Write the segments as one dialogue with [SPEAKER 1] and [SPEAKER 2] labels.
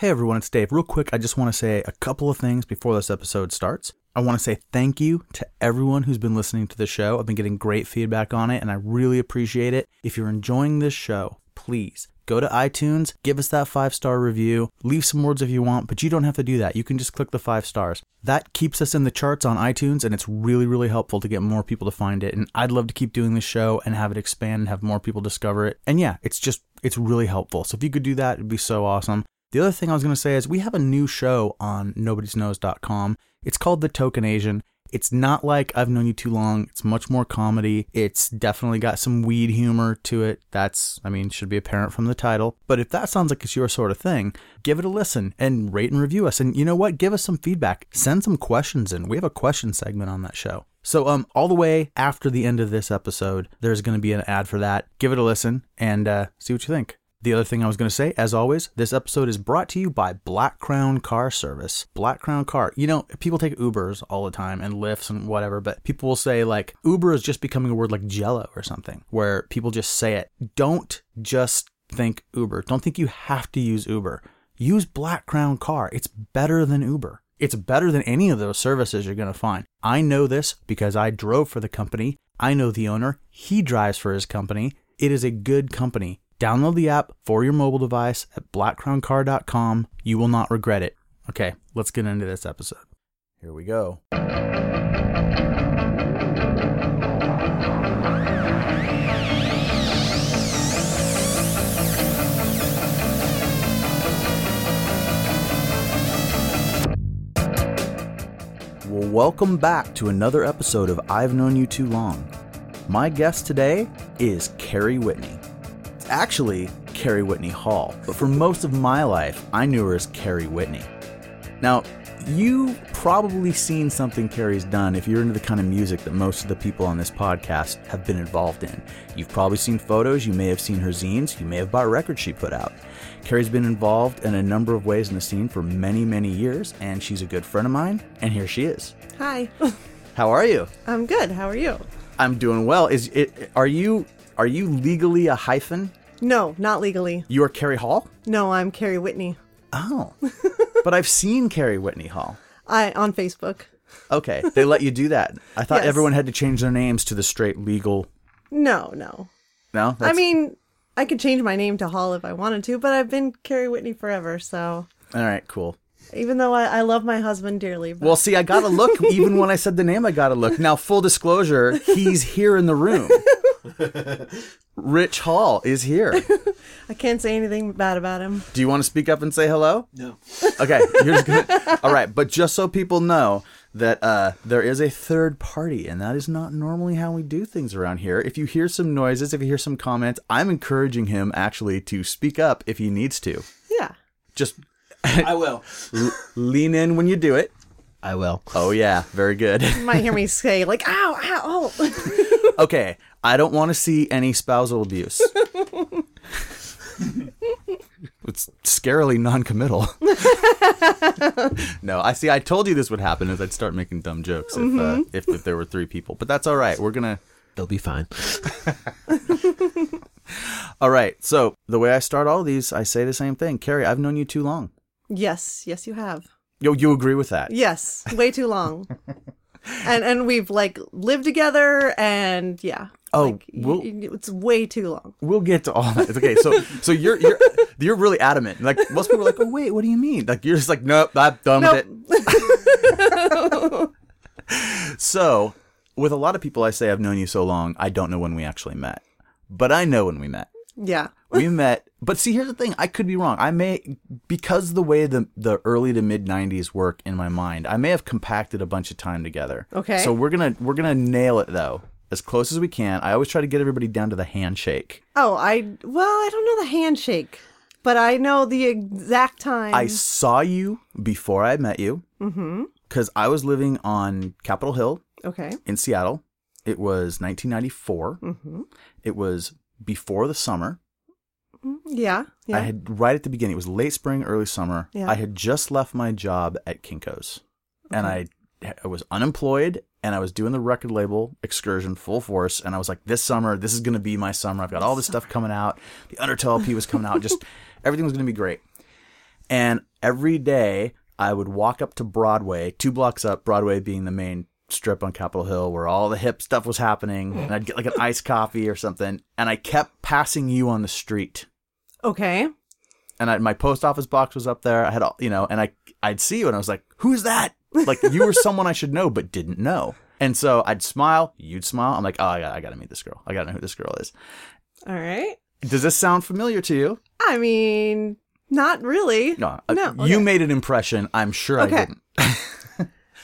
[SPEAKER 1] Hey everyone, it's Dave. Real quick, I just want to say a couple of things before this episode starts. I want to say thank you to everyone who's been listening to the show. I've been getting great feedback on it and I really appreciate it. If you're enjoying this show, please go to iTunes, give us that five star review, leave some words if you want, but you don't have to do that. You can just click the five stars. That keeps us in the charts on iTunes and it's really, really helpful to get more people to find it. And I'd love to keep doing this show and have it expand and have more people discover it. And yeah, it's just, it's really helpful. So if you could do that, it'd be so awesome. The other thing I was going to say is we have a new show on nobodysnows.com. It's called The Token Asian. It's not like I've known you too long. It's much more comedy. It's definitely got some weed humor to it. That's, I mean, should be apparent from the title. But if that sounds like it's your sort of thing, give it a listen and rate and review us. And you know what? Give us some feedback. Send some questions in. We have a question segment on that show. So, um, all the way after the end of this episode, there's going to be an ad for that. Give it a listen and uh, see what you think. The other thing I was going to say, as always, this episode is brought to you by Black Crown Car Service. Black Crown Car. You know, people take Ubers all the time and Lyfts and whatever, but people will say, like, Uber is just becoming a word like jello or something, where people just say it. Don't just think Uber. Don't think you have to use Uber. Use Black Crown Car. It's better than Uber. It's better than any of those services you're going to find. I know this because I drove for the company. I know the owner. He drives for his company. It is a good company. Download the app for your mobile device at blackcrowncar.com. You will not regret it. Okay, let's get into this episode. Here we go. Well, welcome back to another episode of I've Known You Too Long. My guest today is Carrie Whitney actually Carrie Whitney Hall, but for most of my life, I knew her as Carrie Whitney. Now, you've probably seen something Carrie's done if you're into the kind of music that most of the people on this podcast have been involved in. You've probably seen photos, you may have seen her zines, you may have bought records she put out. Carrie's been involved in a number of ways in the scene for many, many years, and she's a good friend of mine, and here she is.
[SPEAKER 2] Hi.
[SPEAKER 1] How are you?
[SPEAKER 2] I'm good. How are you?
[SPEAKER 1] I'm doing well. Is it are you are you legally a hyphen?
[SPEAKER 2] No, not legally.
[SPEAKER 1] You are Carrie Hall?
[SPEAKER 2] No, I'm Carrie Whitney.
[SPEAKER 1] Oh. but I've seen Carrie Whitney Hall.
[SPEAKER 2] I on Facebook.
[SPEAKER 1] Okay. They let you do that. I thought
[SPEAKER 2] Yes.
[SPEAKER 1] everyone had to change their names to the straight legal.
[SPEAKER 2] No, no.
[SPEAKER 1] No?
[SPEAKER 2] I
[SPEAKER 1] That's-
[SPEAKER 2] mean, I could change my name to Hall if I wanted to, but I've been Carrie Whitney forever, so
[SPEAKER 1] All right, cool.
[SPEAKER 2] even though I, I love my husband dearly, but
[SPEAKER 1] Well, see, I got to look. Even when I said the name, I got to look. Now, full disclosure, he's here in the room. Rich Hall is here.
[SPEAKER 2] I can't say anything bad about him.
[SPEAKER 1] Do you want to speak up and say hello?
[SPEAKER 3] No.
[SPEAKER 1] Okay, you're just gonna. All right, but just so people know that uh, there is a third party, and that is not normally how we do things around here. If you hear some noises, if you hear some comments, I'm encouraging him actually to speak up if he needs to.
[SPEAKER 2] Yeah.
[SPEAKER 1] Just
[SPEAKER 3] I will.
[SPEAKER 1] l- lean in when you do it.
[SPEAKER 3] I will.
[SPEAKER 1] Oh yeah, very good.
[SPEAKER 2] You might hear me say like ow, ow, oh
[SPEAKER 1] Okay, I don't want to see any spousal abuse. it's scarily non-committal. no, I see. I told you this would happen. Is I'd start making dumb jokes if, uh, if if there were three people. But that's all right. We're gonna.
[SPEAKER 3] They'll be fine.
[SPEAKER 1] All right. So the way I start all these, I say the same thing. Carrie, I've known you too long.
[SPEAKER 2] Yes, yes you have.
[SPEAKER 1] Yo, you agree with that?
[SPEAKER 2] Yes. Way too long. and and we've like lived together and yeah.
[SPEAKER 1] Oh,
[SPEAKER 2] like, y-
[SPEAKER 1] we'll-
[SPEAKER 2] y- it's way too long.
[SPEAKER 1] We'll get to all that. Okay, so so you're you're you're really adamant. Like most people are like, oh wait, what do you mean? Like you're just like, nope, I'm done with it. So, with a lot of people, I say I've known you so long, I don't know when we actually met, but I know when we met.
[SPEAKER 2] Yeah.
[SPEAKER 1] We met, but see, here's the thing: I could be wrong. I may, because the way the the early to mid '90s work in my mind, I may have compacted a bunch of time together.
[SPEAKER 2] Okay.
[SPEAKER 1] So we're gonna we're gonna nail it though, as close as we can. I always try to get everybody down to the handshake.
[SPEAKER 2] Oh, I well, I don't know the handshake, but I know the exact time. Mm-hmm.
[SPEAKER 1] I saw you before I met you, because I was living on Capitol Hill
[SPEAKER 2] okay.
[SPEAKER 1] in Seattle. It was 1994.
[SPEAKER 2] hmm
[SPEAKER 1] It was before the summer.
[SPEAKER 2] Mm-hmm. Yeah. Yeah.
[SPEAKER 1] I had right at the beginning. It was late spring, early summer.
[SPEAKER 2] Yeah.
[SPEAKER 1] I had just left my job at Kinko's, and I, I was unemployed, and I was doing the record label excursion full force. And I was like, this summer, this is going to be my summer. I've got all this stuff coming out. The Undertow LP was coming out. Just everything was going to be great. And every day I would walk up to Broadway, two blocks up, Broadway being the main strip on Capitol Hill where all the hip stuff was happening, and I'd get like an iced coffee or something, and I kept passing you on the street.
[SPEAKER 2] Okay.
[SPEAKER 1] And I, my post office box was up there. I had all, you know, and I I'd see you and I was like, "Who's that?" Like you were someone I should know but didn't know. And so I'd smile, you'd smile. I'm like, "Oh, I got I got to meet this girl. I got to know who this girl is."
[SPEAKER 2] All right.
[SPEAKER 1] Does this sound familiar to you?
[SPEAKER 2] I mean, not really.
[SPEAKER 1] No,
[SPEAKER 2] No,
[SPEAKER 1] uh, you
[SPEAKER 2] okay.
[SPEAKER 1] made an impression. I'm sure I
[SPEAKER 2] Okay.
[SPEAKER 1] didn't.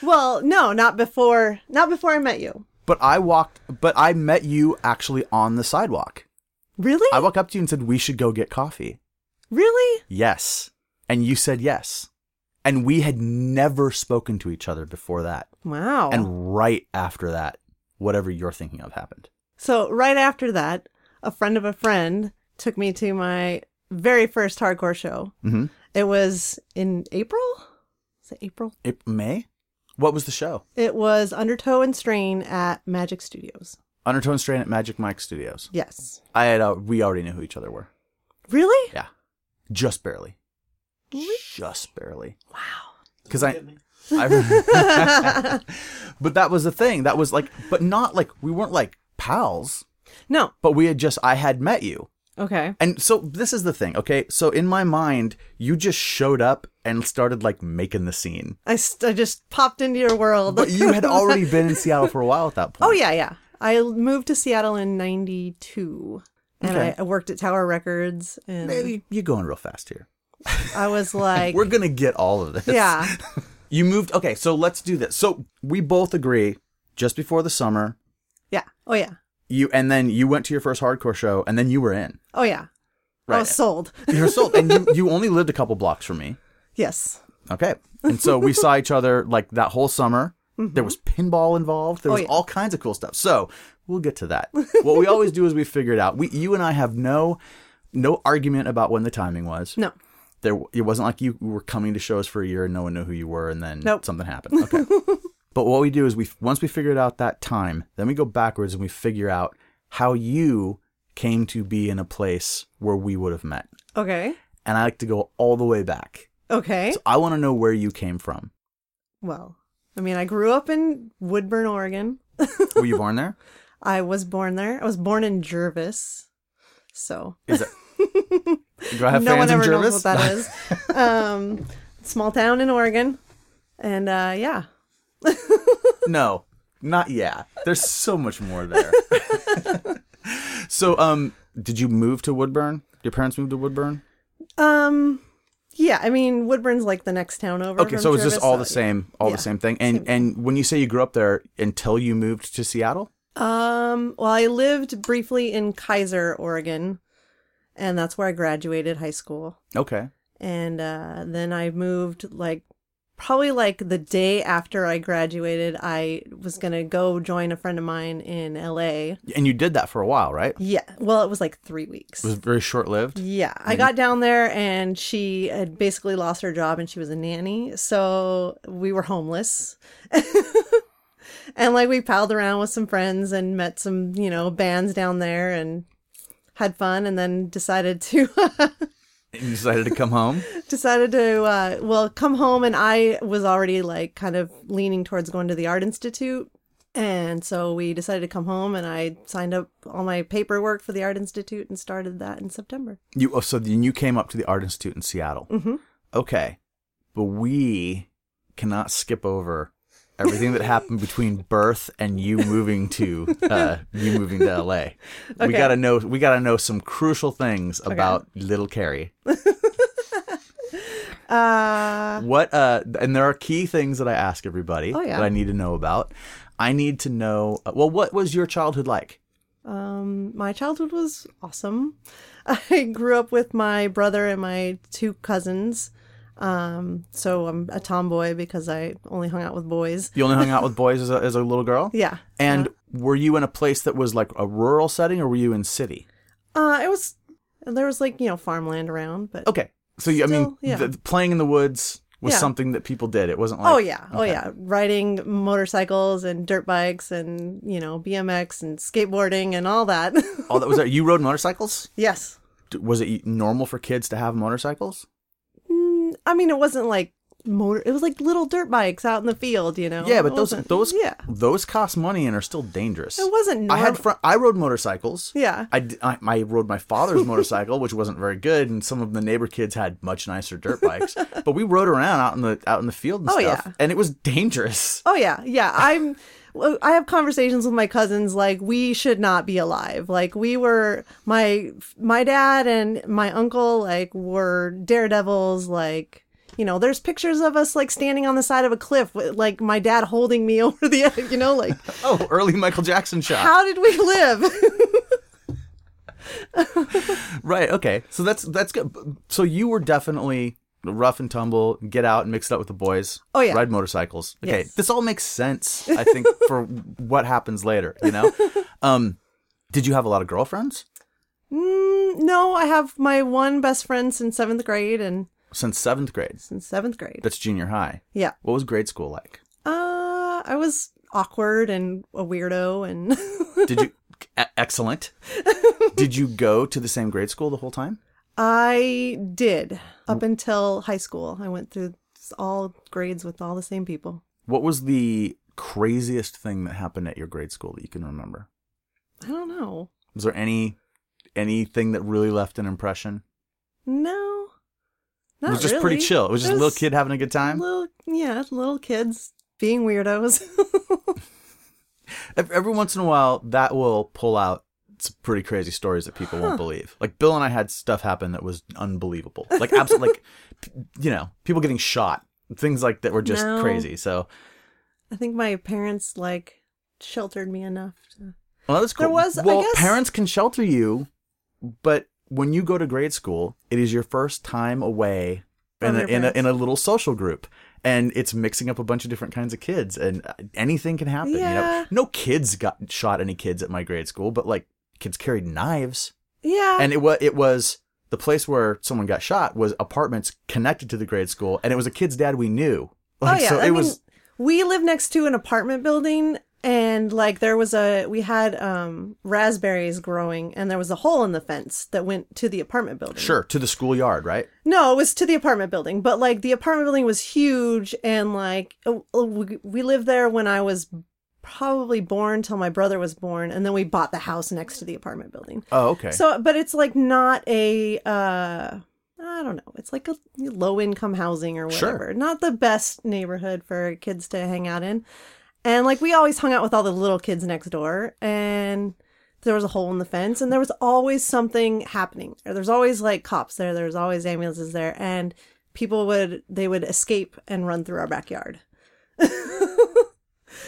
[SPEAKER 2] Well, no, not before. Not before I met you.
[SPEAKER 1] But I walked. But I met you actually on the sidewalk.
[SPEAKER 2] Really?
[SPEAKER 1] I walked up to you and said, "We should go get coffee."
[SPEAKER 2] really?
[SPEAKER 1] Yes, and you said yes, and we had never spoken to each other before that.
[SPEAKER 2] Wow.
[SPEAKER 1] And right after that, whatever you're thinking of happened.
[SPEAKER 2] so right after that, a friend of a friend took me to my very first hardcore show.
[SPEAKER 1] Mm-hmm.
[SPEAKER 2] It was in April. Is it April?
[SPEAKER 1] It, May. What was the show?
[SPEAKER 2] It was Undertow and Strain at Magic Studios.
[SPEAKER 1] Undertone Strain at Magic Mike Studios.
[SPEAKER 2] Yes.
[SPEAKER 1] I had. Uh, we already knew who each other were.
[SPEAKER 2] Really?
[SPEAKER 1] Yeah, just barely. Just barely. Wow. Because I. I But that was the thing. That was like, but not like we weren't like pals,
[SPEAKER 2] no.
[SPEAKER 1] but we had just I had met you.
[SPEAKER 2] Okay.
[SPEAKER 1] And so this is the thing, okay? So in my mind, you just showed up and started like making the scene.
[SPEAKER 2] I, st- I just popped into your world.
[SPEAKER 1] But you had already been in Seattle for a while at that point.
[SPEAKER 2] Oh yeah, yeah. I moved to Seattle in '92, and
[SPEAKER 1] Okay.
[SPEAKER 2] I, I worked at Tower Records, and
[SPEAKER 1] Maybe you're going real fast here.
[SPEAKER 2] I was like,
[SPEAKER 1] We're going to get all of this.
[SPEAKER 2] yeah,
[SPEAKER 1] You moved Okay, so let's do this. So we both agree just before the summer,
[SPEAKER 2] yeah, oh yeah,
[SPEAKER 1] you and then you went to your first hardcore show and then you were in.
[SPEAKER 2] oh yeah. I was sold.
[SPEAKER 1] You're sold and you, you only lived a couple blocks from me.
[SPEAKER 2] Yes.
[SPEAKER 1] Okay. And so we saw each other like that whole summer. There was pinball involved. There
[SPEAKER 2] Mm-hmm. Oh,
[SPEAKER 1] was
[SPEAKER 2] yeah.
[SPEAKER 1] all kinds of cool stuff. So we'll get to that. what we always do is we figure it out. We, you and I have no, no argument about when the timing was.
[SPEAKER 2] No.
[SPEAKER 1] There, it wasn't like you were coming to shows for a year and no one knew who you were, and then
[SPEAKER 2] Nope.
[SPEAKER 1] something happened. Okay. but what we do is we once we figured out that time, then we go backwards and we figure out how you came to be in a place where we would have met.
[SPEAKER 2] Okay.
[SPEAKER 1] And I like to go all the way back.
[SPEAKER 2] Okay.
[SPEAKER 1] So I want to know where you came from.
[SPEAKER 2] well, I mean, I grew up in Woodburn, Oregon.
[SPEAKER 1] Were you born there?
[SPEAKER 2] I was born there. I was born in Jervis. So
[SPEAKER 1] Is it? Do I have fans
[SPEAKER 2] no one
[SPEAKER 1] in
[SPEAKER 2] ever
[SPEAKER 1] Jervis?
[SPEAKER 2] knows what that is. um, small town in Oregon, and uh, yeah,
[SPEAKER 1] no, not yeah. There's so much more there. so, um, did you move to Woodburn? Your parents moved to Woodburn.
[SPEAKER 2] um, yeah. I mean, Woodburn's like the next town over.
[SPEAKER 1] Okay,
[SPEAKER 2] from
[SPEAKER 1] so it's just
[SPEAKER 2] Jervis,
[SPEAKER 1] all the
[SPEAKER 2] yeah.
[SPEAKER 1] same, all
[SPEAKER 2] Yeah.
[SPEAKER 1] the same thing. And and when you say you grew up there until you moved to Seattle,
[SPEAKER 2] Um, well, I lived briefly in Kaiser, Oregon, and that's where I graduated high school.
[SPEAKER 1] okay,
[SPEAKER 2] And uh, then I moved like probably like the day after I graduated, I was gonna go join a friend of mine in LA.
[SPEAKER 1] and you did that for a while, right?
[SPEAKER 2] Yeah, well, it was like three weeks.
[SPEAKER 1] It was very short lived.
[SPEAKER 2] Yeah, I got down there and she had basically lost her job and she was a nanny. So we were homeless. and like we palled around with some friends and met some, you know, bands down there and had fun and then decided to
[SPEAKER 1] And you decided to come home.
[SPEAKER 2] decided to uh well come home and I was already like kind of leaning towards going to the art institute and so we decided to come home and I signed up all my paperwork for the art institute and started that in September.
[SPEAKER 1] You oh, so then you came up to the Art Institute in Seattle.
[SPEAKER 2] Mhm.
[SPEAKER 1] Okay, but we cannot skip over everything that happened between birth and you moving to uh, you moving to LA. We
[SPEAKER 2] Okay.
[SPEAKER 1] gotta know we gotta know some crucial things about little Carrie.
[SPEAKER 2] Uh
[SPEAKER 1] What uh, and there are key things that I ask everybody
[SPEAKER 2] Oh, yeah.
[SPEAKER 1] that I need to know about. I need to know uh, well what was your childhood like?
[SPEAKER 2] Um, my childhood was awesome. I grew up with my brother and my two cousins. Um, so I'm a tomboy because I only hung out with boys.
[SPEAKER 1] You only hung out with boys as a, as a little girl.
[SPEAKER 2] Yeah.
[SPEAKER 1] And were you in a place that was like a rural setting, or were you in city?
[SPEAKER 2] Uh, it was there was like you know farmland around, but
[SPEAKER 1] Okay. So you, I mean,
[SPEAKER 2] Still, yeah.
[SPEAKER 1] the, the playing in the woods was
[SPEAKER 2] Yeah.
[SPEAKER 1] something that people did. It wasn't like
[SPEAKER 2] oh yeah, oh yeah, riding motorcycles and dirt bikes and you know BMX and skateboarding and all that.
[SPEAKER 1] all that was there. You rode motorcycles?
[SPEAKER 2] yes.
[SPEAKER 1] D- Was it normal for kids to have motorcycles?
[SPEAKER 2] Mm, I mean, it wasn't like motor. It was like little dirt bikes out in the field, you know.
[SPEAKER 1] Yeah, but
[SPEAKER 2] It
[SPEAKER 1] those
[SPEAKER 2] wasn't-
[SPEAKER 1] those
[SPEAKER 2] yeah,
[SPEAKER 1] those cost money and are still dangerous.
[SPEAKER 2] it wasn't.
[SPEAKER 1] I
[SPEAKER 2] Norm-
[SPEAKER 1] had fr- I rode motorcycles.
[SPEAKER 2] yeah,
[SPEAKER 1] I, d- I- I rode my father's motorcycle, which wasn't very good, and some of the neighbor kids had much nicer dirt bikes. but we rode around out in the out in the field and
[SPEAKER 2] Oh,
[SPEAKER 1] stuff,
[SPEAKER 2] yeah.
[SPEAKER 1] and it was dangerous.
[SPEAKER 2] Oh yeah, yeah. I'm. well, I have conversations with my cousins like we should not be alive. Like we were my my dad and my uncle like were daredevils. Like you know, there's pictures of us like standing on the side of a cliff with like my dad holding me over the edge. You know, like
[SPEAKER 1] Oh, early Michael Jackson shot.
[SPEAKER 2] how did we live?
[SPEAKER 1] Right. Okay. So that's that's good. B- So you were definitely rough and tumble, get out and mix it up with the boys.
[SPEAKER 2] Oh, yeah.
[SPEAKER 1] Ride motorcycles. Okay.
[SPEAKER 2] Yes.
[SPEAKER 1] This all makes sense. I think for what happens later. You know. Um, did you have a lot of girlfriends
[SPEAKER 2] mm, no, I have my one best friend since seventh grade and
[SPEAKER 1] since seventh grade?
[SPEAKER 2] since seventh grade.
[SPEAKER 1] That's junior high.
[SPEAKER 2] Yeah.
[SPEAKER 1] What was grade school like?
[SPEAKER 2] Uh, I was awkward and a weirdo and.
[SPEAKER 1] Did you? e- excellent. Did you go to the same grade school the whole time?
[SPEAKER 2] I did
[SPEAKER 1] Mm.
[SPEAKER 2] up until high school. I went through s- all grades with all the same people.
[SPEAKER 1] What was the craziest thing that happened at your grade school that you can remember?
[SPEAKER 2] I don't know.
[SPEAKER 1] Was there any anything that really left an impression?
[SPEAKER 2] No, not
[SPEAKER 1] it was just
[SPEAKER 2] really.
[SPEAKER 1] pretty chill. It was just a little
[SPEAKER 2] There's
[SPEAKER 1] kid having a good time.
[SPEAKER 2] Little, yeah, little kids being weirdos.
[SPEAKER 1] Ev- Every once in a while, that will pull out some pretty crazy stories that people won't believe. Like Bill and I had stuff happen that was unbelievable. Like absolutely, like p- you know, people getting shot, things like that were just
[SPEAKER 2] No.
[SPEAKER 1] crazy. So
[SPEAKER 2] I think my parents like sheltered me enough. To...
[SPEAKER 1] well, that's cool.
[SPEAKER 2] There was- I
[SPEAKER 1] well,
[SPEAKER 2] guess-
[SPEAKER 1] parents can shelter you, but when you go to grade school, it is your first time away in
[SPEAKER 2] From
[SPEAKER 1] a, in a
[SPEAKER 2] your parents.
[SPEAKER 1] in a little social group. And it's mixing up a bunch of different kinds of kids, and uh, anything can happen. You know?
[SPEAKER 2] Yeah.
[SPEAKER 1] no kids got shot any kids at my grade school, but like kids carried knives,
[SPEAKER 2] Yeah,
[SPEAKER 1] and it was it was the place where someone got shot was apartments connected to the grade school, and it was a kid's dad we knew. Like,
[SPEAKER 2] oh yeah,
[SPEAKER 1] so it
[SPEAKER 2] I mean,
[SPEAKER 1] was
[SPEAKER 2] we live next to an apartment building, and like there was a we had um raspberries growing, and there was a hole in the fence that went to the apartment building.
[SPEAKER 1] sure to the schoolyard, right?
[SPEAKER 2] No, it was to the apartment building, but like the apartment building was huge, and like uh, we we lived there when I was probably born till my brother was born, and then we bought the house next to the apartment building.
[SPEAKER 1] Oh, okay.
[SPEAKER 2] So, but it's like not a uh, I don't know, it's like a low income housing or
[SPEAKER 1] Sure.
[SPEAKER 2] whatever. Not the best neighborhood for kids to hang out in, and like we always hung out with all the little kids next door, and there was a hole in the fence and there was always something happening Or there's always like cops there there's always ambulances there and people would they would escape and run through our backyard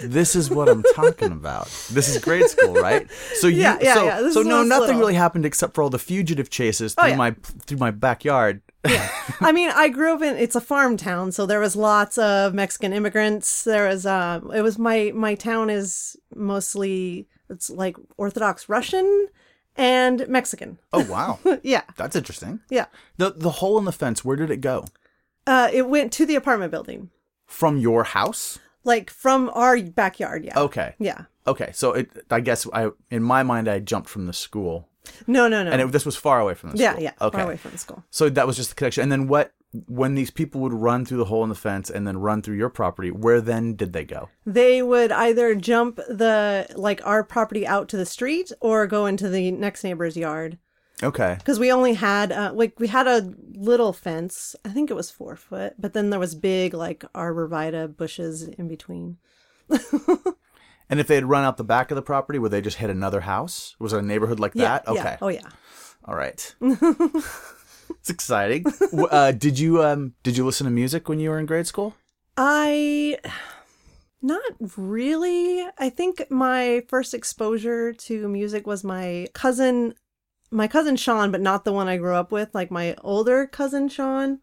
[SPEAKER 1] this is what I'm talking about. This is grade school, right? So you,
[SPEAKER 2] Yeah, yeah,
[SPEAKER 1] so,
[SPEAKER 2] yeah, this
[SPEAKER 1] so
[SPEAKER 2] is when I
[SPEAKER 1] no,
[SPEAKER 2] was
[SPEAKER 1] nothing
[SPEAKER 2] little.
[SPEAKER 1] really happened except for all the fugitive chases
[SPEAKER 2] Oh,
[SPEAKER 1] through
[SPEAKER 2] yeah.
[SPEAKER 1] my through my backyard.
[SPEAKER 2] i mean i grew up in it's a farm town so there was lots of mexican immigrants there was um it was my my town is mostly it's like orthodox russian and mexican
[SPEAKER 1] Oh wow,
[SPEAKER 2] yeah
[SPEAKER 1] that's interesting.
[SPEAKER 2] yeah
[SPEAKER 1] The the hole in the fence. Where did it go?
[SPEAKER 2] uh it went to the apartment building
[SPEAKER 1] From your house?
[SPEAKER 2] like from our backyard yeah
[SPEAKER 1] Okay.
[SPEAKER 2] yeah
[SPEAKER 1] Okay, so it, I guess I, in my mind, I jumped from the school,
[SPEAKER 2] no no no
[SPEAKER 1] and it, this was far away from the
[SPEAKER 2] yeah
[SPEAKER 1] school.
[SPEAKER 2] yeah
[SPEAKER 1] Okay,
[SPEAKER 2] far away from the school
[SPEAKER 1] so that was just the connection. And then what? When these people would run through the hole in the fence and then run through your property, where then did they go?
[SPEAKER 2] they would either jump the like our property out to the street or go into the next neighbor's yard
[SPEAKER 1] Okay,
[SPEAKER 2] because we only had uh, like we had a little fence i think it was four foot but then there was big like arborvita bushes in between
[SPEAKER 1] and if they had run out the back of the property, would they just hit another house? Was it a neighborhood like
[SPEAKER 2] yeah
[SPEAKER 1] that? Okay,
[SPEAKER 2] yeah. oh yeah
[SPEAKER 1] all right. it's exciting. W- uh, did you um did you listen to music when you were in grade school?
[SPEAKER 2] i not really i think my first exposure to music was my cousin my cousin sean but not the one i grew up with like my older cousin sean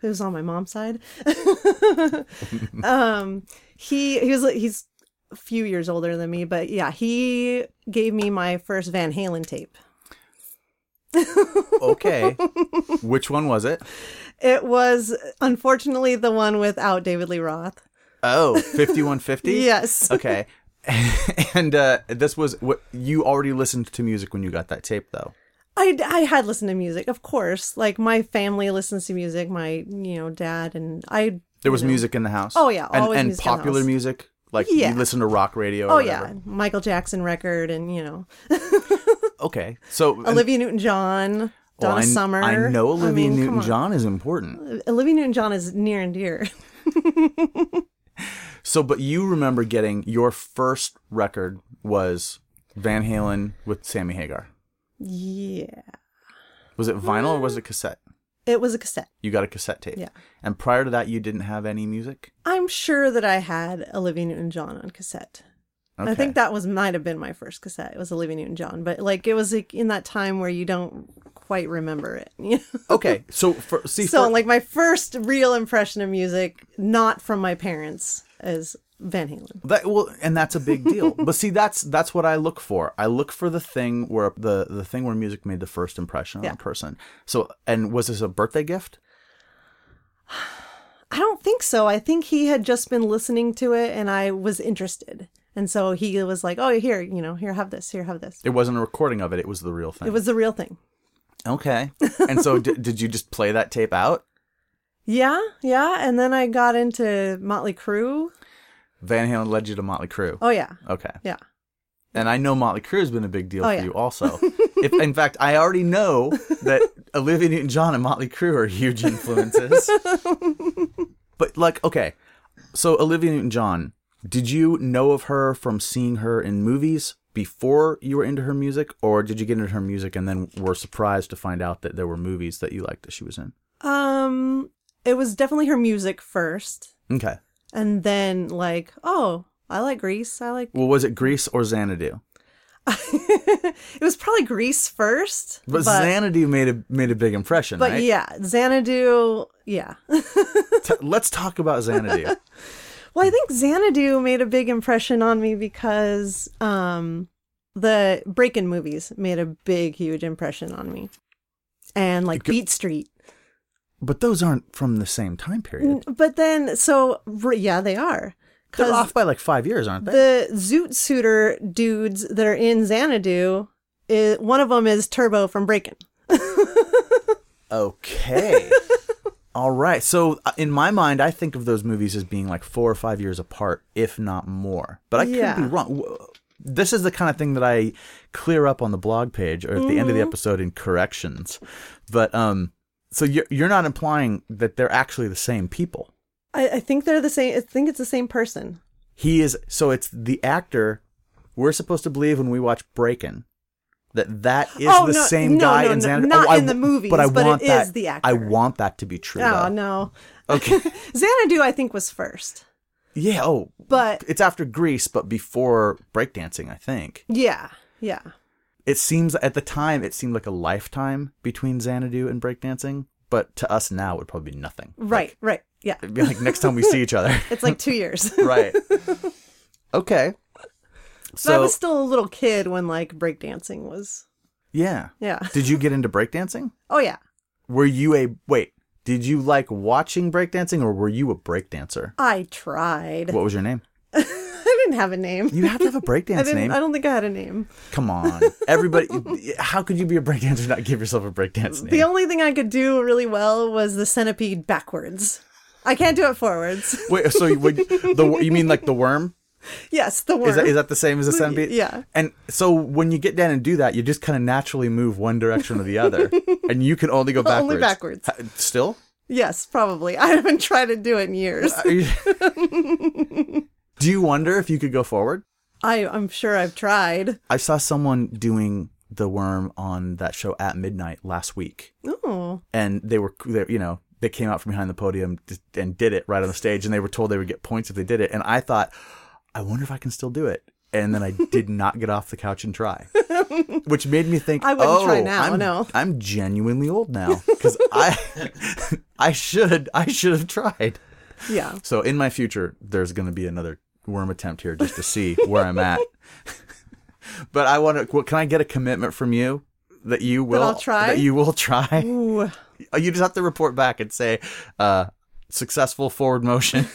[SPEAKER 2] who's on my mom's side. um, he he was he's a few years older than me, but yeah, he gave me my first Van Halen tape.
[SPEAKER 1] Okay, which one was it?
[SPEAKER 2] It was unfortunately the one without David Lee Roth.
[SPEAKER 1] Oh, 5150?
[SPEAKER 2] Yes.
[SPEAKER 1] okay and uh this was what you already listened to music when you got that tape though
[SPEAKER 2] I, I had listened to music, of course. Like my family listens to music, my you know dad and I.
[SPEAKER 1] There was
[SPEAKER 2] you know.
[SPEAKER 1] music in the house.
[SPEAKER 2] Oh, yeah,
[SPEAKER 1] and,
[SPEAKER 2] always
[SPEAKER 1] and
[SPEAKER 2] music in the
[SPEAKER 1] popular
[SPEAKER 2] house.
[SPEAKER 1] music. Like
[SPEAKER 2] Yeah.
[SPEAKER 1] you listen to rock radio. Or
[SPEAKER 2] Oh
[SPEAKER 1] whatever.
[SPEAKER 2] yeah, Michael Jackson record and you know
[SPEAKER 1] Okay. So and-
[SPEAKER 2] Olivia Newton John, Donna
[SPEAKER 1] well, I,
[SPEAKER 2] Summer.
[SPEAKER 1] I know Olivia
[SPEAKER 2] mean, come
[SPEAKER 1] Newton
[SPEAKER 2] on.
[SPEAKER 1] John is important.
[SPEAKER 2] Olivia Newton John is near and dear.
[SPEAKER 1] So, but you remember getting your first record was Van Halen with Sammy Hagar.
[SPEAKER 2] Yeah,
[SPEAKER 1] Was it vinyl or was it cassette?
[SPEAKER 2] it was a cassette.
[SPEAKER 1] You got a cassette tape.
[SPEAKER 2] Mm. Yeah.
[SPEAKER 1] And prior to that, you didn't have any music.
[SPEAKER 2] I'm sure that I had Olivia Newton John on cassette. I think that was might have been my first cassette. It was Olivia Newton John, but like it was like in that time where you don't quite remember it. You know?
[SPEAKER 1] Okay. So, for, see,
[SPEAKER 2] so
[SPEAKER 1] for-
[SPEAKER 2] like my first real impression of music, not from my parents, is Van Halen.
[SPEAKER 1] That well, and that's a big deal. but see, that's that's what I look for. I look for the thing where the the thing where music made the first impression on
[SPEAKER 2] Yeah.
[SPEAKER 1] a person. So, and was this a birthday gift?
[SPEAKER 2] I don't think so. I think he had just been listening to it, and I was interested, and so he was like, "Oh, here, you know, here, have this. Here, have this."
[SPEAKER 1] It wasn't a recording of it. It was the real thing.
[SPEAKER 2] It was the real thing.
[SPEAKER 1] okay. and so, d- did you just play that tape out?
[SPEAKER 2] Yeah, yeah. And then I got into Motley Crue.
[SPEAKER 1] Van Halen led you to Motley Crue.
[SPEAKER 2] Oh yeah,
[SPEAKER 1] Okay.
[SPEAKER 2] yeah.
[SPEAKER 1] And I know Motley Crue has been a big deal
[SPEAKER 2] Oh,
[SPEAKER 1] for
[SPEAKER 2] yeah.
[SPEAKER 1] you also. if, in fact, I already know that Olivia Newton John and Motley Crue are huge influences. but, like, okay. So, Olivia Newton John, did you know of her from seeing her in movies before you were into her music? Or did you get into her music and then were surprised to find out that there were movies that you liked that she was in?
[SPEAKER 2] Um, it was definitely her music first,
[SPEAKER 1] Okay.
[SPEAKER 2] and then like, oh, I like Grease. I like.
[SPEAKER 1] Well, was it Grease or Xanadu?
[SPEAKER 2] it was probably Grease first,
[SPEAKER 1] But, Xanadu made a made a big impression,
[SPEAKER 2] but
[SPEAKER 1] right?
[SPEAKER 2] yeah, Xanadu. Yeah.
[SPEAKER 1] T- let's talk about Xanadu.
[SPEAKER 2] Well, I think Xanadu made a big impression on me because um, the Breakin' movies made a big, huge impression on me, and like
[SPEAKER 1] Go-
[SPEAKER 2] Beat Street.
[SPEAKER 1] But those aren't from the same time period.
[SPEAKER 2] But then, so r- yeah, they are.
[SPEAKER 1] They're
[SPEAKER 2] 'Cause
[SPEAKER 1] off by like five years, aren't they?
[SPEAKER 2] the Zoot Suiter dudes that are in Xanadu, i one of them is Turbo from Breakin'.
[SPEAKER 1] okay. All right. So uh, in my mind, I think of those movies as being like four or five years apart, if not more. But I could
[SPEAKER 2] Yeah.
[SPEAKER 1] be wrong. W- This is the kind of thing that I clear up on the blog page or at the
[SPEAKER 2] Mm-hmm.
[SPEAKER 1] end of the episode in corrections. But um, so you're you're not implying that they're actually the same people.
[SPEAKER 2] I, I think they're the same. I think it's the same person.
[SPEAKER 1] He is so it's the actor we're supposed to believe when we watch Breakin' that that is
[SPEAKER 2] Oh,
[SPEAKER 1] the
[SPEAKER 2] no,
[SPEAKER 1] same
[SPEAKER 2] no,
[SPEAKER 1] guy
[SPEAKER 2] no,
[SPEAKER 1] in
[SPEAKER 2] no,
[SPEAKER 1] Xanadu.
[SPEAKER 2] not
[SPEAKER 1] I
[SPEAKER 2] in the
[SPEAKER 1] w-
[SPEAKER 2] movies,
[SPEAKER 1] I
[SPEAKER 2] but it
[SPEAKER 1] want that,
[SPEAKER 2] is the
[SPEAKER 1] I
[SPEAKER 2] actor.
[SPEAKER 1] want that to be true.
[SPEAKER 2] Oh
[SPEAKER 1] though.
[SPEAKER 2] no,
[SPEAKER 1] Okay.
[SPEAKER 2] Xanadu I think was first,
[SPEAKER 1] yeah. Oh,
[SPEAKER 2] but
[SPEAKER 1] it's after Grease, but before breakdancing. I think
[SPEAKER 2] yeah, yeah,
[SPEAKER 1] it seems at the time it seemed like a lifetime between Xanadu and breakdancing, but to us now it would probably be nothing.
[SPEAKER 2] right, right, yeah.
[SPEAKER 1] It'd be like next time we see each other,
[SPEAKER 2] It's like two years.
[SPEAKER 1] right? Okay.
[SPEAKER 2] so I
[SPEAKER 1] So
[SPEAKER 2] was still a little kid when like breakdancing was.
[SPEAKER 1] yeah,
[SPEAKER 2] Yeah.
[SPEAKER 1] did you get into breakdancing?
[SPEAKER 2] Oh yeah.
[SPEAKER 1] Were you a wait? Did you like watching breakdancing, or were you a breakdancer?
[SPEAKER 2] I tried.
[SPEAKER 1] What was your name?
[SPEAKER 2] I didn't have a name.
[SPEAKER 1] You have to have a
[SPEAKER 2] I
[SPEAKER 1] breakdance
[SPEAKER 2] didn't.
[SPEAKER 1] name.
[SPEAKER 2] I don't think I had a name.
[SPEAKER 1] Come on, everybody! How could you be a breakdancer and not give yourself a breakdance name?
[SPEAKER 2] The only thing I could do really well was the centipede backwards. I can't do it forwards.
[SPEAKER 1] Wait, so you, would, the you mean like the worm?
[SPEAKER 2] yes, the worm.
[SPEAKER 1] Is that is that the same as a centipede?
[SPEAKER 2] yeah.
[SPEAKER 1] And so when you get down and do that, you just kind of naturally move one direction or the other, and you can only go backwards.
[SPEAKER 2] Only backwards.
[SPEAKER 1] Ha- Still.
[SPEAKER 2] Yes, probably. I haven't tried to do it in years.
[SPEAKER 1] Are you- do you wonder if you could go forward?
[SPEAKER 2] I, I'm sure I've tried.
[SPEAKER 1] I saw someone doing the worm on that show at midnight last week,
[SPEAKER 2] Oh,
[SPEAKER 1] and they were they, you know they came out from behind the podium d- and did it right on the stage, and they were told they would get points if they did it, and I thought, I wonder if I can still do it. And then I did not get off the couch and try, which made me think.
[SPEAKER 2] I wouldn't
[SPEAKER 1] oh,
[SPEAKER 2] try now,
[SPEAKER 1] I'm,
[SPEAKER 2] no."
[SPEAKER 1] I'm genuinely old now because I, I should, I should have tried.
[SPEAKER 2] yeah.
[SPEAKER 1] So in my future, there's going to be another worm attempt here just to see where I'm at. but I want to. Can I get a commitment from you that you will
[SPEAKER 2] I'll try?
[SPEAKER 1] That you will try.
[SPEAKER 2] Ooh.
[SPEAKER 1] You just have to report back and say uh, successful forward motion.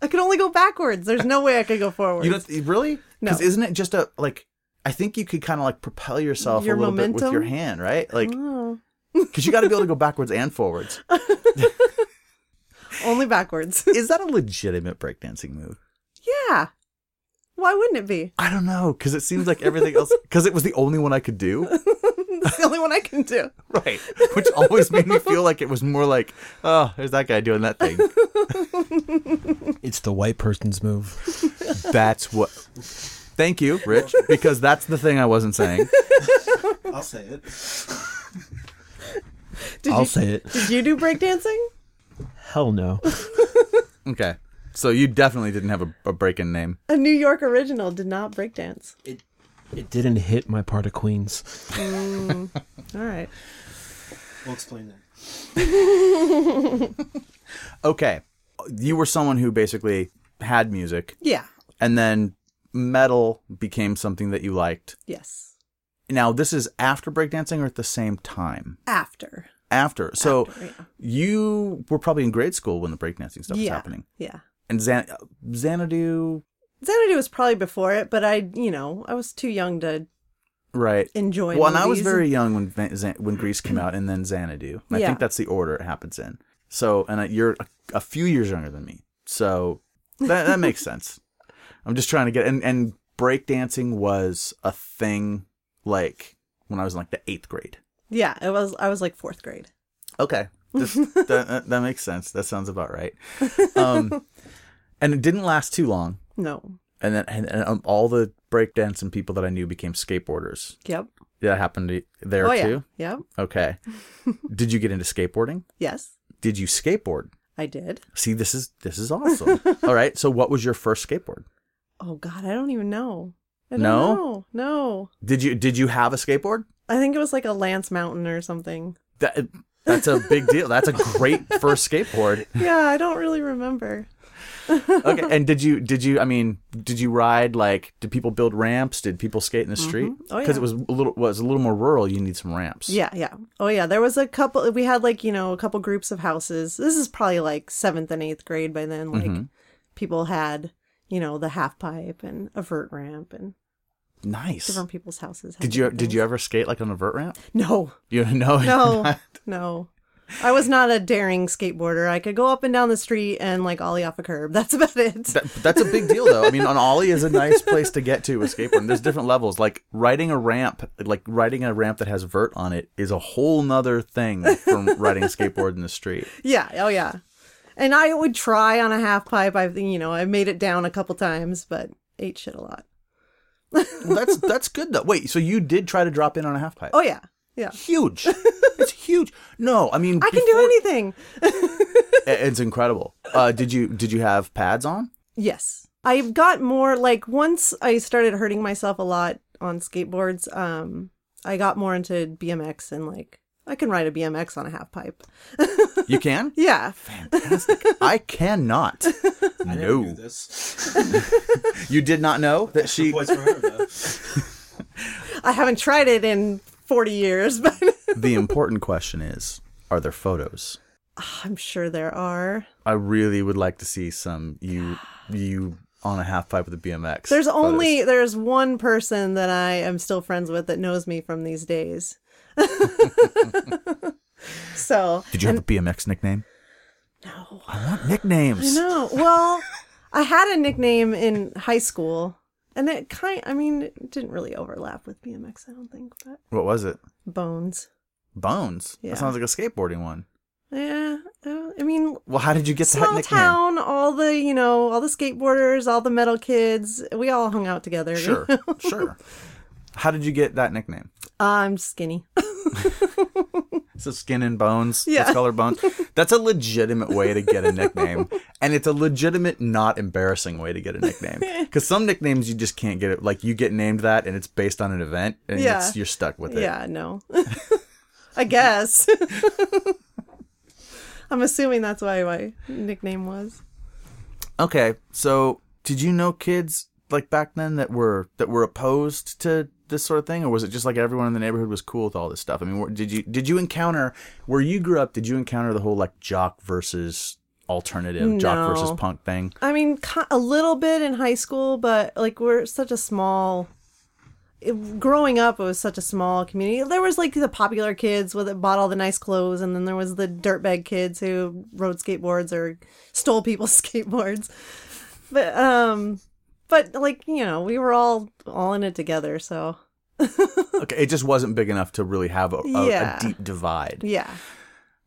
[SPEAKER 2] I could only go backwards. There's no way I could go forward.
[SPEAKER 1] you don't really?
[SPEAKER 2] No.
[SPEAKER 1] Because isn't it just a like? I think you could kind of like propel yourself
[SPEAKER 2] Your
[SPEAKER 1] a little bit with your
[SPEAKER 2] momentum?
[SPEAKER 1] hand, right? Like,
[SPEAKER 2] Oh.
[SPEAKER 1] because you got to be able to go backwards and forwards.
[SPEAKER 2] Only backwards.
[SPEAKER 1] Is that a legitimate breakdancing move?
[SPEAKER 2] yeah. Why wouldn't it be?
[SPEAKER 1] I don't know, because it seems like everything else, because it was the only one I could do.
[SPEAKER 2] It's the only one I can do.
[SPEAKER 1] Right. Which always made me feel like it was more like, oh, there's that guy doing that thing.
[SPEAKER 4] It's the white person's move.
[SPEAKER 1] That's what. Thank you, Rich, because that's the thing I wasn't saying.
[SPEAKER 3] I'll say it.
[SPEAKER 2] Did
[SPEAKER 4] I'll
[SPEAKER 2] you
[SPEAKER 4] say it.
[SPEAKER 2] did you do breakdancing?
[SPEAKER 4] Hell no.
[SPEAKER 1] Okay. So you definitely didn't have a, a break in name.
[SPEAKER 2] A New York original did not breakdance.
[SPEAKER 4] It didn't hit my part of Queens.
[SPEAKER 2] All right.
[SPEAKER 3] We'll explain that.
[SPEAKER 1] Okay. You were someone who basically had music
[SPEAKER 2] Yeah.
[SPEAKER 1] and then metal became something that you liked.
[SPEAKER 2] Yes.
[SPEAKER 1] Now, this is after breakdancing or at the same time?
[SPEAKER 2] After.
[SPEAKER 1] After. So
[SPEAKER 2] After, yeah.
[SPEAKER 1] you were probably in grade school when the breakdancing stuff was
[SPEAKER 2] Yeah.
[SPEAKER 1] happening.
[SPEAKER 2] Yeah.
[SPEAKER 1] And Xan- Xanadu,
[SPEAKER 2] Xanadu was probably before it, but I, you know, I was too young to
[SPEAKER 1] right.
[SPEAKER 2] enjoy
[SPEAKER 1] Well, and I was
[SPEAKER 2] movies.
[SPEAKER 1] very young when Van- Xan- when Grease came out, and then Xanadu. And I
[SPEAKER 2] Yeah.
[SPEAKER 1] think that's the order it happens in. So, and I, you're a, a few years younger than me, so that, that makes sense. I'm just trying to get and and breakdancing was a thing like when I was in like the eighth grade.
[SPEAKER 2] Yeah, it was I was like 4th grade.
[SPEAKER 1] Okay, This- that, that that makes sense. That sounds about right. Um, and it didn't last too long,
[SPEAKER 2] No.
[SPEAKER 1] and then and, and um, all the breakdancing people that I knew became skateboarders.
[SPEAKER 2] Yep.
[SPEAKER 1] That happened to, there
[SPEAKER 2] oh
[SPEAKER 1] too.
[SPEAKER 2] yeah. Yep.
[SPEAKER 1] Okay. Did you get into skateboarding?
[SPEAKER 2] Yes.
[SPEAKER 1] Did you skateboard?
[SPEAKER 2] I did.
[SPEAKER 1] See, this is this is awesome. All right. So, what was your first skateboard?
[SPEAKER 2] Oh god, I don't even know. I don't
[SPEAKER 1] No?
[SPEAKER 2] know. No.
[SPEAKER 1] Did you did you have a skateboard?
[SPEAKER 2] I think it was like a Lance Mountain or something.
[SPEAKER 1] That that's a big deal. That's a great first skateboard.
[SPEAKER 2] Yeah, I don't really remember.
[SPEAKER 1] Okay. And did you did you I mean did you ride like did people build ramps? Did people skate in the street?
[SPEAKER 2] Oh,
[SPEAKER 1] Because
[SPEAKER 2] yeah.
[SPEAKER 1] it was a little was a little more rural. You need some ramps.
[SPEAKER 2] Yeah, yeah. Oh yeah, there was a couple we had like, you know, a couple groups of houses. This is probably like 7th and 8th grade by then like
[SPEAKER 1] Mm-hmm.
[SPEAKER 2] people had, you know, the half pipe and a vert ramp and
[SPEAKER 1] Nice.
[SPEAKER 2] different people's houses. had
[SPEAKER 1] Did you
[SPEAKER 2] different
[SPEAKER 1] did you ever skate like on a vert ramp?
[SPEAKER 2] things. No.
[SPEAKER 1] You know.
[SPEAKER 2] No, no. I was not a daring skateboarder. I could go up and down the street and like ollie off a curb. That's about it.
[SPEAKER 1] That, that's a big deal, though. I mean, an ollie is a nice place to get to with skateboarding. There's different levels. Like riding a ramp, like riding a ramp that has vert on it, is a whole nother thing from riding a skateboard in the street.
[SPEAKER 2] yeah. Oh yeah. And I would try on a half pipe. I've you know I made it down a couple times, but ate shit a lot.
[SPEAKER 1] Well, that's that's good though. Wait, so you did try to drop in on a half pipe?
[SPEAKER 2] Oh yeah. Yeah.
[SPEAKER 1] huge! It's huge. No, I mean,
[SPEAKER 2] I can do
[SPEAKER 1] before-
[SPEAKER 2] anything.
[SPEAKER 1] It's incredible. Uh, did you did you have pads on?
[SPEAKER 2] Yes. I've got more like once I started hurting myself a lot on skateboards, um I got more into BMX and like I can ride a BMX on a half pipe.
[SPEAKER 1] You can.
[SPEAKER 2] Yeah.
[SPEAKER 1] Fantastic. I cannot.
[SPEAKER 3] I never
[SPEAKER 1] no,
[SPEAKER 3] knew this.
[SPEAKER 1] you did not know that she.
[SPEAKER 3] Points for her, though.
[SPEAKER 2] I haven't tried it in 40 years, but
[SPEAKER 1] The important question is: Are there photos?
[SPEAKER 2] I'm sure there are.
[SPEAKER 1] I really would like to see some you you on a half pipe with a BMX.
[SPEAKER 2] There's
[SPEAKER 1] photos.
[SPEAKER 2] only there's one person that I am still friends with that knows me from these days. so
[SPEAKER 1] Did you have a BMX nickname?
[SPEAKER 2] no,
[SPEAKER 1] I want nicknames.
[SPEAKER 2] no. Well, I had a nickname in high school, and it kind I mean it didn't really overlap with BMX. I don't think, but
[SPEAKER 1] What was it?
[SPEAKER 2] Bones.
[SPEAKER 1] Bones.
[SPEAKER 2] Yeah.
[SPEAKER 1] That sounds like a skateboarding one.
[SPEAKER 2] Yeah, uh, I mean
[SPEAKER 1] Well, how did you get that
[SPEAKER 2] small
[SPEAKER 1] nickname?
[SPEAKER 2] town. All the you know all the skateboarders, all the metal kids. We all hung out together.
[SPEAKER 1] Sure, sure. How did you get that nickname?
[SPEAKER 2] I'm skinny.
[SPEAKER 1] So skin and bones,
[SPEAKER 2] Yeah.
[SPEAKER 1] yeah. color bones. That's a legitimate way to get a nickname, and it's a legitimate, not embarrassing way to get a nickname. Because some nicknames you just can't get it. Like you get named that, and it's based on an event, and
[SPEAKER 2] Yeah.
[SPEAKER 1] it's, you're stuck with it.
[SPEAKER 2] Yeah, no. I guess. I'm assuming that's why my nickname was.
[SPEAKER 1] Okay, so did you know kids like back then that were that were opposed to this sort of thing, or was it just like everyone in the neighborhood was cool with all this stuff? I mean, were- did you did you encounter where you grew up? Did you encounter the whole like jock versus alternative, jock
[SPEAKER 2] No.
[SPEAKER 1] versus punk thing?
[SPEAKER 2] I mean, ki- a little bit in high school, but like we're such a small it- growing up, it was such a small community. There was like the popular kids with that bought all the nice clothes, and then there was the dirtbag kids who rode skateboards or stole people's skateboards. But um, but like you know, we were all all in it together. So
[SPEAKER 1] Okay, it just wasn't big enough to really have a, a,
[SPEAKER 2] Yeah.
[SPEAKER 1] a deep divide.
[SPEAKER 2] yeah,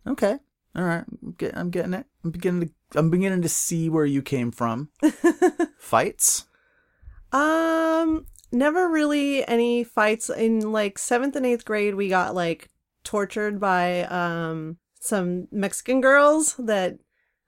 [SPEAKER 1] Okay. All right. I'm, get, I'm getting it. I'm beginning to I'm beginning to see where you came from. Fights?
[SPEAKER 2] um, never really any fights in like seventh and eighth grade. We got like tortured by um some Mexican girls that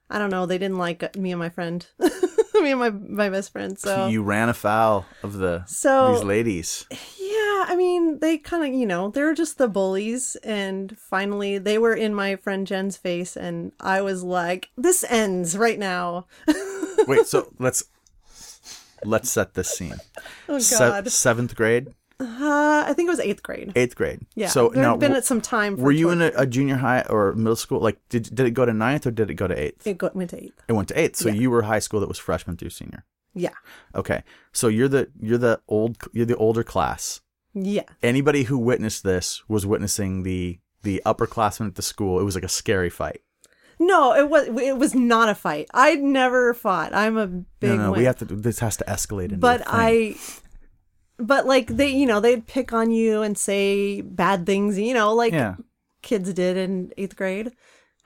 [SPEAKER 2] I don't know. They didn't like me and my friend, me and my my best friend. So
[SPEAKER 1] you ran afoul of the
[SPEAKER 2] So-
[SPEAKER 1] these ladies.
[SPEAKER 2] Yeah, I mean, they kind of, you know, they were just the bullies. And finally, they were in my friend Jen's face, and I was like, this ends right now.
[SPEAKER 1] Wait, so let's let's set this scene.
[SPEAKER 2] Oh,
[SPEAKER 1] Se-
[SPEAKER 2] God.
[SPEAKER 1] seventh grade,
[SPEAKER 2] uh, I think it was eighth grade.
[SPEAKER 1] eighth grade.
[SPEAKER 2] Yeah.
[SPEAKER 1] So
[SPEAKER 2] there
[SPEAKER 1] now,
[SPEAKER 2] had been
[SPEAKER 1] w-
[SPEAKER 2] at some time. For
[SPEAKER 1] were you in a, a junior high or middle school? Like, did did it go to ninth or did it go to eighth?
[SPEAKER 2] It go- went to eighth.
[SPEAKER 1] It went to eighth. So you were high school that was freshman through senior.
[SPEAKER 2] Yeah.
[SPEAKER 1] Okay. So you're the you're the old you're the older class.
[SPEAKER 2] Yeah.
[SPEAKER 1] Anybody who witnessed this was witnessing the the upperclassmen at the school. It was like a scary fight.
[SPEAKER 2] No, it was it was not a fight. I'd never fought. I'm a big
[SPEAKER 1] no, no,
[SPEAKER 2] wimp.
[SPEAKER 1] we have to. This has to escalate. Into a
[SPEAKER 2] but
[SPEAKER 1] thing.
[SPEAKER 2] I, but like they, you know, they'd pick on you and say bad things, you know, like
[SPEAKER 1] yeah.
[SPEAKER 2] kids did in eighth grade.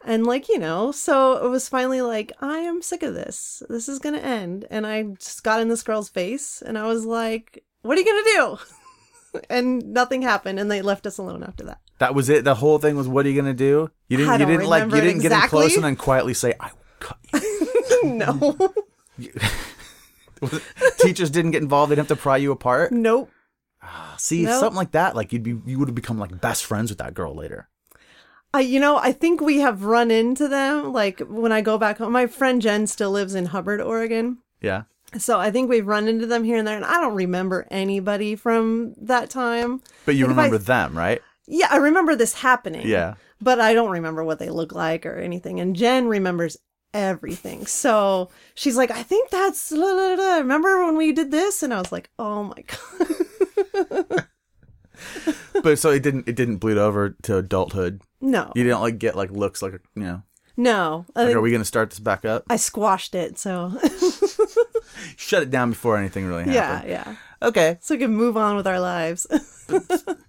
[SPEAKER 2] And like, you know, so it was finally like, I am sick of this. This is gonna end. And I just got in this girl's face and I was like, What are you gonna do? and nothing happened and they left us alone after that.
[SPEAKER 1] That was it. The whole thing was, what are you gonna do? You didn't.
[SPEAKER 2] I
[SPEAKER 1] You
[SPEAKER 2] don't
[SPEAKER 1] didn't like. You
[SPEAKER 2] remember it
[SPEAKER 1] didn't get in close
[SPEAKER 2] exactly.
[SPEAKER 1] and then quietly say, "I will cut you."
[SPEAKER 2] no.
[SPEAKER 1] Teachers didn't get involved. They'd have to pry you apart.
[SPEAKER 2] nope.
[SPEAKER 1] See,
[SPEAKER 2] No.
[SPEAKER 1] something like that. Like you'd be, you would have become like best friends with that girl later.
[SPEAKER 2] I, you know, I think we have run into them. Like when I go back home, my friend Jen still lives in Hubbard, Oregon.
[SPEAKER 1] Yeah.
[SPEAKER 2] So I think we've run into them here and there. And I don't remember anybody from that time.
[SPEAKER 1] But you
[SPEAKER 2] Like, if I-
[SPEAKER 1] remember them, right?
[SPEAKER 2] Yeah, I remember this happening.
[SPEAKER 1] Yeah.
[SPEAKER 2] But I don't remember what they look like or anything. And Jen remembers everything. So she's like, I think that's. la, la, la, la. Remember when we did this? And I was like, oh my God.
[SPEAKER 1] But so it didn't. It didn't bleed over to adulthood.
[SPEAKER 2] No.
[SPEAKER 1] You didn't like get like looks like you know.
[SPEAKER 2] No.
[SPEAKER 1] Like,
[SPEAKER 2] I,
[SPEAKER 1] are we gonna start this back up?
[SPEAKER 2] I squashed it. So
[SPEAKER 1] Shut it down before anything really happened.
[SPEAKER 2] yeah, yeah.
[SPEAKER 1] Okay.
[SPEAKER 2] So we can move on with our lives.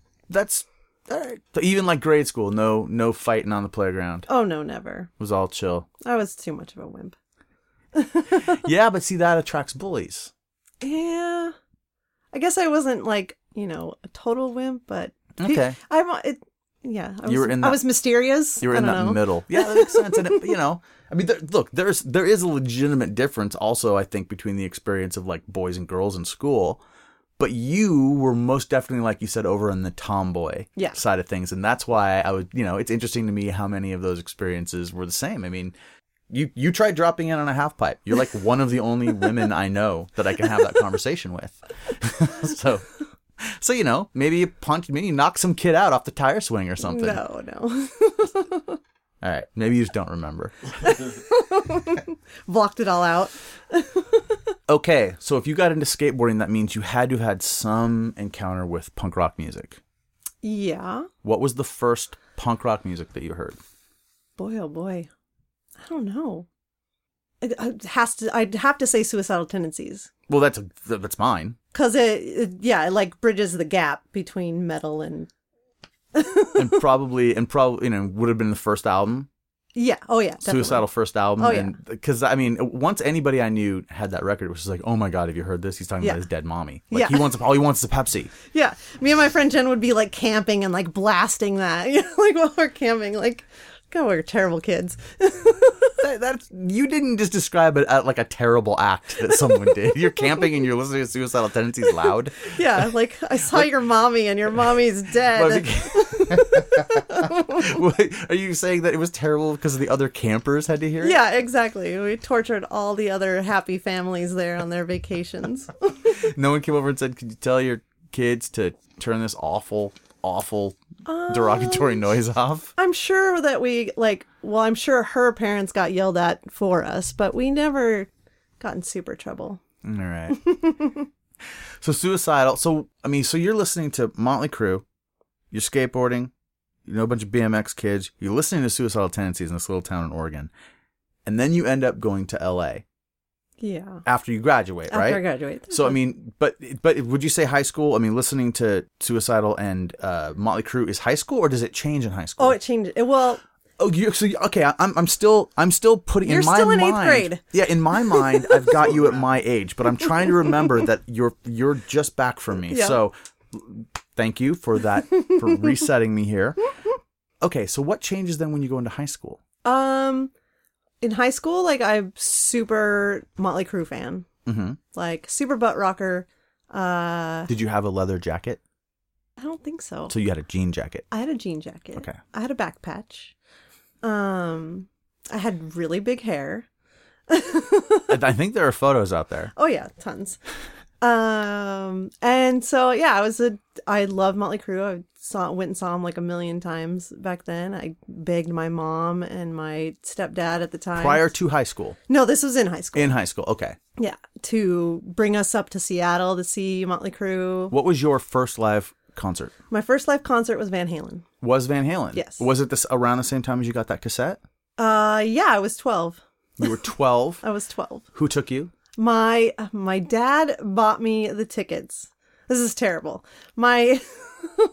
[SPEAKER 1] That's. All right. So even like grade school, no, no fighting on the playground.
[SPEAKER 2] oh, no, never.
[SPEAKER 1] It was all chill.
[SPEAKER 2] I was too much of a wimp.
[SPEAKER 1] yeah, but see, that attracts bullies.
[SPEAKER 2] Yeah. I guess I wasn't like, you know, a total wimp, but. pe-
[SPEAKER 1] Okay.
[SPEAKER 2] I'm. uh, It, yeah, I was,
[SPEAKER 1] You were in
[SPEAKER 2] I
[SPEAKER 1] that-
[SPEAKER 2] was mysterious.
[SPEAKER 1] You were
[SPEAKER 2] I
[SPEAKER 1] in
[SPEAKER 2] don't
[SPEAKER 1] that
[SPEAKER 2] know.
[SPEAKER 1] middle. Yeah, that makes sense. And it, you know, I mean, there, look, there's there is a legitimate difference also. I think between the experience of like boys and girls in school, but you were most definitely, like you said, over on the tomboy
[SPEAKER 2] Yeah.
[SPEAKER 1] side of things, and that's why I would. You know, it's interesting to me how many of those experiences were the same. I mean. You, you tried dropping in on a half pipe. You're like one of the only women I know that I can have that conversation with. so, so you know, maybe you punched, maybe you knocked some kid out off the tire swing or something.
[SPEAKER 2] No, no.
[SPEAKER 1] All right, maybe you just don't remember.
[SPEAKER 2] Blocked it all out.
[SPEAKER 1] Okay, so if you got into skateboarding, that means you had to have had some encounter with punk rock music.
[SPEAKER 2] Yeah.
[SPEAKER 1] What was the first punk rock music that you heard?
[SPEAKER 2] Boy, oh boy. I don't know. It, it has to. I'd have to say suicidal tendencies
[SPEAKER 1] Well, that's that's mine.
[SPEAKER 2] because it, it, yeah, it like bridges the gap between metal and
[SPEAKER 1] and probably and probably you know would have been the first album,
[SPEAKER 2] yeah. Oh yeah, definitely.
[SPEAKER 1] suicidal first album.
[SPEAKER 2] Oh,
[SPEAKER 1] and because I mean, once anybody I knew had that record, it was just like, oh my god, have you heard this? He's talking
[SPEAKER 2] Yeah.
[SPEAKER 1] about his dead mommy. Like
[SPEAKER 2] Yeah.
[SPEAKER 1] he wants all he wants is a Pepsi.
[SPEAKER 2] Yeah, me and my friend Jen would be like camping and like blasting that, you know, like while we're camping, like. God, we're terrible kids.
[SPEAKER 1] that, that's you didn't just describe it as like a terrible act that someone did. You're camping and you're listening to suicidal tendencies loud.
[SPEAKER 2] Yeah, like I saw your mommy and your mommy's
[SPEAKER 1] Well,
[SPEAKER 2] dead.
[SPEAKER 1] if you- Wait, Are you saying that it was terrible because the other campers had to hear it?
[SPEAKER 2] Yeah, exactly. We tortured all the other happy families there on their vacations.
[SPEAKER 1] No one came over and said, "Could you tell your kids to turn this awful, awful derogatory noise off?"
[SPEAKER 2] Um, I'm sure that we like well, I'm sure her parents got yelled at for us, but we never got in super trouble.
[SPEAKER 1] All right. So suicidal. So I mean, so you're listening to Motley Crue, you're skateboarding, you know a bunch of BMX kids, you're listening to suicidal tendencies in this little town in Oregon, and then you end up going to L.A.
[SPEAKER 2] Yeah.
[SPEAKER 1] after you graduate,
[SPEAKER 2] After
[SPEAKER 1] right?
[SPEAKER 2] I graduate.
[SPEAKER 1] So I mean, but but would you say high school? I mean, listening to suicidal and uh, Motley Crue is high school, or does it change in high school?
[SPEAKER 2] Oh, it changed. It, well,
[SPEAKER 1] Oh, you so you- okay? I- I'm I'm still I'm still putting
[SPEAKER 2] You're
[SPEAKER 1] in my
[SPEAKER 2] still in eighth
[SPEAKER 1] mind.
[SPEAKER 2] grade.
[SPEAKER 1] Yeah, in my mind, I've got you at my age, but I'm trying to remember that you're you're just back from me.
[SPEAKER 2] Yeah.
[SPEAKER 1] So, thank you for that for resetting me here. Okay, so what changes then when you go into high school?
[SPEAKER 2] um, in high school, like I'm super Motley Crue fan,
[SPEAKER 1] hmm
[SPEAKER 2] like super butt rocker. Uh,
[SPEAKER 1] Did you have a leather jacket?
[SPEAKER 2] I don't think so.
[SPEAKER 1] So you had a jean jacket.
[SPEAKER 2] I had a jean jacket.
[SPEAKER 1] Okay.
[SPEAKER 2] I had a back patch. Um, I had really big hair.
[SPEAKER 1] I I think there are photos out there.
[SPEAKER 2] Oh yeah, tons. Um, and so yeah, I was a I love Motley Crue. I saw went and saw him like a million times back then. I begged my mom and my stepdad at the time.
[SPEAKER 1] Prior to high school,
[SPEAKER 2] no, this was in high school.
[SPEAKER 1] in high school, okay.
[SPEAKER 2] yeah, to bring us up to Seattle to see Motley Crue.
[SPEAKER 1] What was your first live concert?
[SPEAKER 2] My first live concert was Van Halen.
[SPEAKER 1] Was Van Halen?
[SPEAKER 2] Yes.
[SPEAKER 1] Was it this around the same time as you got that cassette?
[SPEAKER 2] Uh, yeah, I was twelve.
[SPEAKER 1] You were 12.
[SPEAKER 2] I was twelve.
[SPEAKER 1] Who took you?
[SPEAKER 2] My my dad bought me the tickets. This is terrible. My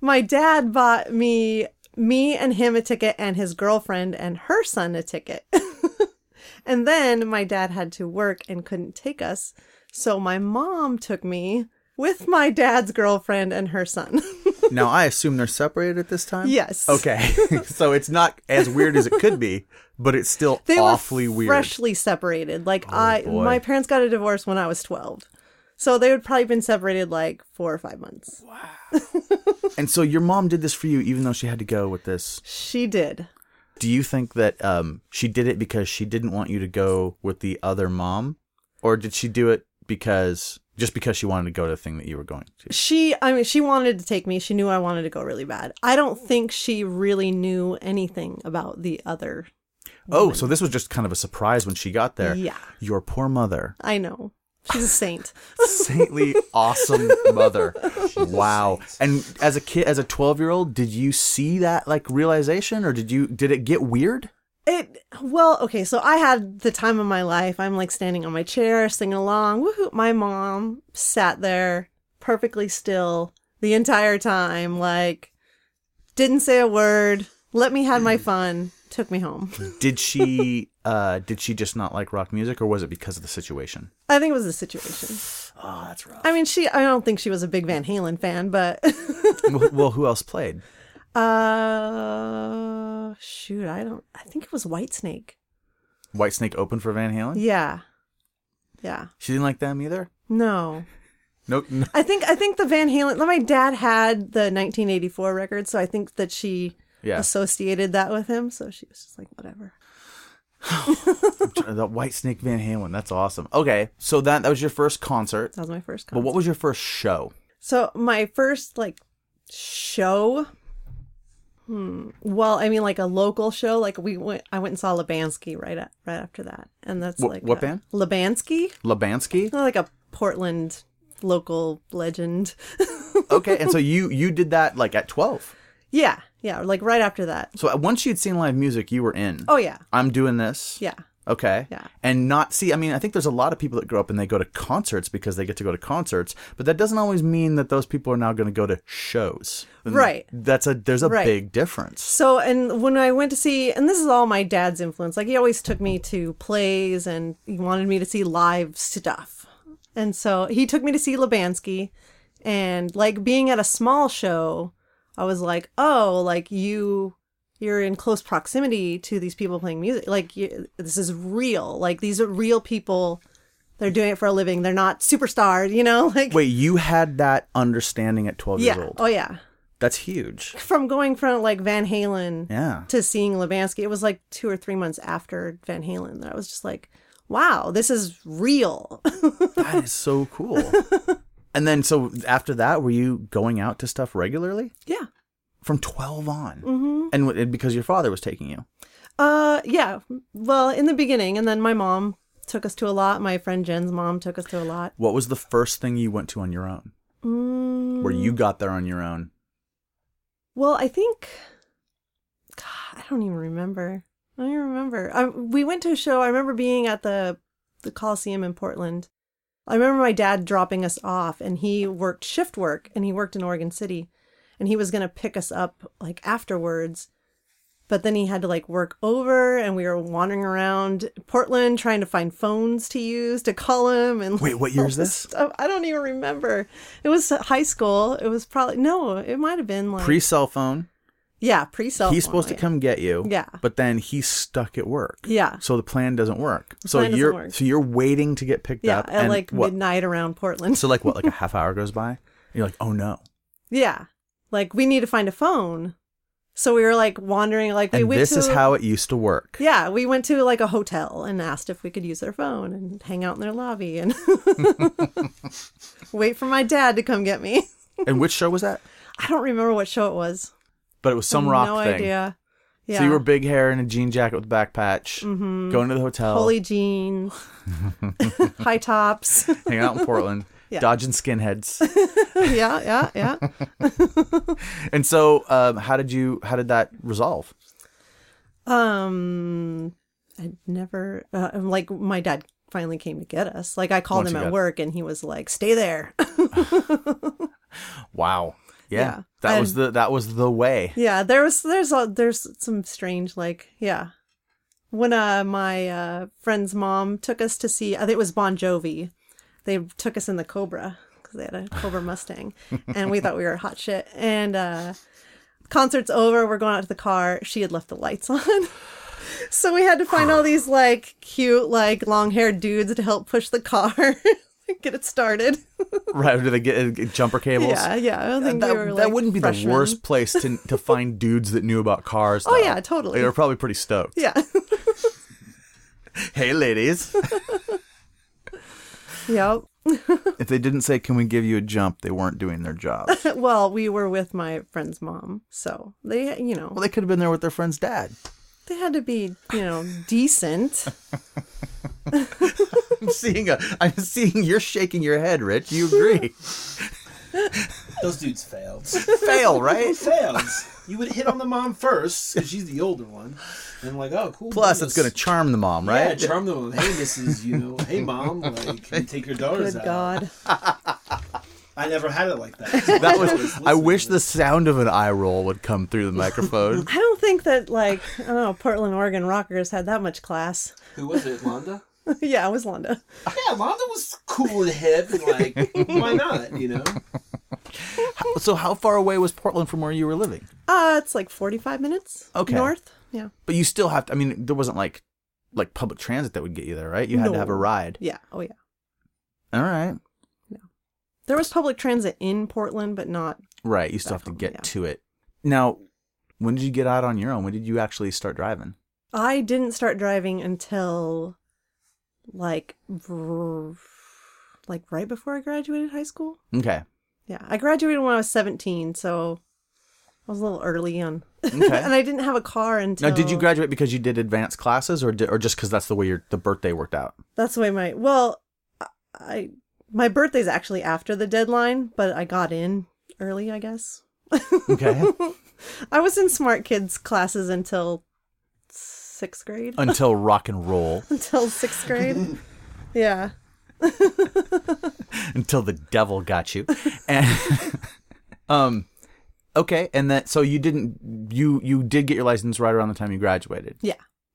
[SPEAKER 2] my dad bought me me and him a ticket and his girlfriend and her son a ticket. and then my dad had to work and couldn't take us, so my mom took me with my dad's girlfriend and her son.
[SPEAKER 1] Now I assume they're separated at this time.
[SPEAKER 2] yes.
[SPEAKER 1] Okay. so it's not as weird as it could be, but it's still
[SPEAKER 2] They
[SPEAKER 1] awfully
[SPEAKER 2] were
[SPEAKER 1] weird. Oh,
[SPEAKER 2] freshly separated. Like I
[SPEAKER 1] boy.
[SPEAKER 2] my parents got a divorce when I was 12. So they would probably been separated like 4 or 5 months.
[SPEAKER 1] And so your mom did this for you, even though she had to go with this.
[SPEAKER 2] She did.
[SPEAKER 1] Do you think that um, she did it because she didn't want you to go with the other mom, or did she do it because just because she wanted to go to the thing that you were going to?
[SPEAKER 2] She, I mean, she wanted to take me. She knew I wanted to go really bad. I don't think she really knew anything about the other.
[SPEAKER 1] Oh, so this was just kind of a surprise when she got there.
[SPEAKER 2] Yeah.
[SPEAKER 1] Your poor mother.
[SPEAKER 2] I know. She's a saint.
[SPEAKER 1] saintly, awesome mother. wow. And as a kid, as a twelve-year-old, did you see that like realization, or did you did it get weird?
[SPEAKER 2] It, well, okay, so I had the time of my life. I'm like standing on my chair, singing along. Woohoo. My mom sat there perfectly still the entire time, like, didn't say a word, let me have my
[SPEAKER 1] Mm.
[SPEAKER 2] fun, took me home.
[SPEAKER 1] Did she uh did she just not like rock music, or was it because of the situation?
[SPEAKER 2] I think it was the situation.
[SPEAKER 1] Oh, that's rough.
[SPEAKER 2] I mean, she, I don't think she was a big Van Halen fan, but.
[SPEAKER 1] well, well, who else played?
[SPEAKER 2] Uh, shoot, I don't. I think it was Whitesnake.
[SPEAKER 1] White Snake open for Van Halen.
[SPEAKER 2] Yeah, yeah.
[SPEAKER 1] She didn't like them either.
[SPEAKER 2] No,
[SPEAKER 1] Nope. No.
[SPEAKER 2] I think I think the Van Halen. My dad had the 1984 record, so I think that she
[SPEAKER 1] Yeah.
[SPEAKER 2] associated that with him. So she was just like, whatever.
[SPEAKER 1] the White Snake Van Halen. That's awesome. Okay, so that that was your first concert.
[SPEAKER 2] That was my first. Concert.
[SPEAKER 1] But what was your first show?
[SPEAKER 2] So my first like show. Hmm. Well, I mean, like a local show. Like we went. I went and saw Lebansky right at, right after that, and that's
[SPEAKER 1] Wh-
[SPEAKER 2] like
[SPEAKER 1] what
[SPEAKER 2] a-
[SPEAKER 1] band?
[SPEAKER 2] Lebansky.
[SPEAKER 1] Labansky.
[SPEAKER 2] Like a Portland local legend.
[SPEAKER 1] Okay, and so you you did that like at twelve.
[SPEAKER 2] Yeah, yeah, like right after that.
[SPEAKER 1] So uh, once you'd seen live music, you were in.
[SPEAKER 2] Oh yeah,
[SPEAKER 1] I'm doing this.
[SPEAKER 2] yeah,
[SPEAKER 1] Okay.
[SPEAKER 2] Yeah.
[SPEAKER 1] And not see, I mean, I think there's a lot of people that grow up and they go to concerts because they get to go to concerts, but that doesn't always mean that those people are now going to go to shows. And
[SPEAKER 2] Right.
[SPEAKER 1] That's a there's a
[SPEAKER 2] Right.
[SPEAKER 1] big difference.
[SPEAKER 2] So and when I went to see, and this is all my dad's influence. Like he always took me to plays, and he wanted me to see live stuff. And so he took me to see Lebansky, and like being at a small show, I was like, oh, like you, you're in close proximity to these people playing music. Like you, this is real. Like these are real people. They're doing it for a living. They're not superstars, you know. Like
[SPEAKER 1] Wait, you had that understanding at 12
[SPEAKER 2] yeah,
[SPEAKER 1] years old.
[SPEAKER 2] oh yeah.
[SPEAKER 1] That's huge.
[SPEAKER 2] from going from like Van Halen
[SPEAKER 1] Yeah.
[SPEAKER 2] to seeing Lebansky, it was like two or three months after Van Halen that I was just like, wow, this is real.
[SPEAKER 1] That is so cool. and then so after that, were you going out to stuff regularly
[SPEAKER 2] yeah.
[SPEAKER 1] from 12 on? Mm-hmm. And, w- and because your father was taking you.
[SPEAKER 2] Uh, yeah. Well, in the beginning, and then my mom took us to a lot. My friend Jen's mom took us to a lot.
[SPEAKER 1] What was the first thing you went to on your own?
[SPEAKER 2] Mm,
[SPEAKER 1] Where you got there on your own?
[SPEAKER 2] Well, I think. God, I don't even remember. I don't even remember. I, we went to a show. I remember being at the the Coliseum in Portland. I remember my dad dropping us off, and he worked shift work, and he worked in Oregon City, and he was gonna pick us up like afterwards. But then he had to like work over, and we were wandering around Portland trying to find phones to use to call him. And
[SPEAKER 1] Wait, what year is this?
[SPEAKER 2] stuff. I don't even remember. It was high school. It was probably no. It might have been like
[SPEAKER 1] Pre cell phone.
[SPEAKER 2] yeah, pre cell.
[SPEAKER 1] He's supposed to come get you.
[SPEAKER 2] Yeah.
[SPEAKER 1] But then he's stuck at work.
[SPEAKER 2] Yeah.
[SPEAKER 1] So the plan doesn't work. so
[SPEAKER 2] plan doesn't
[SPEAKER 1] you're
[SPEAKER 2] work.
[SPEAKER 1] so you're waiting to get picked
[SPEAKER 2] Yeah,
[SPEAKER 1] up
[SPEAKER 2] at
[SPEAKER 1] and
[SPEAKER 2] like
[SPEAKER 1] what?
[SPEAKER 2] midnight around Portland.
[SPEAKER 1] So like what? Like a half hour goes by. And you're like, oh no.
[SPEAKER 2] yeah, like we need to find a phone. So we were like wandering, like we
[SPEAKER 1] And
[SPEAKER 2] went
[SPEAKER 1] this
[SPEAKER 2] to
[SPEAKER 1] is how it used to work.
[SPEAKER 2] yeah, we went to like a hotel and asked if we could use their phone and hang out in their lobby and wait for my dad to come get me.
[SPEAKER 1] and which show was that?
[SPEAKER 2] I don't remember what show it was.
[SPEAKER 1] But it was some
[SPEAKER 2] I have
[SPEAKER 1] rock
[SPEAKER 2] Mm, no
[SPEAKER 1] thing.
[SPEAKER 2] idea. Yeah. Mm-hmm.
[SPEAKER 1] So you were big hair and a jean jacket with a back patch, going to the hotel,
[SPEAKER 2] Holy jeans, high tops.
[SPEAKER 1] hanging out in Portland,
[SPEAKER 2] Yeah.
[SPEAKER 1] dodging skinheads.
[SPEAKER 2] yeah, yeah, yeah.
[SPEAKER 1] and so, um, how did you? How did that resolve?
[SPEAKER 2] Um, I never uh, like my dad finally came to get us. Like I called
[SPEAKER 1] Once
[SPEAKER 2] him
[SPEAKER 1] you
[SPEAKER 2] at
[SPEAKER 1] got-
[SPEAKER 2] work, and he was like, "Stay there."
[SPEAKER 1] Wow. Yeah.
[SPEAKER 2] Yeah.
[SPEAKER 1] That
[SPEAKER 2] I-
[SPEAKER 1] was the that was the way.
[SPEAKER 2] yeah, there was there's a, there's some strange like yeah. When uh my uh friend's mom took us to see, I think it was Bon Jovi. They took us in the Cobra because they had a Cobra Mustang, and we thought we were hot shit. And uh concert's over, we're going out to the car. She had left the lights on. So we had to find all these like cute, like long haired dudes to help push the car, get it started.
[SPEAKER 1] Right after they get, uh, get jumper cables.
[SPEAKER 2] Yeah, yeah. I don't think
[SPEAKER 1] that,
[SPEAKER 2] we were,
[SPEAKER 1] that
[SPEAKER 2] like,
[SPEAKER 1] wouldn't be
[SPEAKER 2] freshmen.
[SPEAKER 1] the worst place to to find dudes that knew about cars.
[SPEAKER 2] Oh
[SPEAKER 1] though.
[SPEAKER 2] yeah, totally.
[SPEAKER 1] They were probably pretty stoked.
[SPEAKER 2] Yeah,
[SPEAKER 1] Hey, ladies.
[SPEAKER 2] yep.
[SPEAKER 1] if they didn't say, "Can we give you a jump?" they weren't doing their job.
[SPEAKER 2] Well, we were with my friend's mom, so they, you know,
[SPEAKER 1] well, they could have been there with their friend's dad.
[SPEAKER 2] they had to be, you know, decent.
[SPEAKER 1] I'm seeing a. I'm seeing you're shaking your head, Rich. You agree?
[SPEAKER 3] Those dudes failed.
[SPEAKER 1] Fail, right?
[SPEAKER 3] fails. You would hit on the mom first because she's the older one, and like, oh, cool.
[SPEAKER 1] Plus,
[SPEAKER 3] bonus.
[SPEAKER 1] it's gonna charm the mom,
[SPEAKER 3] yeah,
[SPEAKER 1] right?
[SPEAKER 3] charm the one. Hey, Mrs. You know, hey, mom, like, can you take your daughters
[SPEAKER 2] Good
[SPEAKER 3] out.
[SPEAKER 2] God.
[SPEAKER 3] I never had it like that.
[SPEAKER 1] that was. I wish
[SPEAKER 3] this.
[SPEAKER 1] the sound of an eye roll would come through the microphone.
[SPEAKER 2] I don't think that like I don't know Portland, Oregon rockers had that much class.
[SPEAKER 3] Who was it, Londa?
[SPEAKER 2] yeah, it was Londa.
[SPEAKER 3] Yeah, Londa was cool and hip. And like, why not? You know,
[SPEAKER 1] so, how far away was Portland from where you were living?
[SPEAKER 2] Uh, it's like forty-five minutes
[SPEAKER 1] Okay.
[SPEAKER 2] north. Yeah,
[SPEAKER 1] But you still have to. I mean, there wasn't like, like public transit that would get you there, right? You had to have a
[SPEAKER 2] No.
[SPEAKER 1] ride.
[SPEAKER 2] yeah. Oh yeah.
[SPEAKER 1] All right.
[SPEAKER 2] There was public transit in Portland, but not.
[SPEAKER 1] Right. You still have
[SPEAKER 2] Back
[SPEAKER 1] to
[SPEAKER 2] home,
[SPEAKER 1] get
[SPEAKER 2] yeah.
[SPEAKER 1] to it. Now, when did you get out on your own? When did you actually start driving?
[SPEAKER 2] I didn't start driving until like brrr, like right before I graduated high school.
[SPEAKER 1] Okay.
[SPEAKER 2] Yeah, I graduated when I was 17, so I was a little early on. and
[SPEAKER 1] Okay.
[SPEAKER 2] I didn't have a car until
[SPEAKER 1] now, did you graduate because you did advanced classes, or did, or just because that's the way your the birthday worked out?
[SPEAKER 2] That's the way my well, I- I my birthday's actually after the deadline, but I got in early, I guess.
[SPEAKER 1] Okay.
[SPEAKER 2] I was in smart kids classes until 6th grade.
[SPEAKER 1] Until rock and roll.
[SPEAKER 2] until 6th grade. yeah.
[SPEAKER 1] until the devil got you. And um okay, and that so you didn't you you did get your license right around the time you graduated.
[SPEAKER 2] Yeah.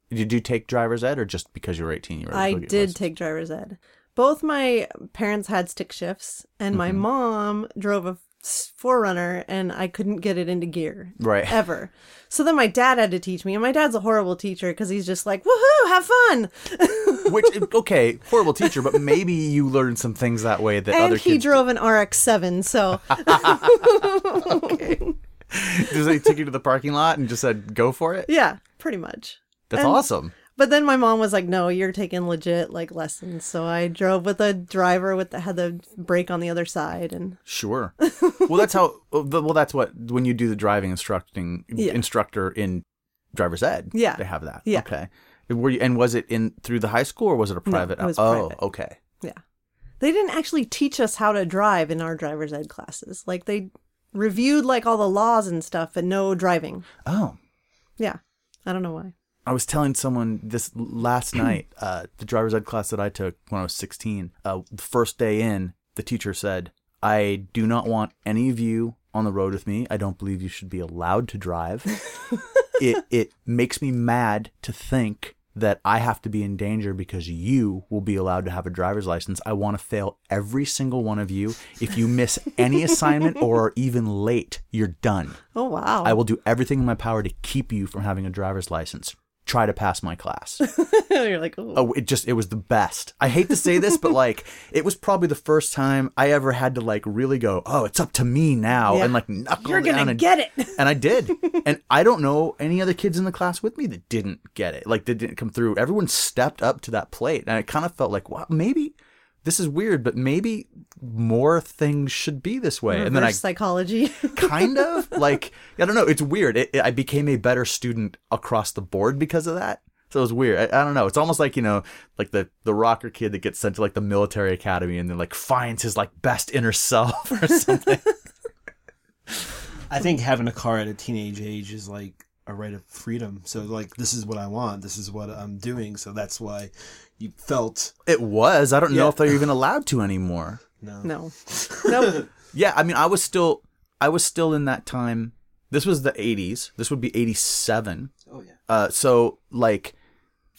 [SPEAKER 1] Did you take driver's ed or just because you were 18 you were able to
[SPEAKER 2] I
[SPEAKER 1] go get your
[SPEAKER 2] did
[SPEAKER 1] license?
[SPEAKER 2] take driver's ed. Both my parents had stick shifts, and my
[SPEAKER 1] Mm-hmm.
[SPEAKER 2] mom drove a forerunner, and I couldn't get it into gear.
[SPEAKER 1] Right.
[SPEAKER 2] Ever. So then my dad had to teach me, and my dad's a horrible teacher because he's just like, woohoo, have fun.
[SPEAKER 1] Which okay, horrible teacher, but maybe you learned some things that way that
[SPEAKER 2] and
[SPEAKER 1] other
[SPEAKER 2] he
[SPEAKER 1] kids
[SPEAKER 2] drove an RX 7, so.
[SPEAKER 1] just like, took you to the parking lot and just said go for it.
[SPEAKER 2] yeah, pretty much.
[SPEAKER 1] That's
[SPEAKER 2] And-
[SPEAKER 1] awesome.
[SPEAKER 2] But then my mom was like, "No, you're taking legit like lessons." So I drove with a driver with the, had the brake on the other side, and
[SPEAKER 1] Sure. Well, that's how uh, well that's what when you do the driving instructing
[SPEAKER 2] Yeah.
[SPEAKER 1] instructor in driver's ed.
[SPEAKER 2] Yeah.
[SPEAKER 1] They have that.
[SPEAKER 2] Yeah.
[SPEAKER 1] Okay. Were you, and was it in through the high school or was it a private?
[SPEAKER 2] it was
[SPEAKER 1] oh,
[SPEAKER 2] private.
[SPEAKER 1] okay.
[SPEAKER 2] They didn't actually teach us how to drive in our driver's ed classes. Like they reviewed like all the laws and stuff, but no driving.
[SPEAKER 1] Oh,
[SPEAKER 2] Yeah. I don't know why.
[SPEAKER 1] I was telling someone this last night, uh, the driver's ed class that I took when I was 16, uh, the first day in, the teacher said, I do not want any of you on the road with me. I don't believe you should be allowed to drive. it, it makes me mad to think that I have to be in danger because you will be allowed to have a driver's license. I want to fail every single one of you. If you miss any assignment or are even late, you're done.
[SPEAKER 2] Oh wow.
[SPEAKER 1] I will do everything in my power to keep you from having a driver's license. Try to pass my class.
[SPEAKER 2] You're like, oh,
[SPEAKER 1] oh, it just, it was the best. I hate to say this, but like, it was probably the first time I ever had to like really go, oh, it's up to me now.
[SPEAKER 2] Yeah.
[SPEAKER 1] And like, knuckle
[SPEAKER 2] you're
[SPEAKER 1] down
[SPEAKER 2] gonna
[SPEAKER 1] and,
[SPEAKER 2] get it.
[SPEAKER 1] and I did. and I don't know any other kids in the class with me that didn't get it. Like, they didn't come through. Everyone stepped up to that plate. And I kind of felt like, wow, maybe this is weird, but maybe more things should be this way. and then I
[SPEAKER 2] Reverse psychology.
[SPEAKER 1] kind of like I don't know. It's weird. It, it- I became a better student across the board because of that. So it was weird. I, I don't know. It's almost like you know, like the the rocker kid that gets sent to like the military academy and then like finds his like best inner self or something.
[SPEAKER 3] I think having a car at a teenage age is like a right of freedom. So like this is what I want. This is what I'm doing. So that's why you felt
[SPEAKER 1] it was. I don't know
[SPEAKER 3] Yeah.
[SPEAKER 1] if they're even allowed to anymore.
[SPEAKER 3] no.
[SPEAKER 2] no. Nope.
[SPEAKER 1] Yeah, I mean, I was still, I was still in that time. This was the '80s. This would be '87.
[SPEAKER 3] Oh yeah.
[SPEAKER 1] Uh, so like,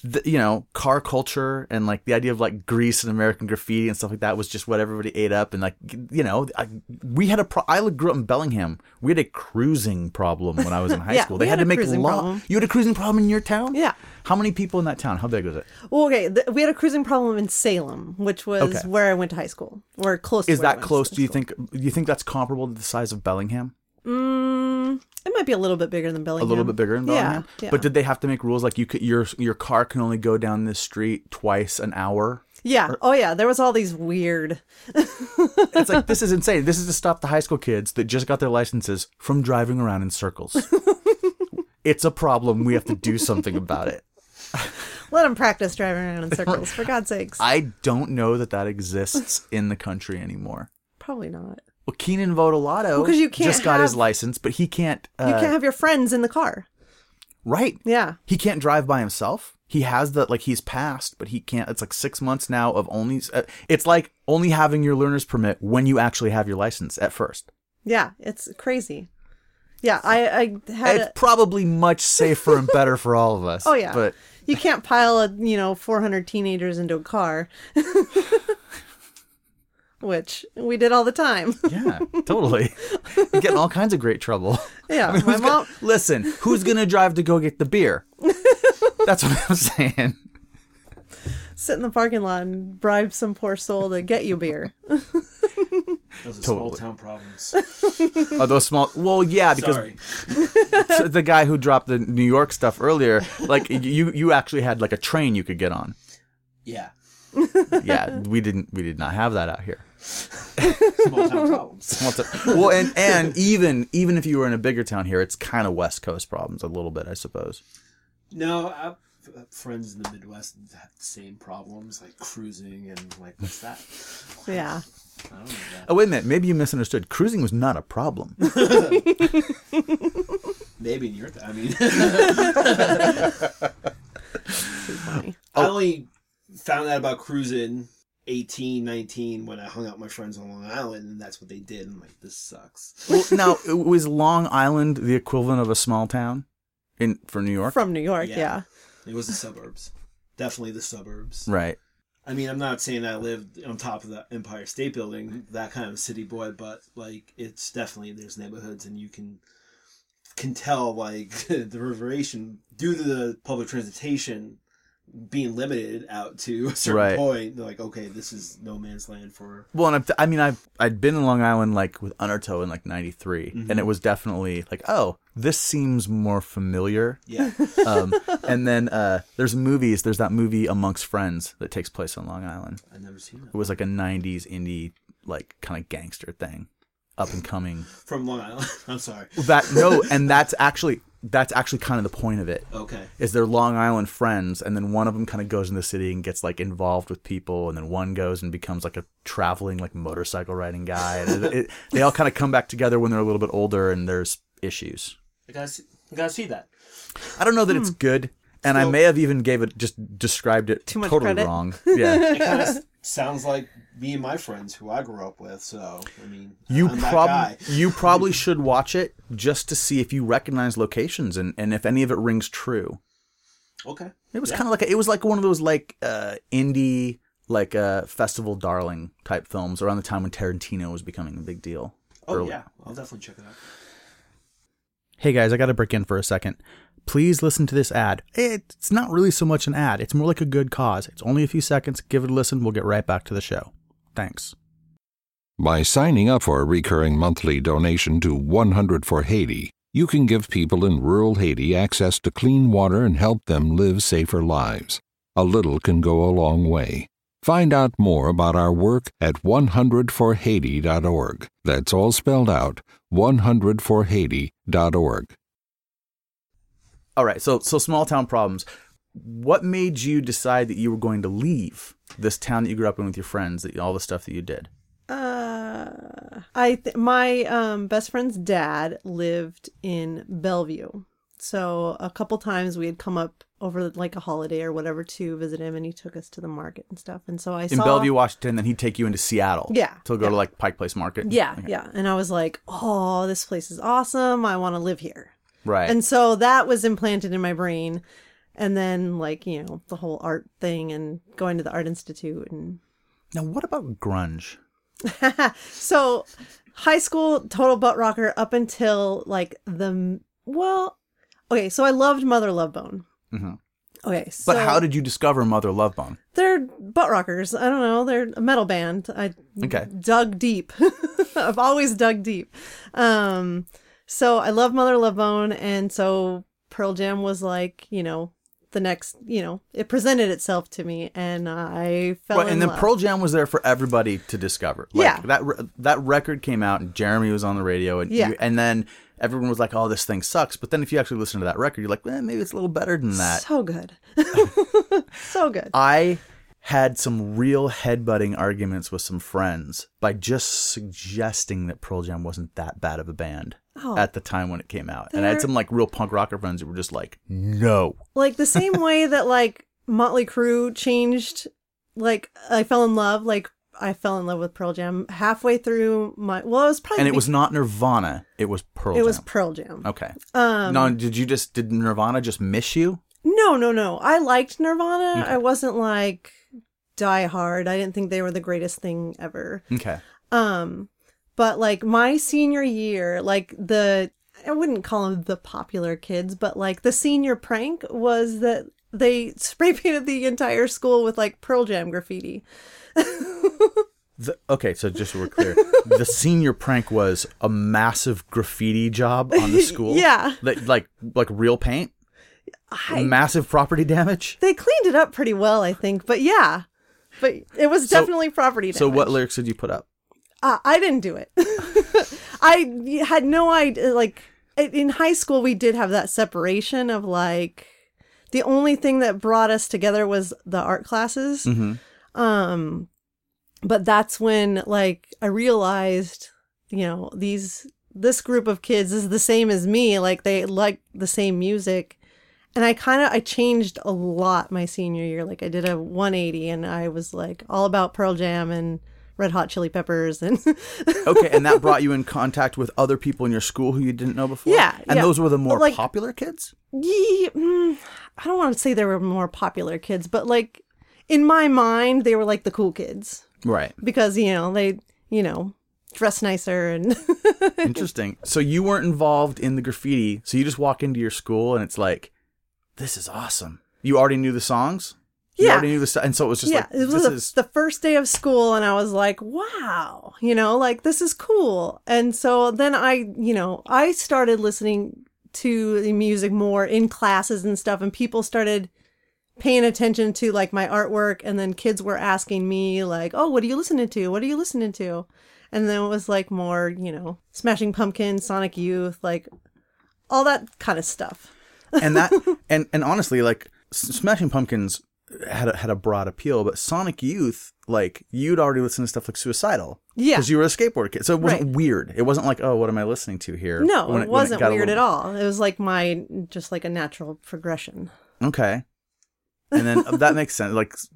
[SPEAKER 1] the, you know, car culture and like the idea of like Greece and American graffiti and stuff like that was just what everybody ate up. And like, you know, I, we had a pro- I grew up in Bellingham. We had a cruising problem when I was in high
[SPEAKER 2] Yeah,
[SPEAKER 1] school.
[SPEAKER 2] we
[SPEAKER 1] They
[SPEAKER 2] had
[SPEAKER 1] had,
[SPEAKER 2] a
[SPEAKER 1] to make
[SPEAKER 2] cruising
[SPEAKER 1] law.
[SPEAKER 2] problem.
[SPEAKER 1] You had a cruising problem in your town?
[SPEAKER 2] Yeah.
[SPEAKER 1] How many people in that town? How big was it?
[SPEAKER 2] Well, okay. Th- we had a cruising problem in Salem, which was
[SPEAKER 1] Okay.
[SPEAKER 2] where I went to high school, or close. to
[SPEAKER 1] Is
[SPEAKER 2] where I
[SPEAKER 1] that
[SPEAKER 2] went to
[SPEAKER 1] close? Do you
[SPEAKER 2] school.
[SPEAKER 1] think? Do you think that's comparable to the size of Bellingham?
[SPEAKER 2] Mm, it might be a little bit bigger than
[SPEAKER 1] a
[SPEAKER 2] Bellingham.
[SPEAKER 1] little bit bigger in Bellingham.
[SPEAKER 2] Yeah, yeah.
[SPEAKER 1] But did they have to make rules like you could your your car can only go down this street twice an hour?
[SPEAKER 2] Yeah. Oh yeah. There was all these weird.
[SPEAKER 1] It's like this is insane. This is to stop the high school kids that just got their licenses from driving around in circles. it's a problem. We have to do something about it.
[SPEAKER 2] Let them practice driving around in circles, for God's sakes.
[SPEAKER 1] I don't know that that exists in the country anymore.
[SPEAKER 2] Probably not.
[SPEAKER 1] Well, Keenan Vodolato
[SPEAKER 2] 'cause you can't
[SPEAKER 1] just got his
[SPEAKER 2] have-
[SPEAKER 1] license, but he can't. Uh,
[SPEAKER 2] You can't have your friends in the car.
[SPEAKER 1] right.
[SPEAKER 2] Yeah.
[SPEAKER 1] he can't drive by himself. He has the like he's passed, but he can't. It's like six months now of only. Uh, it's like only having your learner's permit when you actually have your license at first.
[SPEAKER 2] Yeah. It's crazy. Yeah. I I had.
[SPEAKER 1] it's
[SPEAKER 2] A,
[SPEAKER 1] probably much safer and better for all of us.
[SPEAKER 2] oh yeah.
[SPEAKER 1] but
[SPEAKER 2] you can't pile a you know 400 teenagers into a car. Which we did all the time.
[SPEAKER 1] yeah, totally. You get in all kinds of great trouble.
[SPEAKER 2] Yeah, my
[SPEAKER 1] Who's gonna-
[SPEAKER 2] mom.
[SPEAKER 1] listen, who's gonna drive to go get the beer? That's what I'm saying.
[SPEAKER 2] sit in the parking lot and bribe some poor soul to get you beer.
[SPEAKER 3] Those are small
[SPEAKER 1] Totally.
[SPEAKER 3] town problems.
[SPEAKER 1] Are those small? Well, yeah, because
[SPEAKER 3] Sorry.
[SPEAKER 1] so the guy who dropped the New York stuff earlier, like you, you actually had like a train you could get on.
[SPEAKER 3] Yeah.
[SPEAKER 1] yeah, we didn't we did not have that out here.
[SPEAKER 3] Small town problems.
[SPEAKER 1] Well, it's- Well, and and even even if you were in a bigger town here, it's kind of West Coast problems a little bit, I suppose.
[SPEAKER 3] No, I have friends in the Midwest that have the same problems, like cruising and like what's that?
[SPEAKER 2] Yeah.
[SPEAKER 3] I don't know that.
[SPEAKER 1] Oh wait a minute, maybe you misunderstood. Cruising was not a problem.
[SPEAKER 3] Maybe in your I mean
[SPEAKER 2] Too funny.
[SPEAKER 1] Oh.
[SPEAKER 3] I only found out about cruising 18, 19 when I hung out with my friends on Long Island, and that's what they did. I'm like, this sucks.
[SPEAKER 1] well, now was Long Island the equivalent of a small town in for New York?
[SPEAKER 2] From New York, yeah.
[SPEAKER 3] Yeah. It was the suburbs, definitely the suburbs.
[SPEAKER 1] Right.
[SPEAKER 3] I mean, I'm not saying I lived on top of the Empire State Building, that kind of city boy, but like, it's definitely there's neighborhoods, and you can can tell like the reverberation due to the public transportation being limited out to a certain
[SPEAKER 1] Right.
[SPEAKER 3] point. They're like, okay, this is no man's land for
[SPEAKER 1] Well, and I've, I mean, I've I'd been in Long Island like with Undertow in like '93, and it was definitely like, oh, this seems more familiar.
[SPEAKER 3] yeah.
[SPEAKER 1] Um, and then uh, there's movies. There's that movie Amongst Friends that takes place on Long Island.
[SPEAKER 3] I've never seen that.
[SPEAKER 1] It was like a 90s indie, like kind of gangster thing. up and coming.
[SPEAKER 3] from Long Island. I'm sorry.
[SPEAKER 1] That no, and that's actually that's actually kind of the point of it.
[SPEAKER 3] Okay.
[SPEAKER 1] Is they're Long Island friends, and then one of them kind of goes in the city and gets like involved with people, and then one goes and becomes like a traveling like motorcycle riding guy, and it, it, they all kind of come back together when they're a little bit older and there's issues.
[SPEAKER 3] I gotta see, I gotta see that.
[SPEAKER 1] I don't know that
[SPEAKER 2] Hmm.
[SPEAKER 1] it's good, and I
[SPEAKER 3] So-
[SPEAKER 1] may have even gave it just described it
[SPEAKER 2] Too much
[SPEAKER 1] totally
[SPEAKER 2] credit?
[SPEAKER 1] wrong. Yeah,
[SPEAKER 3] It kind of sounds like me and my friends who I grew up with. So I mean,
[SPEAKER 1] you
[SPEAKER 3] I'm
[SPEAKER 1] probably
[SPEAKER 3] that guy.
[SPEAKER 1] you probably should watch it just to see if you recognize locations and and if any of it rings true.
[SPEAKER 3] Okay.
[SPEAKER 1] It was kind of like a, it was like one of those like uh, indie like uh, festival darling type films around the time when Tarantino was becoming a big deal.
[SPEAKER 3] Oh
[SPEAKER 1] early.
[SPEAKER 3] yeah, I'll definitely check it out.
[SPEAKER 1] Hey guys, I got to break in for a second. Please listen to this ad. It's not really so much an ad, it's more like a good cause. It's only a few seconds. Give it a listen. We'll get right back to the show. Thanks.
[SPEAKER 5] By signing up for a recurring monthly donation to 100 for Haiti, you can give people in rural Haiti access to clean water and help them live safer lives. A little can go a long way. Find out more about our work at 100forhaiti.org. That's all spelled out 100forhaiti.org.
[SPEAKER 1] All right, so so small town problems. What made you decide that you were going to leave this town that you grew up in with your friends, that all the stuff that you did?
[SPEAKER 2] Uh, I th- my um, best friend's dad lived in Bellevue, so a couple times we had come up over like a holiday or whatever to visit him, and he took us to the market and stuff. And so I
[SPEAKER 1] In
[SPEAKER 2] saw
[SPEAKER 1] Bellevue, Washington, then he'd take you into Seattle.
[SPEAKER 2] Yeah,
[SPEAKER 1] To go
[SPEAKER 2] yeah.
[SPEAKER 1] to like Pike Place Market.
[SPEAKER 2] Yeah,
[SPEAKER 1] Okay.
[SPEAKER 2] yeah, and I was like, oh, this place is awesome. I want to live here.
[SPEAKER 1] Right.
[SPEAKER 2] And so that was implanted in my brain. And then, like, you know, the whole art thing and going to the Art Institute. And
[SPEAKER 1] now what about grunge?
[SPEAKER 2] so high school, total butt rocker up until like the, well, okay. So I loved Mother Love Bone.
[SPEAKER 1] Mhm.
[SPEAKER 2] Okay. So
[SPEAKER 1] But how did you discover Mother Love Bone?
[SPEAKER 2] They're butt rockers. I don't know. They're a metal band. I
[SPEAKER 1] Okay.
[SPEAKER 2] dug deep. I've always dug deep. Um, so I love Mother Love Bone, and so Pearl Jam was like, you know, the next, you know, it presented itself to me, and I fell
[SPEAKER 1] Well,
[SPEAKER 2] in
[SPEAKER 1] and then
[SPEAKER 2] love.
[SPEAKER 1] Pearl Jam was there for everybody to discover. Like,
[SPEAKER 2] Yeah.
[SPEAKER 1] That re- that record came out, and Jeremy was on the radio, and
[SPEAKER 2] Yeah.
[SPEAKER 1] you, and then everyone was like, "Oh, this thing sucks." But then if you actually listen to that record, you're like, "Eh, maybe it's a little better than that."
[SPEAKER 2] so good, so good.
[SPEAKER 1] I had some real headbutting arguments with some friends by just suggesting that Pearl Jam wasn't that bad of a band
[SPEAKER 2] Oh.
[SPEAKER 1] at the time when it came out. And I had
[SPEAKER 2] They're-
[SPEAKER 1] some like real punk rocker friends who were just like, "No."
[SPEAKER 2] like the same way that like Motley Crue changed like I fell in love like I fell in love with Pearl Jam halfway through my well it was probably
[SPEAKER 1] And
[SPEAKER 2] the
[SPEAKER 1] it was not Nirvana, it was Pearl
[SPEAKER 2] be- it
[SPEAKER 1] Jam. Oh.
[SPEAKER 2] was Pearl Jam.
[SPEAKER 1] okay.
[SPEAKER 2] Um
[SPEAKER 1] no, did you just did Nirvana just miss you?
[SPEAKER 2] no no no I liked Nirvana
[SPEAKER 1] Okay.
[SPEAKER 2] I wasn't like die hard I didn't think they were the greatest thing ever
[SPEAKER 1] Okay.
[SPEAKER 2] Um, but like my senior year, like the I wouldn't call them the popular kids, but like the senior prank was that they spray painted the entire school with like Pearl Jam graffiti.
[SPEAKER 1] The, okay, so just so we're clear, the senior prank was a massive graffiti job on the school.
[SPEAKER 2] Yeah.
[SPEAKER 1] Like- like like real paint,
[SPEAKER 2] I,
[SPEAKER 1] massive property damage.
[SPEAKER 2] they cleaned it up pretty well, I think. But yeah, but it was
[SPEAKER 1] So-
[SPEAKER 2] definitely property damage.
[SPEAKER 1] So what lyrics did you put up?
[SPEAKER 2] Uh, I didn't do it. I had no idea. Like i- in high school, we did have that separation of like the only thing that brought us together was the art classes.
[SPEAKER 1] Mm-hmm.
[SPEAKER 2] Um, but that's when like I realized, you know, these this group of kids is the same as me. Like they like the same music. And I kind of I changed a lot my senior year. Like I did a 180 and I was like all about Pearl Jam and Red Hot Chili Peppers and
[SPEAKER 1] Okay, and that brought you in contact with other people in your school who you didn't know before.
[SPEAKER 2] Yeah,
[SPEAKER 1] and
[SPEAKER 2] yeah.
[SPEAKER 1] those were the more
[SPEAKER 2] But, like-
[SPEAKER 1] popular kids.
[SPEAKER 2] Ye- mm, I don't want to say they were more popular kids, but like in my mind they were like the cool kids
[SPEAKER 1] Right.
[SPEAKER 2] because you know they, you know, dress nicer and
[SPEAKER 1] Interesting. so you weren't involved in the graffiti. So you just walk into your school and it's like, this is awesome. You already knew the songs. You
[SPEAKER 2] Yeah.
[SPEAKER 1] already knew the st- and so it was just
[SPEAKER 2] yeah,
[SPEAKER 1] like
[SPEAKER 2] it was
[SPEAKER 1] this
[SPEAKER 2] the,
[SPEAKER 1] is
[SPEAKER 2] the first day of school, and I was like, wow, you know, like this is cool. And so then I, you know, I started listening to the music more in classes and stuff, and people started paying attention to like my artwork. And then kids were asking me, like, oh, what are you listening to? What are you listening to? And then it was like more, you know, Smashing Pumpkins, Sonic Youth, like all that kind of stuff.
[SPEAKER 1] and that and and honestly like S- smashing pumpkins had a, had a broad appeal but sonic youth like you'd already listened to stuff like suicidal
[SPEAKER 2] Yeah.
[SPEAKER 1] because you were a skateboard kid so it wasn't
[SPEAKER 2] Right.
[SPEAKER 1] weird it wasn't like oh what am i listening to here
[SPEAKER 2] No,
[SPEAKER 1] When when
[SPEAKER 2] it wasn't
[SPEAKER 1] got a
[SPEAKER 2] weird
[SPEAKER 1] little-
[SPEAKER 2] at all. It was like my just like a natural progression.
[SPEAKER 1] okay and then uh, that makes sense like S-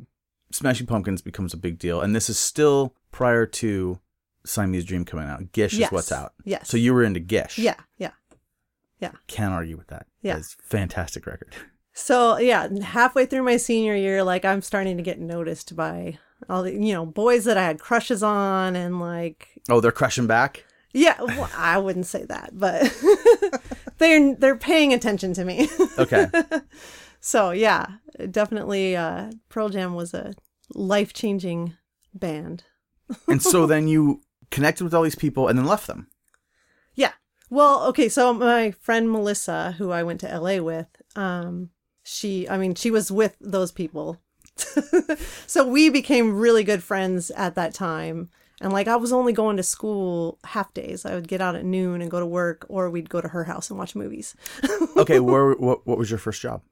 [SPEAKER 1] smashing pumpkins becomes a big deal and this is still prior to siamese dream coming out gish
[SPEAKER 2] Yes.
[SPEAKER 1] is what's out
[SPEAKER 2] Yes.
[SPEAKER 1] so you were into gish
[SPEAKER 2] Yeah, yeah.
[SPEAKER 1] can't argue with that
[SPEAKER 2] Yeah.
[SPEAKER 1] it's a fantastic record
[SPEAKER 2] So yeah, halfway through my senior year, like I'm starting to get noticed by all the you know boys that I had crushes on, and like
[SPEAKER 1] oh they're crushing back
[SPEAKER 2] yeah, well, I wouldn't say that, but they're they're paying attention to me.
[SPEAKER 1] okay
[SPEAKER 2] so yeah, definitely, uh, Pearl Jam was a life changing band.
[SPEAKER 1] and so then you connected with all these people and then left them
[SPEAKER 2] Yeah. Well, okay, so my friend Melissa, who I went to LA with, um, she I mean, she was with those people. so we became really good friends at that time. And like I was only going to school half days. I would get out at noon and go to work or we'd go to her house and watch movies.
[SPEAKER 1] okay, where what, what was your first job?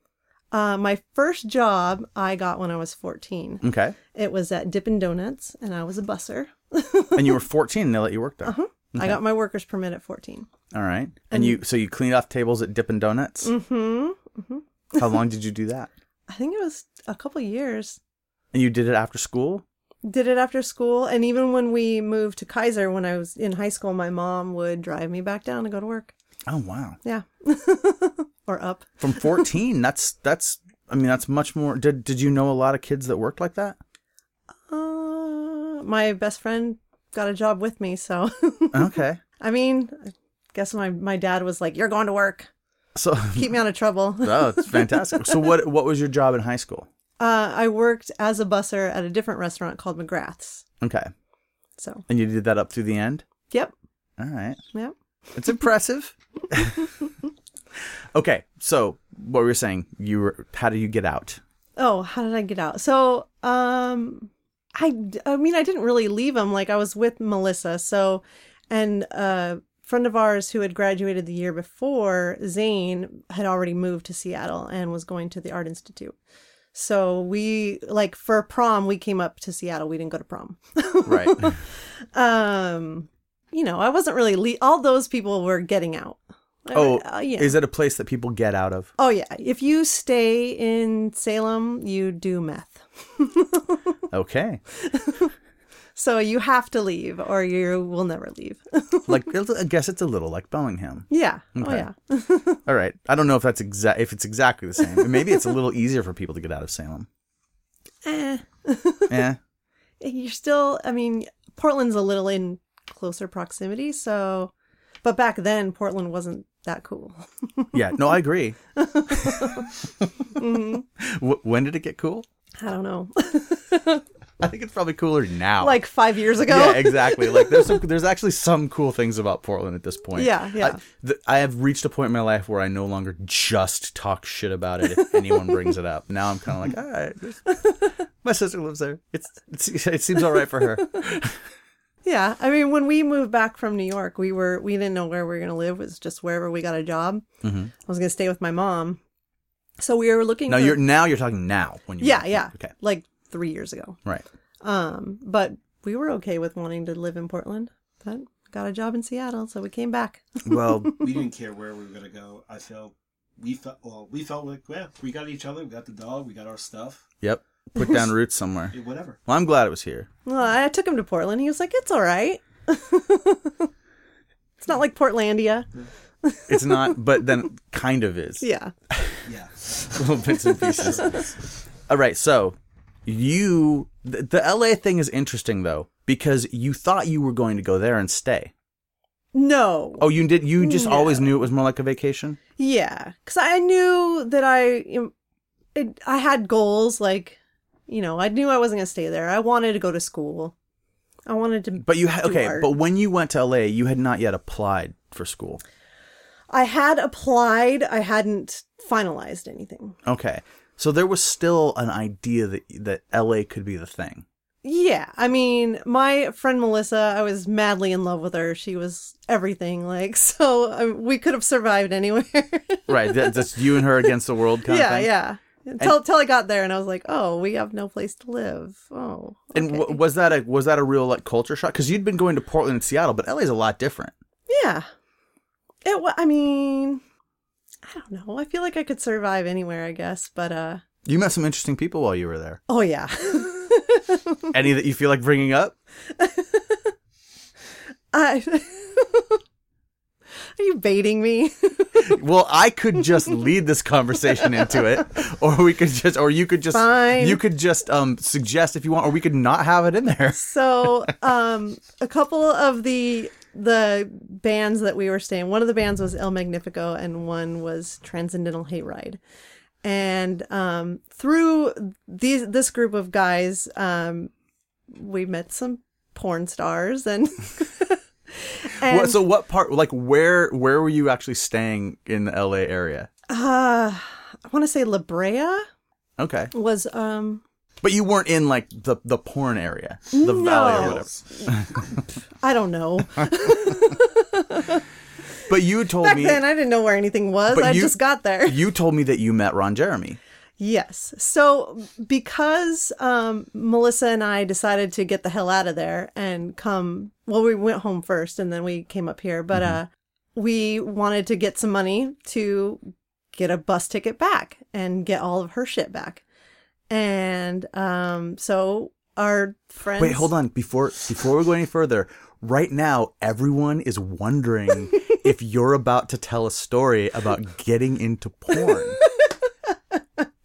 [SPEAKER 2] Uh, my first job I got when I was 14.
[SPEAKER 1] Okay,
[SPEAKER 2] It was at Dippin' Donuts and I was a busser.
[SPEAKER 1] and you were 14 and they let you work there.
[SPEAKER 2] I got my worker's permit at 14.
[SPEAKER 1] All right, and you so you cleaned off tables at Dippin' Donuts.
[SPEAKER 2] Mm.
[SPEAKER 1] Mm-hmm. How long did you do that?
[SPEAKER 2] I think it was a couple years.
[SPEAKER 1] And you did it after school.
[SPEAKER 2] did it after school and even when we moved to kaiser when i was in high school my mom would drive me back down to go to work
[SPEAKER 1] Oh wow,
[SPEAKER 2] yeah or up
[SPEAKER 1] from 14, that's that's I mean that's much more. Did did you know a lot of kids that worked like that?
[SPEAKER 2] uh, my best friend got a job with me so
[SPEAKER 1] Okay,
[SPEAKER 2] i mean i guess my, my dad was like you're going to work
[SPEAKER 1] so
[SPEAKER 2] keep me out of trouble uh,
[SPEAKER 1] oh, it's fantastic. So what what was your job in high school?
[SPEAKER 2] Uh, i worked as a busser at a different restaurant called mcgrath's
[SPEAKER 1] Okay,
[SPEAKER 2] so
[SPEAKER 1] and you did that up through the end.
[SPEAKER 2] yep
[SPEAKER 1] All right,
[SPEAKER 2] yep
[SPEAKER 1] it's impressive. okay, so what were you saying? You were how do you get out?
[SPEAKER 2] Oh, how did I get out? So, um, I, I mean, I didn't really leave him. Like I was with Melissa. So, and a friend of ours who had graduated the year before, Zane, had already moved to Seattle and was going to the Art Institute. So we like for prom, we came up to Seattle. We didn't go to prom.
[SPEAKER 1] Right.
[SPEAKER 2] Um, you know, I wasn't really le- all those people were getting out. I-
[SPEAKER 1] Oh,
[SPEAKER 2] uh, yeah.
[SPEAKER 1] is it a place that people get out of?
[SPEAKER 2] oh yeah. If you stay in Salem, you do meth.
[SPEAKER 1] Okay,
[SPEAKER 2] So you have to leave or you will never leave.
[SPEAKER 1] like I guess it's a little like Bellingham.
[SPEAKER 2] yeah. Oh
[SPEAKER 1] Okay.
[SPEAKER 2] yeah.
[SPEAKER 1] All right, I don't know if that's exact if it's exactly the same. Maybe it's a little easier for people to get out of Salem.
[SPEAKER 2] Eh.
[SPEAKER 1] Yeah,
[SPEAKER 2] You're still I mean, Portland's a little in closer proximity, so but back then Portland wasn't that cool.
[SPEAKER 1] yeah. No, I agree.
[SPEAKER 2] Mm-hmm.
[SPEAKER 1] Wh- when did it get cool?
[SPEAKER 2] I don't know.
[SPEAKER 1] I think it's probably cooler now.
[SPEAKER 2] like 5 years ago.
[SPEAKER 1] yeah, exactly. Like there's some, there's actually some cool things about Portland at this point.
[SPEAKER 2] Yeah, yeah.
[SPEAKER 1] I, th- I have reached a point in my life where I no longer just talk shit about it if anyone brings it up. Now I'm kind of like, all right, there's- my sister lives there. It's, it's it seems all right for her.
[SPEAKER 2] Yeah, I mean, when we moved back from New York, we were we didn't know where we were going to live. It was just wherever we got a job. I was going to stay with my mom, so we were looking.
[SPEAKER 1] Mm-hmm. Now
[SPEAKER 2] for-
[SPEAKER 1] you're now you're talking now when you
[SPEAKER 2] yeah, yeah,
[SPEAKER 1] okay
[SPEAKER 2] like three years ago.
[SPEAKER 1] right
[SPEAKER 2] Um, but we were okay with wanting to live in Portland, but got a job in Seattle, so we came back.
[SPEAKER 1] well
[SPEAKER 3] we didn't care where we were gonna go. I felt we felt well. We felt like yeah, we got each other. We got the dog. We got our stuff.
[SPEAKER 1] yep put down roots somewhere.
[SPEAKER 3] eh, Whatever.
[SPEAKER 1] Well, I'm glad it was here.
[SPEAKER 2] Well, I took him to Portland. He was like, "It's all right. it's not like Portlandia."
[SPEAKER 1] It's not, but then it kind of is
[SPEAKER 2] Yeah.
[SPEAKER 3] Yeah.
[SPEAKER 1] little bits and pieces. all right, so you the, the LA thing is interesting though because you thought you were going to go there and stay.
[SPEAKER 2] No.
[SPEAKER 1] Oh, you did. You just always knew it was more like a vacation.
[SPEAKER 2] Yeah, because I knew that I, it, I had goals. Like, you know, I knew I wasn't gonna stay there. I wanted to go to school. I wanted to.
[SPEAKER 1] But you ha-
[SPEAKER 2] do
[SPEAKER 1] okay?
[SPEAKER 2] art.
[SPEAKER 1] But when you went to LA, you had not yet applied for school.
[SPEAKER 2] I had applied. I hadn't finalized anything.
[SPEAKER 1] Okay, so there was still an idea that that LA could be the thing.
[SPEAKER 2] Yeah, I mean, my friend Melissa, I was madly in love with her. She was everything, like, so um, we could have survived anywhere.
[SPEAKER 1] Right. That, that's you and her against the world kind of
[SPEAKER 2] yeah,
[SPEAKER 1] thing.
[SPEAKER 2] yeah. Until, until I got there and I was like, oh, we have no place to live. Oh.
[SPEAKER 1] And w- was that a was that a real like culture shock? Because you'd been going to Portland and Seattle, but LA's a lot different.
[SPEAKER 2] Yeah. It wa- I mean, I don't know. I feel like I could survive anywhere, I guess, but uh
[SPEAKER 1] You met some interesting people while you were there.
[SPEAKER 2] oh yeah.
[SPEAKER 1] Any that you feel like bringing up?
[SPEAKER 2] I Are you baiting me?
[SPEAKER 1] Well, I could just lead this conversation into it, or we could just, or you could just,
[SPEAKER 2] Fine.
[SPEAKER 1] you could just um suggest if you want, or we could not have it in there.
[SPEAKER 2] so, um a couple of the the bands that we were staying, one of the bands was El Magnifico and one was Transcendental Hayride. And um through these this group of guys, um we met some porn stars and and
[SPEAKER 1] What, so, what part, like, where, where were you actually staying in the LA area?
[SPEAKER 2] uh I want to say La Brea
[SPEAKER 1] Okay,
[SPEAKER 2] was um
[SPEAKER 1] but you weren't in like the the porn area, the valley or
[SPEAKER 2] No.
[SPEAKER 1] whatever.
[SPEAKER 2] I don't know.
[SPEAKER 1] But you told
[SPEAKER 2] Back
[SPEAKER 1] me,
[SPEAKER 2] then I didn't know where anything was.
[SPEAKER 1] But
[SPEAKER 2] I
[SPEAKER 1] you-
[SPEAKER 2] just got there.
[SPEAKER 1] you told me that you met Ron Jeremy.
[SPEAKER 2] Yes. So because um Melissa and I decided to get the hell out of there and come well we went home first and then we came up here,
[SPEAKER 1] Mm-hmm.
[SPEAKER 2] but uh we wanted to get some money to get a bus ticket back and get all of her shit back. And um so our friends
[SPEAKER 1] Wait, hold on. Before before we go any further, right now everyone is wondering if you're about to tell a story about getting into porn.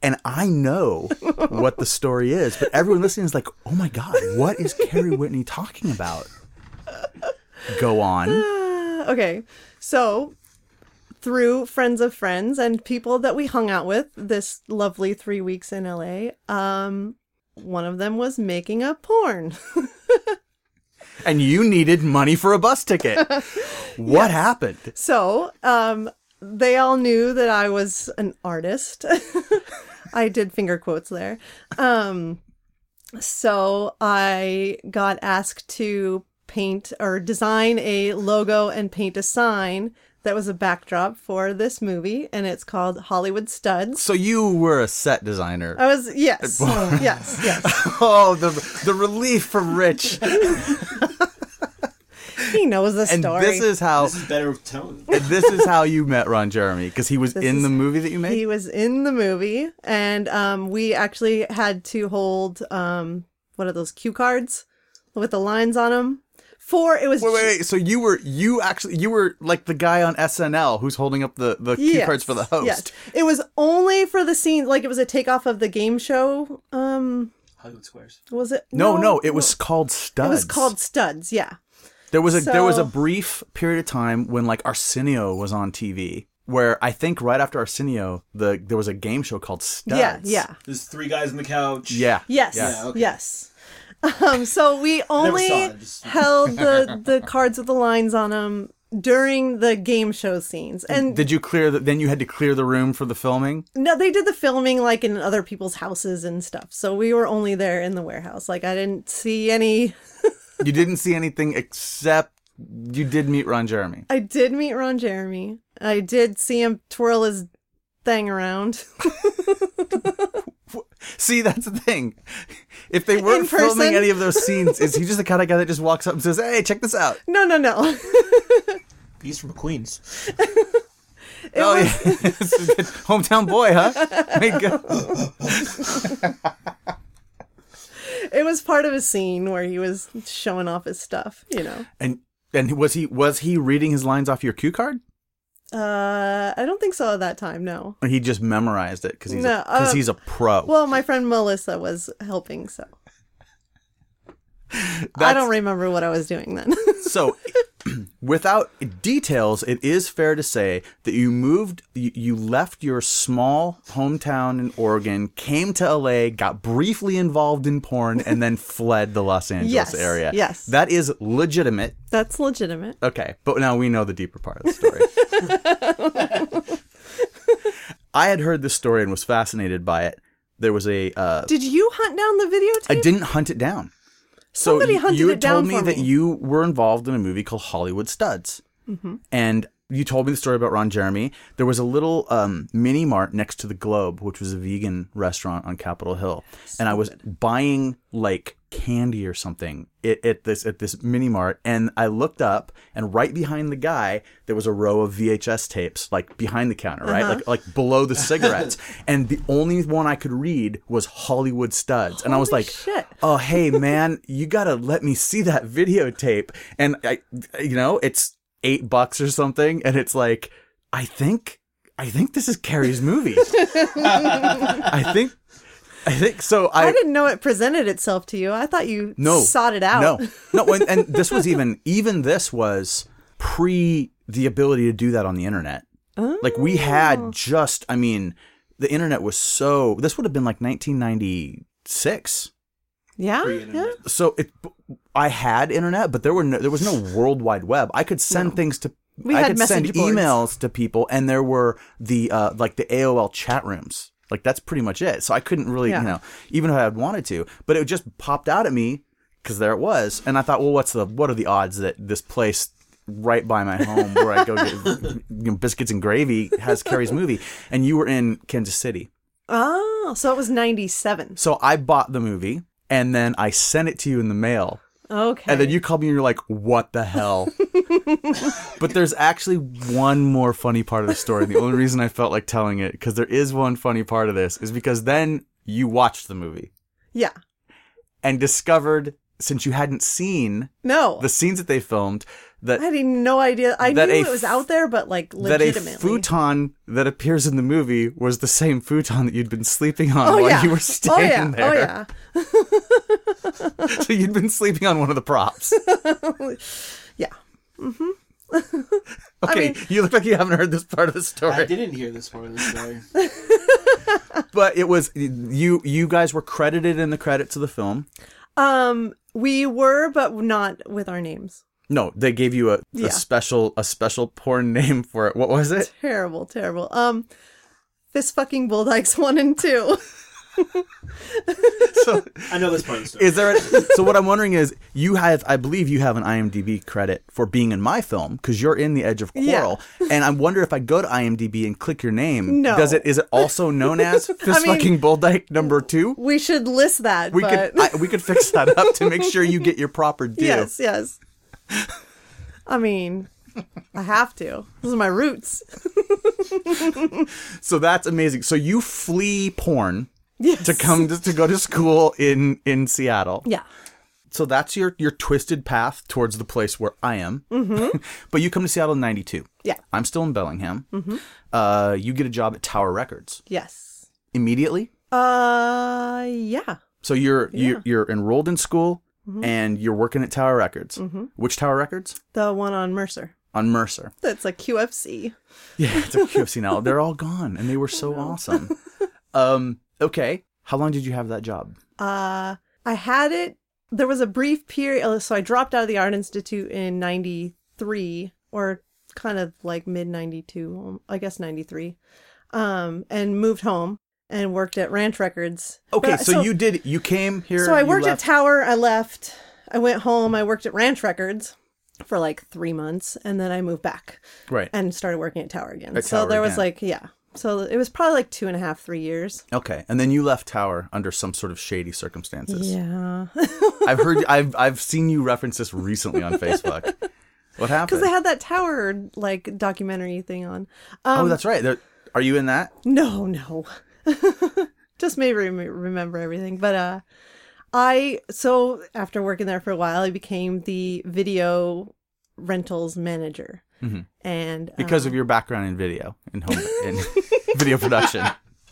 [SPEAKER 1] And I know what the story is, but everyone listening is like, "Oh my god, what is Carrie Whitney talking about?" Go on.
[SPEAKER 2] okay. So, through friends of friends and people that we hung out with this lovely three weeks in LA, um, one of them was making a porn.
[SPEAKER 1] And you needed money for a bus ticket. What happened?
[SPEAKER 2] So, um, they all knew that I was an artist. I did finger quotes there. Um, so I got asked to paint or design a logo and paint a sign that was a backdrop for this movie, and it's called Hollywood Studs.
[SPEAKER 1] So you were a set designer.
[SPEAKER 2] I was yes, yes, yes.
[SPEAKER 1] Oh, the the relief from Rich.
[SPEAKER 2] He knows the
[SPEAKER 1] And
[SPEAKER 2] story.
[SPEAKER 1] this is how
[SPEAKER 3] This is better with tone.
[SPEAKER 1] And this is how you met Ron Jeremy because he was in
[SPEAKER 2] is-
[SPEAKER 1] the movie that you made.
[SPEAKER 2] He was in the movie, and um, we actually had to hold um, what are those cue cards with the lines on them? For it was
[SPEAKER 1] wait, wait, wait. So you were you actually you were like the guy on SNL who's holding up the the cue
[SPEAKER 2] Yes,
[SPEAKER 1] cards for the host.
[SPEAKER 2] yes. It was only for the scene, like it was a takeoff of the game show. Um,
[SPEAKER 3] Hollywood Squares.
[SPEAKER 2] was it?
[SPEAKER 1] No, no, it was called studs.
[SPEAKER 2] It was called Studs. Yeah.
[SPEAKER 1] There was a there was a
[SPEAKER 2] so-
[SPEAKER 1] brief period of time when like Arsenio was on TV, where I think right after Arsenio, the there was a game show called Studs.
[SPEAKER 2] Yeah. Yeah.
[SPEAKER 3] There's three guys on the couch.
[SPEAKER 1] Yeah.
[SPEAKER 2] Yes.
[SPEAKER 1] Yeah.
[SPEAKER 3] Yeah, okay.
[SPEAKER 2] Yes. Um, so we only
[SPEAKER 3] saw it, just-
[SPEAKER 2] held the, the cards with the lines on them during the game show scenes.
[SPEAKER 3] Mm-hmm.
[SPEAKER 2] And
[SPEAKER 1] Did you clear the, then you had to clear the room for the filming?
[SPEAKER 2] no, they did the filming like in other people's houses and stuff. So we were only there in the warehouse. Like I didn't see any.
[SPEAKER 1] You didn't see anything except you did meet Ron Jeremy.
[SPEAKER 2] I did meet Ron Jeremy. I did see him twirl his thing around.
[SPEAKER 1] See, that's the thing. If they weren't
[SPEAKER 2] In person?
[SPEAKER 1] filming any of those scenes, is he just the kind of guy that just walks up and says, "Hey, check this out"?
[SPEAKER 2] No, no, no.
[SPEAKER 3] He's from Queens.
[SPEAKER 1] oh, yeah. hometown boy, huh? Made good.
[SPEAKER 2] It was part of a scene where he was showing off his stuff, you know.
[SPEAKER 1] And and was he was he reading his lines off your cue card?
[SPEAKER 2] Uh, I don't think so at that time, no.
[SPEAKER 1] Or he just memorized it because he's
[SPEAKER 2] No,
[SPEAKER 1] because
[SPEAKER 2] uh,
[SPEAKER 1] he's a pro.
[SPEAKER 2] Well, my friend Melissa was helping, so I
[SPEAKER 1] That's-
[SPEAKER 2] don't remember what I was doing then.
[SPEAKER 1] so without details it is fair to say that you moved you, you left your small hometown in oregon came to la got briefly involved in porn and then fled the los angeles
[SPEAKER 2] Yes,
[SPEAKER 1] area
[SPEAKER 2] yes.
[SPEAKER 1] that is legitimate
[SPEAKER 2] That's legitimate.
[SPEAKER 1] Okay, but now we know the deeper part of the story. I had heard this story and was fascinated by it. There was a uh,
[SPEAKER 2] Did you hunt down the
[SPEAKER 1] I
[SPEAKER 2] videotape?
[SPEAKER 1] didn't hunt it down. So
[SPEAKER 2] Somebody
[SPEAKER 1] y-
[SPEAKER 2] hunted
[SPEAKER 1] you
[SPEAKER 2] it
[SPEAKER 1] had told
[SPEAKER 2] down
[SPEAKER 1] me
[SPEAKER 2] for
[SPEAKER 1] that
[SPEAKER 2] me.
[SPEAKER 1] you were involved in a movie called Hollywood Studs, and you told me the story about Ron Jeremy. There was a little um, mini mart next to the Globe, which was a vegan restaurant on Capitol Hill, and I was buying like candy or something at, at this at this mini mart, and I looked up, and right behind the guy there was a row of VHS tapes, like behind the counter, right,
[SPEAKER 2] Uh-huh.
[SPEAKER 1] like like below the cigarettes, and the only one I could read was Hollywood Studs, and I was
[SPEAKER 2] Holy
[SPEAKER 1] like,
[SPEAKER 2] shit.
[SPEAKER 1] oh hey man you gotta let me see that videotape and i you know it's eight bucks or something and it's like i think i think this is carrie's movie i think i think so
[SPEAKER 2] I,
[SPEAKER 1] i,
[SPEAKER 2] didn't know it presented itself to you. I thought you
[SPEAKER 1] no
[SPEAKER 2] sought it out.
[SPEAKER 1] no no and, and this was even even this was pre the ability to do that on the internet like
[SPEAKER 2] Oh.
[SPEAKER 1] we had just i mean the internet was so this would have been like 1996
[SPEAKER 2] Yeah.
[SPEAKER 3] Pre-internet.
[SPEAKER 2] yeah.
[SPEAKER 1] so it I had internet, but there were no, there was no World Wide Web. I could send things to
[SPEAKER 2] We
[SPEAKER 1] I
[SPEAKER 2] had
[SPEAKER 1] could send
[SPEAKER 2] message boards.
[SPEAKER 1] emails to people, and there were the uh, like the AOL chat rooms. Like that's pretty much it. So I couldn't really
[SPEAKER 2] Yeah.
[SPEAKER 1] you know even if I had wanted to, but it just popped out at me because there it was, and I thought, well, what's the what are the odds that this place right by my home where I go get you know, biscuits and gravy has Carrie's movie, and you were in Kansas City.
[SPEAKER 2] Oh, so it was 97.
[SPEAKER 1] So I bought the movie and then I sent it to you in the mail.
[SPEAKER 2] Okay.
[SPEAKER 1] And then you call me and you're like, what the hell? but there's actually one more funny part of the story. And the only reason I felt like telling it, because there is one funny part of this, is because then you watched the movie
[SPEAKER 2] Yeah.
[SPEAKER 1] and discovered, since you hadn't seen
[SPEAKER 2] No.
[SPEAKER 1] the scenes that they filmed,
[SPEAKER 2] I
[SPEAKER 1] that,
[SPEAKER 2] had no idea. I
[SPEAKER 1] That
[SPEAKER 2] knew
[SPEAKER 1] a
[SPEAKER 2] it was
[SPEAKER 1] f-
[SPEAKER 2] out there, but like
[SPEAKER 1] that a
[SPEAKER 2] legitimately.
[SPEAKER 1] futon that appears in the movie was the same futon that you'd been sleeping on
[SPEAKER 2] oh,
[SPEAKER 1] while
[SPEAKER 2] yeah.
[SPEAKER 1] you were
[SPEAKER 2] oh, yeah.
[SPEAKER 1] standing there.
[SPEAKER 2] Oh, yeah.
[SPEAKER 1] So you'd been sleeping on one of the props.
[SPEAKER 2] Yeah. Mm-hmm.
[SPEAKER 1] Okay,
[SPEAKER 2] mean-
[SPEAKER 1] you look like you haven't heard this part of the story.
[SPEAKER 3] I didn't hear this part of the story.
[SPEAKER 1] but it was you you guys were credited in the credits of the film
[SPEAKER 2] Um, we were, but not with our names.
[SPEAKER 1] no they gave you a,
[SPEAKER 2] Yeah.
[SPEAKER 1] a special a special porn name for it what was it
[SPEAKER 2] Terrible, terrible. Um, this fucking Bull Dykes one and two.
[SPEAKER 1] so
[SPEAKER 3] I know this part of the story.
[SPEAKER 1] is there a, so what i'm wondering is you have i believe you have an imdb credit for being in my film because you're in the edge of
[SPEAKER 2] Yeah.
[SPEAKER 1] quarrel and i wonder if i go to imdb and click your name
[SPEAKER 2] No.
[SPEAKER 1] does it is it also known as this
[SPEAKER 2] mean-
[SPEAKER 1] fucking bull dyke number two
[SPEAKER 2] We should list that.
[SPEAKER 1] we
[SPEAKER 2] but...
[SPEAKER 1] could I, we could fix that up to make sure you get your proper due
[SPEAKER 2] Yes, yes. I mean, I have to. This is my roots.
[SPEAKER 1] so that's amazing so you flee porn
[SPEAKER 2] Yes.
[SPEAKER 1] to come to, to go to school in in Seattle.
[SPEAKER 2] Yeah.
[SPEAKER 1] So that's your your twisted path towards the place where I am. Mm-hmm. but you come to Seattle in '92.
[SPEAKER 2] Yeah.
[SPEAKER 1] I'm still in Bellingham. Mm-hmm. Uh, you get a job at Tower Records
[SPEAKER 2] Yes.
[SPEAKER 1] immediately.
[SPEAKER 2] Uh, yeah. Mm-hmm.
[SPEAKER 1] So you're you're, you're enrolled in school and you're working at Tower Records. Which Tower Records?
[SPEAKER 2] The one on Mercer.
[SPEAKER 1] On Mercer.
[SPEAKER 2] That's a QFC.
[SPEAKER 1] Yeah, it's a QFC now. They're all gone, and they were so awesome. Um, okay. How long did you have that job?
[SPEAKER 2] Uh, I had it. There was a brief period. uh, So I dropped out of the Art Institute in 93 or kind of like mid 92, I guess 93, um, and moved home and worked at Ranch Records.
[SPEAKER 1] Okay,
[SPEAKER 2] But-
[SPEAKER 1] so, you did. You came here.
[SPEAKER 2] Uh, So I
[SPEAKER 1] you
[SPEAKER 2] worked
[SPEAKER 1] left-
[SPEAKER 2] at Tower. I left. I went home. I worked at Ranch Records for like three months, and then I moved back
[SPEAKER 1] right.
[SPEAKER 2] and started working at Tower again.
[SPEAKER 1] At
[SPEAKER 2] so
[SPEAKER 1] Tower
[SPEAKER 2] there was
[SPEAKER 1] again.
[SPEAKER 2] like yeah. So it was probably like two and a half, three years.
[SPEAKER 1] Okay, and then you left Tower under some sort of shady circumstances.
[SPEAKER 2] Yeah,
[SPEAKER 1] I've heard, I've I've seen you reference this recently on Facebook. What happened?
[SPEAKER 2] because they had that Tower like documentary thing on. Um,
[SPEAKER 1] oh, that's right. There, are you in that?
[SPEAKER 2] No, no. Just made me rem- remember everything. But uh I so after working there for a while, I became the video rentals manager. And um,
[SPEAKER 1] Mm-hmm. Because of your background in video in home in video production,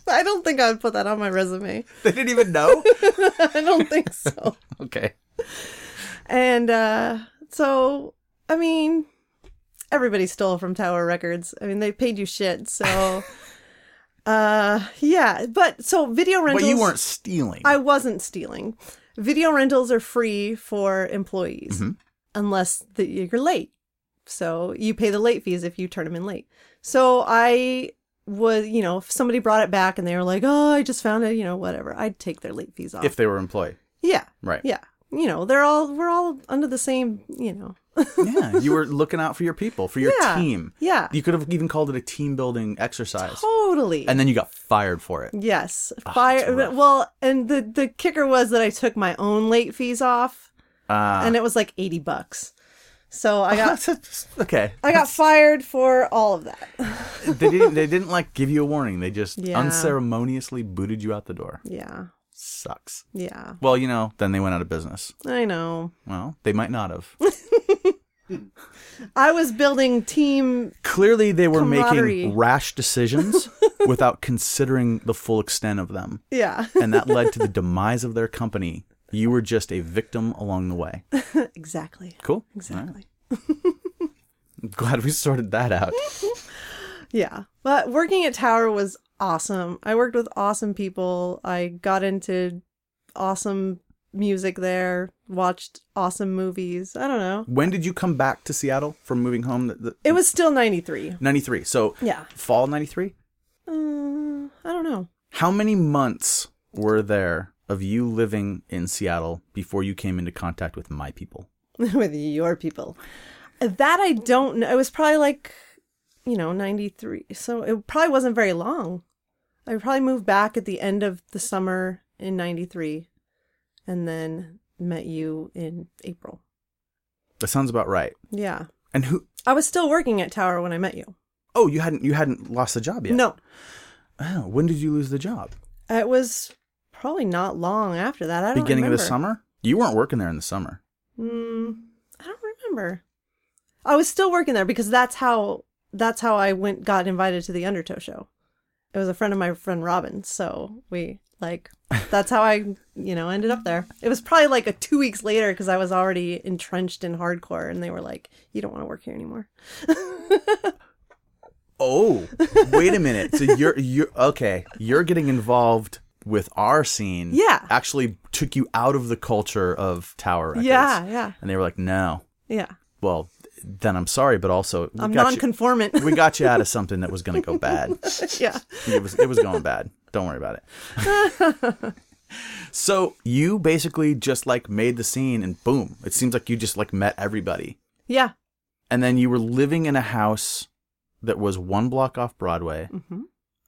[SPEAKER 2] I don't think I would put that on my resume.
[SPEAKER 1] they didn't even know.
[SPEAKER 2] I don't think so.
[SPEAKER 1] Okay,
[SPEAKER 2] And uh, so, I mean, everybody stole from Tower Records. I mean, they paid you shit. So, uh, yeah. But so video rentals.
[SPEAKER 1] but you weren't stealing.
[SPEAKER 2] I wasn't stealing. Video rentals are free for employees
[SPEAKER 1] Mm-hmm.
[SPEAKER 2] unless the, you're late. So you pay the late fees if you turn them in late. So I was, you know, if somebody brought it back and they were like, oh, I just found it, you know, whatever, I'd take their late fees off.
[SPEAKER 1] if they were employed,
[SPEAKER 2] yeah.
[SPEAKER 1] right?
[SPEAKER 2] Yeah. you know, they're all we're all under the same, you know.
[SPEAKER 1] yeah, you were looking out for your people, for your
[SPEAKER 2] Yeah,
[SPEAKER 1] team.
[SPEAKER 2] yeah.
[SPEAKER 1] You could have even called it a team building exercise.
[SPEAKER 2] Totally.
[SPEAKER 1] And then you got fired for it.
[SPEAKER 2] yes,
[SPEAKER 1] that's
[SPEAKER 2] fire.
[SPEAKER 1] rough.
[SPEAKER 2] Well, and the the kicker was that I took my own late fees off,
[SPEAKER 1] Uh,
[SPEAKER 2] and it was like eighty bucks. So I got
[SPEAKER 1] okay.
[SPEAKER 2] I got fired for all of that.
[SPEAKER 1] they didn't they didn't like give you a warning. They just
[SPEAKER 2] Yeah.
[SPEAKER 1] unceremoniously booted you out the door.
[SPEAKER 2] Yeah,
[SPEAKER 1] Sucks.
[SPEAKER 2] yeah,
[SPEAKER 1] Well, you know, then they went out of business.
[SPEAKER 2] I know.
[SPEAKER 1] Well, they might not have.
[SPEAKER 2] I was building team.
[SPEAKER 1] Clearly they were
[SPEAKER 2] Camaraderie.
[SPEAKER 1] making rash decisions without considering the full extent of them.
[SPEAKER 2] Yeah,
[SPEAKER 1] And that led to the demise of their company. You were just a victim along the way.
[SPEAKER 2] exactly,
[SPEAKER 1] Cool.
[SPEAKER 2] exactly.
[SPEAKER 1] I'm glad we sorted that out.
[SPEAKER 2] Yeah. But working at Tower was awesome. I worked with awesome people. I got into awesome music there, watched awesome movies. I don't know.
[SPEAKER 1] When did you come back to Seattle from moving home? The, the,
[SPEAKER 2] It was still 93.
[SPEAKER 1] 93. So
[SPEAKER 2] Yeah.
[SPEAKER 1] fall 93?
[SPEAKER 2] Uh, I don't know.
[SPEAKER 1] How many months were there of you living in Seattle before you came into contact with my people?
[SPEAKER 2] with your people. That I don't know. It was probably like, you know, 93. So it probably wasn't very long. I probably moved back at the end of the summer in 93 and then met you in April.
[SPEAKER 1] That sounds about right.
[SPEAKER 2] Yeah.
[SPEAKER 1] And who?
[SPEAKER 2] I was still working at Tower when I met you.
[SPEAKER 1] Oh, you hadn't you hadn't lost the job yet.
[SPEAKER 2] No,
[SPEAKER 1] Oh, when did you lose the job?
[SPEAKER 2] it was probably not long after that. I don't
[SPEAKER 1] Beginning of the
[SPEAKER 2] remember.
[SPEAKER 1] summer. You weren't working there in the summer.
[SPEAKER 2] Mm, I don't remember. I was still working there because that's how that's how I went got invited to the Undertow show. It was a friend of my friend Robin, so we like that's how I you know ended up there. It was probably like a two weeks later because I was already entrenched in hardcore, and they were like, "You don't want to work here anymore."
[SPEAKER 1] Oh, wait a minute. So you're you're okay. You're getting involved with our scene.
[SPEAKER 2] Yeah.
[SPEAKER 1] Actually, took you out of the culture of Tower Records.
[SPEAKER 2] Yeah, yeah,
[SPEAKER 1] And they were like, no.
[SPEAKER 2] yeah.
[SPEAKER 1] Well, then I'm sorry, but also we
[SPEAKER 2] I'm
[SPEAKER 1] got
[SPEAKER 2] non-conformant.
[SPEAKER 1] you, we got you out of something that was going to go bad.
[SPEAKER 2] yeah.
[SPEAKER 1] it was it was going bad. Don't worry about it. so you basically just like made the scene and boom, it seems like you just like met everybody.
[SPEAKER 2] Yeah.
[SPEAKER 1] And then you were living in a house that was one block off Broadway.
[SPEAKER 2] Mm-hmm.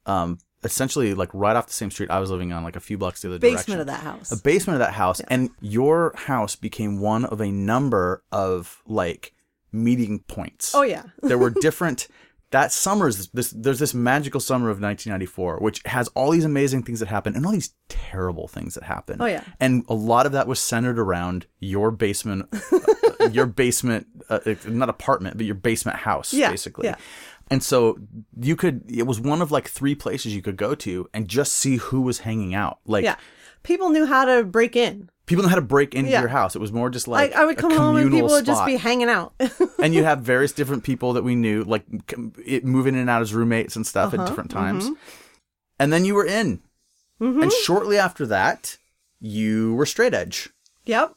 [SPEAKER 1] Um essentially like right off the same street I was living on like a few blocks the other
[SPEAKER 2] Basement
[SPEAKER 1] direction.
[SPEAKER 2] of that house.
[SPEAKER 1] A basement of that house and your house became one of a number of like meeting points
[SPEAKER 2] oh yeah.
[SPEAKER 1] there were different that summer's this there's this magical summer of 1994 which has all these amazing things that happen and all these terrible things that happen
[SPEAKER 2] Oh, yeah.
[SPEAKER 1] and a lot of that was centered around your basement your basement uh, it's not apartment but your basement house
[SPEAKER 2] Yeah,
[SPEAKER 1] basically
[SPEAKER 2] yeah.
[SPEAKER 1] and so you could it was one of like three places you could go to and just see who was hanging out like
[SPEAKER 2] yeah. People knew how to break in.
[SPEAKER 1] people know how to break into
[SPEAKER 2] Yeah.
[SPEAKER 1] your house it was more just like
[SPEAKER 2] Like, I would
[SPEAKER 1] a
[SPEAKER 2] come home and
[SPEAKER 1] communal
[SPEAKER 2] people would just
[SPEAKER 1] spot
[SPEAKER 2] be hanging out.
[SPEAKER 1] and you have various different people that we knew, like com- it, moving in and out as roommates and stuff at
[SPEAKER 2] Uh-huh,
[SPEAKER 1] different times. And then you were in,
[SPEAKER 2] Mm-hmm.
[SPEAKER 1] and shortly after that, you were straight edge.
[SPEAKER 2] yep.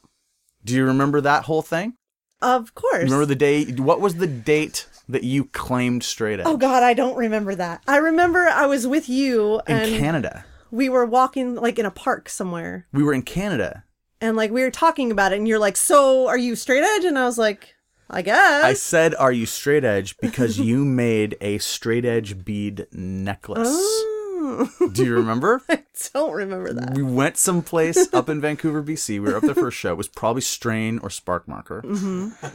[SPEAKER 1] Do you remember that whole thing?
[SPEAKER 2] Of course.
[SPEAKER 1] Remember the day? What was the date that you claimed straight edge
[SPEAKER 2] Oh God, I don't remember that. I remember I was with you
[SPEAKER 1] in
[SPEAKER 2] and
[SPEAKER 1] Canada?
[SPEAKER 2] we were walking like in a park somewhere,
[SPEAKER 1] We were in Canada.
[SPEAKER 2] and like we were talking about it, and you're like, "So are you straight edge?" And I was like, "I
[SPEAKER 1] I
[SPEAKER 2] guess."
[SPEAKER 1] said, "Are you straight edge?" Because you made a straight edge bead necklace.
[SPEAKER 2] Oh.
[SPEAKER 1] Do you remember?
[SPEAKER 2] I don't remember that.
[SPEAKER 1] we went someplace up in Vancouver, BC. We were up there for a show. It was probably Strain or Spark Marker.
[SPEAKER 2] Mm-hmm.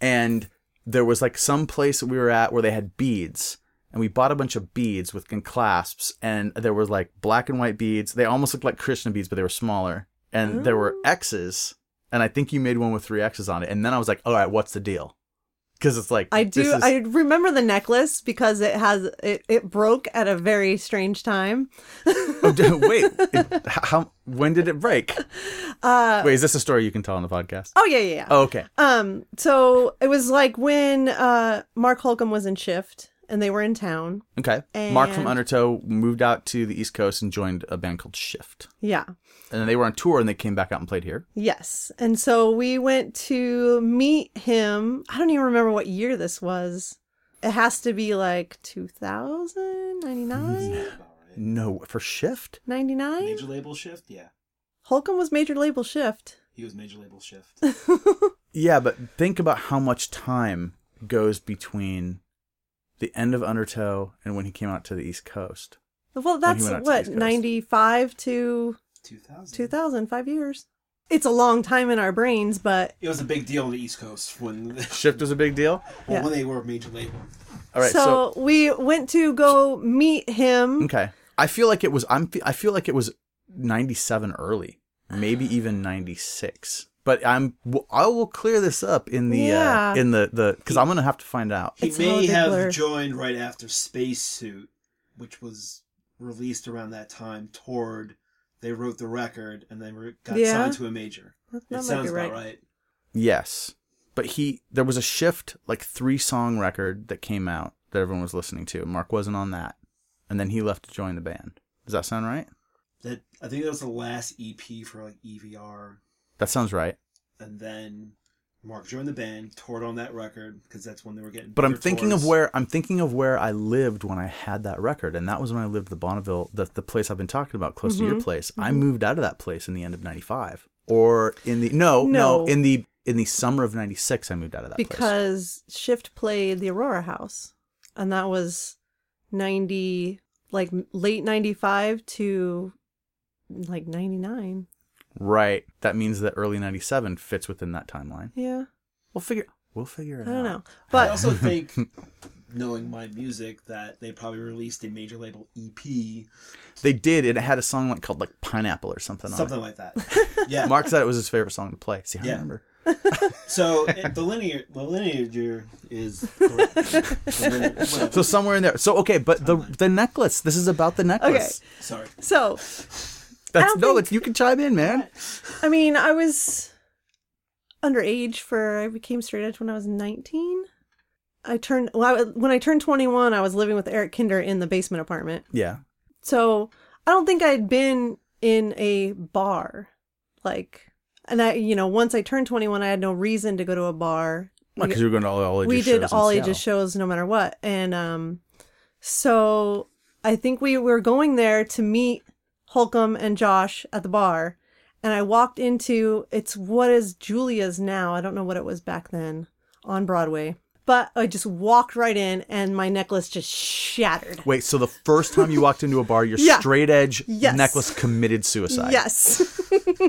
[SPEAKER 1] And there was like some place that we were at where they had beads. And we bought a bunch of beads with and clasps. And there was like black and white beads. They almost looked like Krishna beads, but they were smaller. And there
[SPEAKER 2] Oh.
[SPEAKER 1] were X's. And I think you made one with three X's on it. And then I was like, all right, what's the deal? Because it's like,
[SPEAKER 2] I
[SPEAKER 1] this
[SPEAKER 2] do.
[SPEAKER 1] is-
[SPEAKER 2] I remember the necklace because it has it. It broke at a very strange time.
[SPEAKER 1] wait, it- how, when did it break?
[SPEAKER 2] Uh,
[SPEAKER 1] wait, is this a story you can tell on the podcast?
[SPEAKER 2] Oh yeah, yeah, yeah.
[SPEAKER 1] Oh, okay.
[SPEAKER 2] Um, so it was like when uh Mark Holcomb was in shift and they were in town.
[SPEAKER 1] Okay. Mark from
[SPEAKER 2] And-
[SPEAKER 1] Undertow moved out to the East Coast and joined a band called Shift.
[SPEAKER 2] Yeah.
[SPEAKER 1] And then they were on tour and they came back out and played here.
[SPEAKER 2] Yes. And so we went to meet him. I don't even remember what year this was. It has to be like 2000,
[SPEAKER 1] Mm-hmm.
[SPEAKER 2] 99,
[SPEAKER 1] No, for Shift?
[SPEAKER 2] 99.
[SPEAKER 3] Major label shift, yeah.
[SPEAKER 2] Holcomb was major label shift.
[SPEAKER 3] He was major label shift.
[SPEAKER 1] Yeah, but think about how much time goes between the end of Undertow and when he came out to the East Coast.
[SPEAKER 2] Well,
[SPEAKER 1] When Oh, he
[SPEAKER 2] that's
[SPEAKER 1] went out to the
[SPEAKER 2] what
[SPEAKER 1] East Coast.
[SPEAKER 2] 95 to
[SPEAKER 3] 2000.
[SPEAKER 2] 2000, five years. It's a long time in our brains, but
[SPEAKER 3] It was a big deal on the East Coast when well,
[SPEAKER 1] Shift was a big deal.
[SPEAKER 2] Yeah.
[SPEAKER 3] when they were major label.
[SPEAKER 1] All right, so,
[SPEAKER 2] so, we went to go meet him.
[SPEAKER 1] okay, I feel like it was. I'm. fe- I feel like it was ninety seven early, maybe even ninety six. But I'm. w- I will clear this up in the
[SPEAKER 2] Yeah.
[SPEAKER 1] uh, in the the because I'm gonna have to find out.
[SPEAKER 3] He
[SPEAKER 2] It's all a
[SPEAKER 3] may
[SPEAKER 2] big
[SPEAKER 3] have
[SPEAKER 2] blur.
[SPEAKER 3] joined right after Spacesuit, which was released around that time. Toward they wrote the record and they were, got
[SPEAKER 2] Yeah.
[SPEAKER 3] signed to a major.
[SPEAKER 2] That
[SPEAKER 3] That
[SPEAKER 2] might
[SPEAKER 3] sounds
[SPEAKER 2] be right.
[SPEAKER 3] about right.
[SPEAKER 1] Yes, but he there was a shift like three song record that came out that everyone was listening to. Mark wasn't on that, and then he left to join the band. Does that sound right?
[SPEAKER 3] That I think that was the last EP for like EVR,
[SPEAKER 1] That sounds right.
[SPEAKER 3] and then Mark joined the band, toured on that record because that's when they were getting.
[SPEAKER 1] But I'm
[SPEAKER 3] bigger
[SPEAKER 1] thinking
[SPEAKER 3] tours.
[SPEAKER 1] of where I'm thinking of where I lived when I had that record, and that was when I lived the Bonneville, the, the place I've been talking about, close to
[SPEAKER 2] Mm-hmm.
[SPEAKER 1] your place. I moved out of that place in the end of '95, or in the no, no,
[SPEAKER 2] No.
[SPEAKER 1] in the in the summer of '96, I moved out of that place.
[SPEAKER 2] Because Shift played the Aurora House, and that was 90, like late 95 to like 99.
[SPEAKER 1] Right. That means that early '97 fits within that timeline.
[SPEAKER 2] Yeah.
[SPEAKER 1] We'll figure. We'll figure it
[SPEAKER 2] I
[SPEAKER 1] out.
[SPEAKER 2] don't know.
[SPEAKER 3] I
[SPEAKER 2] But
[SPEAKER 3] also think, knowing my music, that they probably released a major label E EP,
[SPEAKER 1] They did, and it had a song like called like Pineapple or something.
[SPEAKER 3] something
[SPEAKER 1] On
[SPEAKER 3] like that. Yeah.
[SPEAKER 1] it. Mark said it was his favorite song to play. See, I
[SPEAKER 3] Yeah.
[SPEAKER 1] remember.
[SPEAKER 3] So it- the linear, the linear is the, the linear- whatever.
[SPEAKER 1] So somewhere in there. So okay, but the the necklace. This is about the necklace.
[SPEAKER 3] sorry.
[SPEAKER 2] so,
[SPEAKER 1] That's
[SPEAKER 2] don't
[SPEAKER 1] no.
[SPEAKER 2] think-
[SPEAKER 1] It's you can chime in, man.
[SPEAKER 2] I mean, I was underage for, I became straight edge when I was 19. I turned, well, I, when I turned 21, I was living with Eric Kinder in the basement apartment.
[SPEAKER 1] Yeah.
[SPEAKER 2] so I don't think I'd been in a bar, like, and I, you know, once I turned 21, I had no reason to go to a bar.
[SPEAKER 1] Because you were going to all, all ages
[SPEAKER 2] we did
[SPEAKER 1] shows in
[SPEAKER 2] all
[SPEAKER 1] Seattle.
[SPEAKER 2] ages shows no matter what, and um, so I think we were going there to meet Holcomb and Josh at the bar, and I walked into it's what is Julia's now. I don't know what it was back then on Broadway. But I just walked right in and my necklace just shattered.
[SPEAKER 1] Wait, so the first time you walked into a bar, your
[SPEAKER 2] Yeah.
[SPEAKER 1] straight edge
[SPEAKER 2] Yes.
[SPEAKER 1] necklace committed suicide.
[SPEAKER 2] Yes.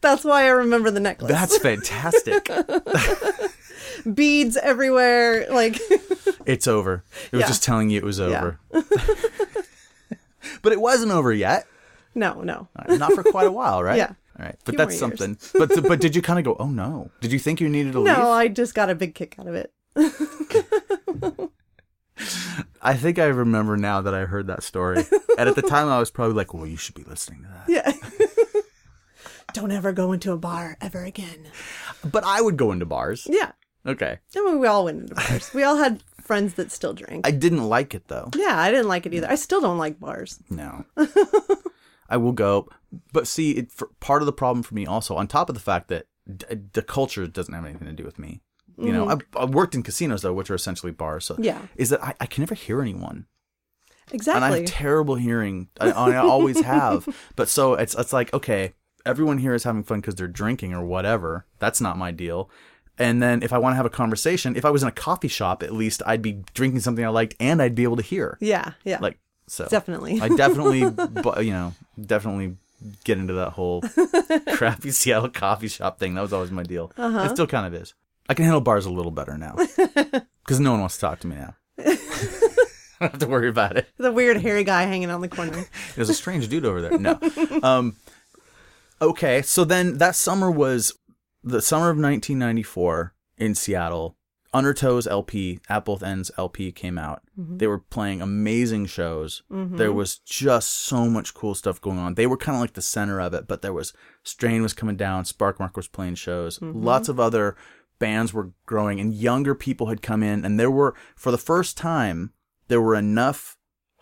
[SPEAKER 2] That's why I remember the necklace.
[SPEAKER 1] That's fantastic.
[SPEAKER 2] Beads everywhere. Like,
[SPEAKER 1] it's over. It was
[SPEAKER 2] Yeah.
[SPEAKER 1] just telling you it was over. but it wasn't over yet.
[SPEAKER 2] no, no.
[SPEAKER 1] Uh, Not for quite a while, right?
[SPEAKER 2] Yeah.
[SPEAKER 1] All right. But
[SPEAKER 2] Few
[SPEAKER 1] that's
[SPEAKER 2] more years.
[SPEAKER 1] something. But but did you kind of go, "Oh no." Did you think you needed to leave?
[SPEAKER 2] No, I just got a big kick out of it.
[SPEAKER 1] I think I remember now that I heard that story. and at the time I was probably like, "Well, you should be listening to that."
[SPEAKER 2] Yeah. Don't ever go into a bar ever again.
[SPEAKER 1] But I would go into bars.
[SPEAKER 2] Yeah.
[SPEAKER 1] Okay.
[SPEAKER 2] I mean, we all went into bars. We all had friends that still drank.
[SPEAKER 1] I didn't like it though.
[SPEAKER 2] yeah, I didn't like it either. I still don't like bars.
[SPEAKER 1] No. I will go. But see, it, for, part of the problem for me also, on top of the fact that d- the culture doesn't have anything to do with me. You know, I've, I've worked in casinos though, which are essentially bars. So
[SPEAKER 2] Mm-hmm. Yeah.
[SPEAKER 1] is that I, I can never hear anyone, and I
[SPEAKER 2] Exactly.
[SPEAKER 1] have terrible hearing. I, I always have. But so it's it's like okay, everyone here is having fun because they're drinking or whatever. That's not my deal. And then if I want to have a conversation, if I was in a coffee shop, at least I'd be drinking something I liked and I'd be able to hear.
[SPEAKER 2] yeah, yeah.
[SPEAKER 1] Like so
[SPEAKER 2] definitely.
[SPEAKER 1] I definitely, bu- you know, definitely get into that whole crappy Seattle coffee shop thing. That was always my deal.
[SPEAKER 2] Uh-huh.
[SPEAKER 1] It still kind of is. I can handle bars a little better now because no one wants to talk to me now. I don't have to worry about it.
[SPEAKER 2] the weird hairy guy hanging on the corner.
[SPEAKER 1] There's a strange dude over there. No. Um, okay, so then that summer was the summer of 1994 in Seattle. Undertow's LP, At Both Ends LP came out. They were playing amazing shows. There was just so much cool stuff going on. They were kind of like the center of it, but there was Strain was coming down, Sparkmark was playing shows, lots of other bands were growing, and younger people had come in. And there were, for the first time, there were enough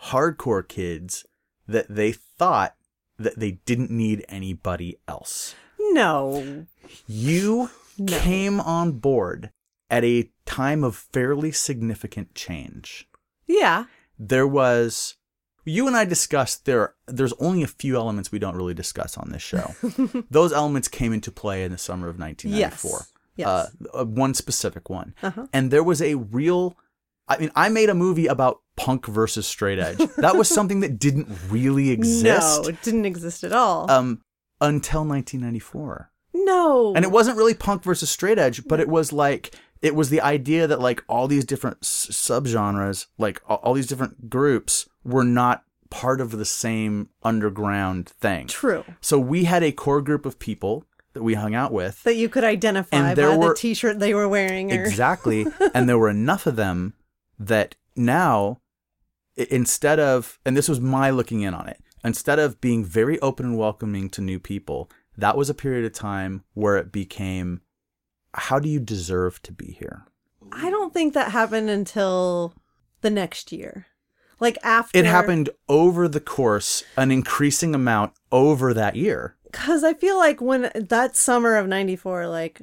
[SPEAKER 1] hardcore kids that they thought that they didn't need anybody else.
[SPEAKER 2] No.
[SPEAKER 1] You came on board at a time of fairly significant change.
[SPEAKER 2] Yeah.
[SPEAKER 1] There was You and I discussed there. There's only a few elements we don't really discuss on this show. Those elements came into play in the summer of 1994.
[SPEAKER 2] Yes. Yes.
[SPEAKER 1] Uh, uh, one specific one,
[SPEAKER 2] Uh-huh.
[SPEAKER 1] and there was a real. I mean, I made a movie about punk versus straight edge. That was something that didn't really exist
[SPEAKER 2] No, it didn't exist at all.
[SPEAKER 1] um, until 1994.
[SPEAKER 2] no.
[SPEAKER 1] And it wasn't really punk versus straight edge, but it was like it was the idea that like all these different s- subgenres, like all, all these different groups, were not part of the same underground thing.
[SPEAKER 2] true.
[SPEAKER 1] So we had a core group of people that we hung out with,
[SPEAKER 2] That you could identify
[SPEAKER 1] And there
[SPEAKER 2] by
[SPEAKER 1] were-
[SPEAKER 2] the t shirt they were wearing. Or,
[SPEAKER 1] exactly, and there were enough of them that now, i- instead of and this was my looking in on it, instead of being very open and welcoming to new people, that was a period of time where it became, how do you deserve to be here?
[SPEAKER 2] I don't think that happened until the next year. Like after.
[SPEAKER 1] It happened over the course, an increasing amount over that year.
[SPEAKER 2] Because I feel like when that summer of 94, like,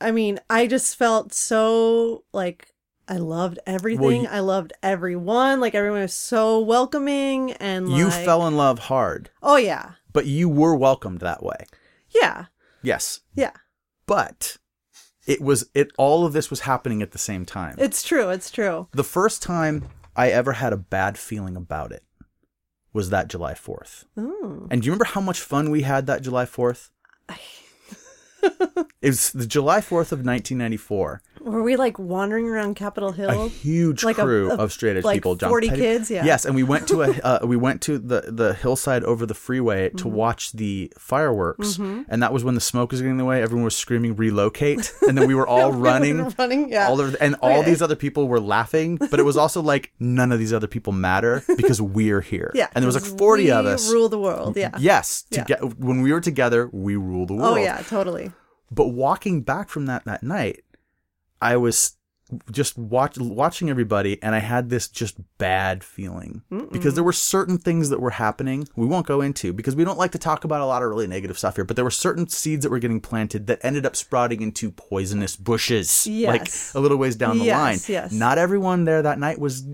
[SPEAKER 2] I mean, I just felt so like I loved everything.
[SPEAKER 1] you-
[SPEAKER 2] I loved everyone. Like, everyone was so welcoming and like,
[SPEAKER 1] You fell in love hard,
[SPEAKER 2] Oh, yeah.
[SPEAKER 1] but you were welcomed that way.
[SPEAKER 2] Yeah.
[SPEAKER 1] Yes,
[SPEAKER 2] Yeah.
[SPEAKER 1] but it was it all of this was happening at the same time.
[SPEAKER 2] It's true. It's true.
[SPEAKER 1] The first time I ever had a bad feeling about it was that July 4th.
[SPEAKER 2] Mm.
[SPEAKER 1] And do you remember how much fun we had that July 4th? it was the July 4th of 1994.
[SPEAKER 2] Were we like wandering around Capitol
[SPEAKER 1] A
[SPEAKER 2] Hill?
[SPEAKER 1] huge
[SPEAKER 2] Like a-
[SPEAKER 1] crew
[SPEAKER 2] a-
[SPEAKER 1] of straight edge
[SPEAKER 2] like
[SPEAKER 1] people. John
[SPEAKER 2] 40
[SPEAKER 1] Petty-
[SPEAKER 2] kids, yeah.
[SPEAKER 1] Yes, and we went to a uh, we went to the the hillside over the freeway to
[SPEAKER 2] Mm-hmm.
[SPEAKER 1] watch the fireworks, and that was when the smoke was getting in the way. Everyone was screaming "relocate," and then we were all running,
[SPEAKER 2] running, yeah.
[SPEAKER 1] all over, and all
[SPEAKER 2] Okay.
[SPEAKER 1] these other people were laughing, but it was also like none of these other people matter because we're here.
[SPEAKER 2] Yeah.
[SPEAKER 1] and there was like
[SPEAKER 2] 'cause
[SPEAKER 1] forty of
[SPEAKER 2] we
[SPEAKER 1] us.
[SPEAKER 2] Rule the world. Yeah.
[SPEAKER 1] Yes, to
[SPEAKER 2] Yeah.
[SPEAKER 1] get, when we were together, we rule the world.
[SPEAKER 2] Oh, yeah. Totally.
[SPEAKER 1] But walking back from that that night, I was just watch, watching everybody, and I had this just bad feeling because there were certain things that were happening we won't go into because we don't like to talk about a lot of really negative stuff here. But there were certain seeds that were getting planted that ended up sprouting into poisonous bushes,
[SPEAKER 2] Yes.
[SPEAKER 1] like a little ways down the
[SPEAKER 2] Yes,
[SPEAKER 1] line.
[SPEAKER 2] yes.
[SPEAKER 1] Not everyone there that night was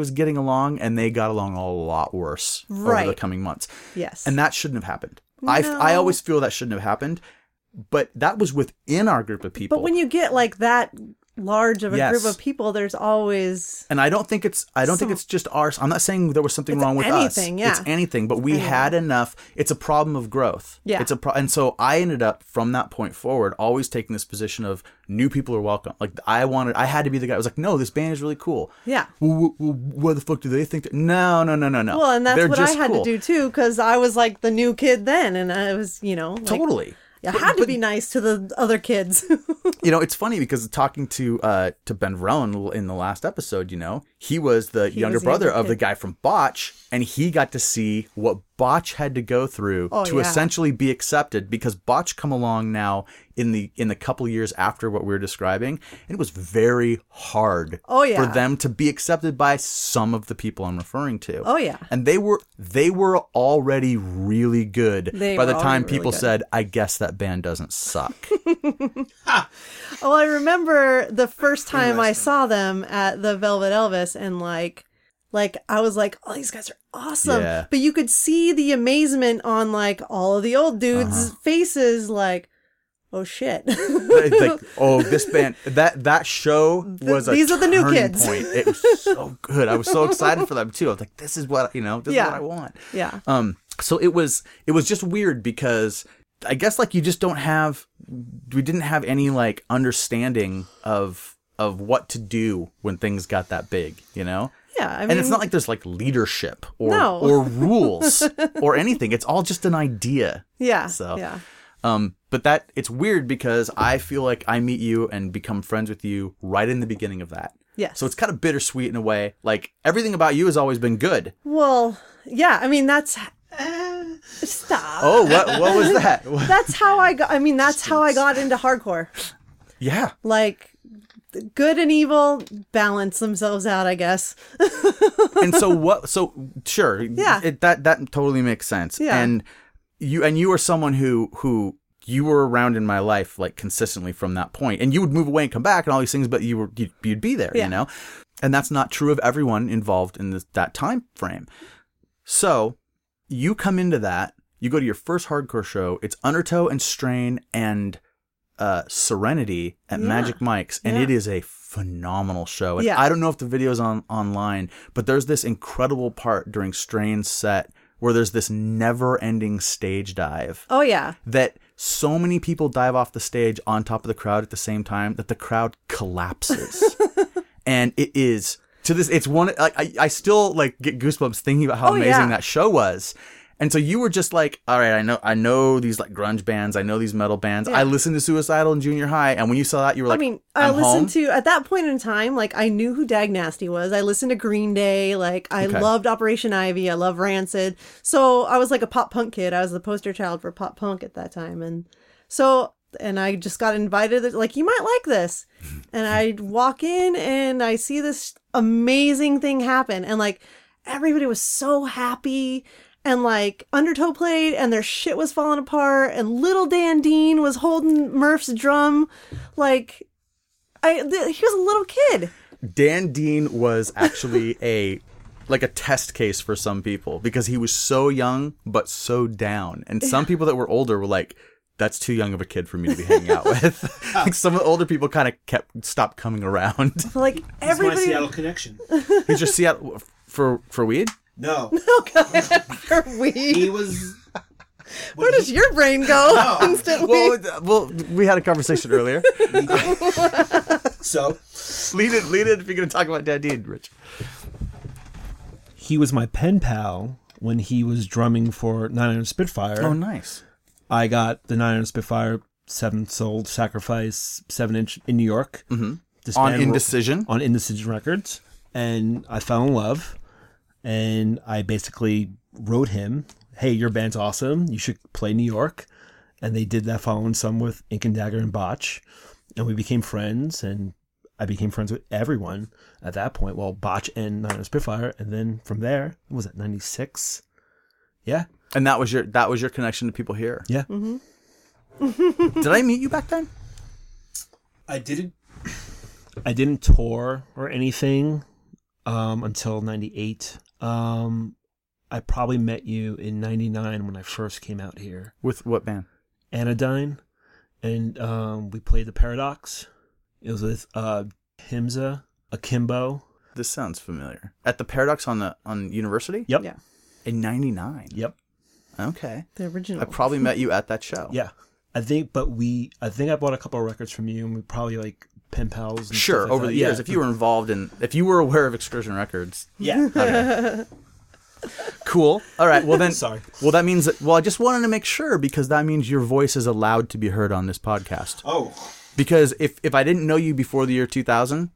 [SPEAKER 1] was getting along, and they got along a lot worse over the
[SPEAKER 2] Right.
[SPEAKER 1] coming months.
[SPEAKER 2] Yes.
[SPEAKER 1] And that shouldn't have happened. I, I
[SPEAKER 2] No.
[SPEAKER 1] always feel that shouldn't have happened, but that was within our group of people.
[SPEAKER 2] But when you get like that large of a
[SPEAKER 1] Yes.
[SPEAKER 2] group of people, there's always
[SPEAKER 1] and I don't think it's I don't think
[SPEAKER 2] Some-
[SPEAKER 1] it's just ours. I'm not saying there was something
[SPEAKER 2] It's
[SPEAKER 1] wrong with
[SPEAKER 2] anything,
[SPEAKER 1] us.
[SPEAKER 2] yeah.
[SPEAKER 1] It's anything, but we
[SPEAKER 2] Anything.
[SPEAKER 1] had enough. It's a problem of growth.
[SPEAKER 2] Yeah.
[SPEAKER 1] It's a pro- and so I ended up from that point forward always taking this position of new people are welcome. Like I wanted I had to be the guy. I was like, "No, this band is really cool."
[SPEAKER 2] yeah.
[SPEAKER 1] Well, wh- wh- what the fuck do they think? that- No, no, no, no, no.
[SPEAKER 2] Well, and that's
[SPEAKER 1] They're
[SPEAKER 2] what I
[SPEAKER 1] just
[SPEAKER 2] had
[SPEAKER 1] cool.
[SPEAKER 2] to do too, because I was like the new kid then, and I was, you know, like,
[SPEAKER 1] Totally.
[SPEAKER 2] I
[SPEAKER 1] But-
[SPEAKER 2] had to
[SPEAKER 1] but-
[SPEAKER 2] be nice to the other kids.
[SPEAKER 1] you know, it's funny because talking to uh to Ben Rowan in the last episode, you know, he was the
[SPEAKER 2] He
[SPEAKER 1] younger
[SPEAKER 2] was the
[SPEAKER 1] brother
[SPEAKER 2] younger
[SPEAKER 1] of the
[SPEAKER 2] kid.
[SPEAKER 1] guy from Botch, and he got to see what Botch had to go through
[SPEAKER 2] Oh,
[SPEAKER 1] to
[SPEAKER 2] yeah.
[SPEAKER 1] essentially be accepted because Botch come along now in the in the couple years after what we were describing, and it was very hard
[SPEAKER 2] Oh, yeah.
[SPEAKER 1] for them to be accepted by some of the people I'm referring to.
[SPEAKER 2] oh yeah,
[SPEAKER 1] And they were they were already really good
[SPEAKER 2] They
[SPEAKER 1] by the
[SPEAKER 2] were
[SPEAKER 1] time
[SPEAKER 2] already really
[SPEAKER 1] people
[SPEAKER 2] good.
[SPEAKER 1] said, I guess that band doesn't suck.
[SPEAKER 2] Well, Oh, I remember the first time I saw them at the Velvet Elvis, and like, like I was like, "Oh, these guys are awesome!"
[SPEAKER 1] Yeah.
[SPEAKER 2] But you could see the amazement on like all of the old dudes'
[SPEAKER 1] Uh-huh.
[SPEAKER 2] faces, like, "Oh shit!"
[SPEAKER 1] It's like, oh, this band that that show was a
[SPEAKER 2] these are the new
[SPEAKER 1] turning
[SPEAKER 2] kids.
[SPEAKER 1] Point. It was so good. I was so excited for them too. I was like, this is what you know. This
[SPEAKER 2] Yeah.
[SPEAKER 1] is what I want.
[SPEAKER 2] yeah,
[SPEAKER 1] Um. So it was it was just weird because I guess like you just don't have we didn't have any like understanding of of what to do when things got that big. You know.
[SPEAKER 2] yeah. I mean,
[SPEAKER 1] and it's not like there's like leadership or
[SPEAKER 2] Mm-hmm. No.
[SPEAKER 1] or rules or anything. It's all just an idea.
[SPEAKER 2] yeah,
[SPEAKER 1] so.
[SPEAKER 2] yeah.
[SPEAKER 1] Um, but that it's weird because I feel like I meet you and become friends with you right in the beginning of that.
[SPEAKER 2] Yes.
[SPEAKER 1] So it's kind of bittersweet in a way. Like everything about you has always been good.
[SPEAKER 2] Well, yeah, I mean that's uh, stop.
[SPEAKER 1] Oh, what what was that? What-
[SPEAKER 2] That's how I got I mean that's how I got into hardcore.
[SPEAKER 1] yeah.
[SPEAKER 2] Like good and evil balance themselves out, I guess.
[SPEAKER 1] And so what? So sure.
[SPEAKER 2] Yeah.
[SPEAKER 1] It, that that totally makes sense.
[SPEAKER 2] Yeah.
[SPEAKER 1] And you and you are someone who who you were around in my life like consistently from that point, and you would move away and come back and all these things, but you were you'd, you'd be there,
[SPEAKER 2] Yeah.
[SPEAKER 1] you know. And that's not true of everyone involved in this, that time frame. So you come into that, you go to your first hardcore show, it's Undertow and Strain and uh, Serenity at
[SPEAKER 2] Yeah.
[SPEAKER 1] Magic Mike's, and
[SPEAKER 2] Yeah.
[SPEAKER 1] it is a phenomenal show. And
[SPEAKER 2] Yeah.
[SPEAKER 1] I don't know if the video's on online, but there's this incredible part during Strain's set where there's this never ending stage dive
[SPEAKER 2] Oh yeah.
[SPEAKER 1] that so many people dive off the stage on top of the crowd at the same time that the crowd collapses. and it is to this it's one like I, I still like get goosebumps thinking about how
[SPEAKER 2] Oh,
[SPEAKER 1] amazing
[SPEAKER 2] yeah.
[SPEAKER 1] that show was. And so you were just like, all right, I know I know these like grunge bands, I know these metal bands.
[SPEAKER 2] Yeah.
[SPEAKER 1] I listened to Suicidal in junior high and when you saw that you were like
[SPEAKER 2] I mean,
[SPEAKER 1] i
[SPEAKER 2] I listened
[SPEAKER 1] home.
[SPEAKER 2] to at that point in time, like I knew who Dag Nasty was. I listened to Green Day, like I
[SPEAKER 1] Okay.
[SPEAKER 2] loved Operation Ivy, I love Rancid. So I was like a pop punk kid. I was the poster child for pop punk at that time, and so and I just got invited. Like you might like this, and I walk in and I see this amazing thing happen, and like everybody was so happy. And like Undertow played, and their shit was falling apart, and little Dan Dean was holding Murph's drum, like I th- he was a little kid.
[SPEAKER 1] Dan Dean was actually a like a test case for some people because he was so young but so down. And some people that were older were like, that's too young of a kid for me to be hanging out with. like some of the older people kind of kept stopped coming around.
[SPEAKER 2] So, Like
[SPEAKER 6] It's my
[SPEAKER 2] everybody
[SPEAKER 6] Seattle connection.
[SPEAKER 1] He's just Seattle for for weed.
[SPEAKER 6] No,
[SPEAKER 2] Are we.
[SPEAKER 6] he was.
[SPEAKER 2] Where does your brain go instantly?
[SPEAKER 1] Well, uh, well, we had a conversation earlier.
[SPEAKER 6] So
[SPEAKER 1] lead it, lead it. If you're gonna talk about Dan Dean, Rich.
[SPEAKER 3] He was my pen pal when he was drumming for Nine Iron Spitfire.
[SPEAKER 1] Oh, nice.
[SPEAKER 3] I got the Nine Iron Spitfire seventh sold sacrifice seven inch in New York mm-hmm.
[SPEAKER 1] On indecision.
[SPEAKER 3] on Indecision Records, and I fell in love, and I basically wrote him, "Hey, your band's awesome. You should play New York," and they did that following some with Ink and Dagger and Botch, and we became friends, and I became friends with everyone at that point. Well, Botch and Nine Iron Spitfire, and then from there, what was that ninety six? Yeah,
[SPEAKER 1] And that was your that was your connection to people here.
[SPEAKER 3] yeah.
[SPEAKER 1] Did I meet you back then?
[SPEAKER 6] I didn't.
[SPEAKER 3] I didn't tour or anything um, until '98. Um, I probably met you in '99 when I first came out here,
[SPEAKER 1] With what band?
[SPEAKER 3] Anodyne, and um, we played the Paradox. It was with uh, Himza, Akimbo.
[SPEAKER 1] This sounds familiar. At the Paradox on the on University.
[SPEAKER 3] Yep.
[SPEAKER 2] Yeah.
[SPEAKER 1] In 99.
[SPEAKER 3] Yep.
[SPEAKER 1] Okay.
[SPEAKER 2] The original.
[SPEAKER 1] I probably met you at that show.
[SPEAKER 3] Yeah. I think, but we, I think I bought a couple of records from you, and we probably like pen pals. And
[SPEAKER 1] Sure,
[SPEAKER 3] stuff like
[SPEAKER 1] over
[SPEAKER 3] that.
[SPEAKER 1] the years,
[SPEAKER 3] yeah.
[SPEAKER 1] if you were involved in, if you were aware of Excursion Records,
[SPEAKER 3] yeah,
[SPEAKER 1] cool. All right, well then,
[SPEAKER 3] Sorry.
[SPEAKER 1] Well, that means that. Well, I just wanted to make sure because that means your voice is allowed to be heard on this podcast.
[SPEAKER 6] Oh,
[SPEAKER 1] Because if if I didn't know you before the year two thousand,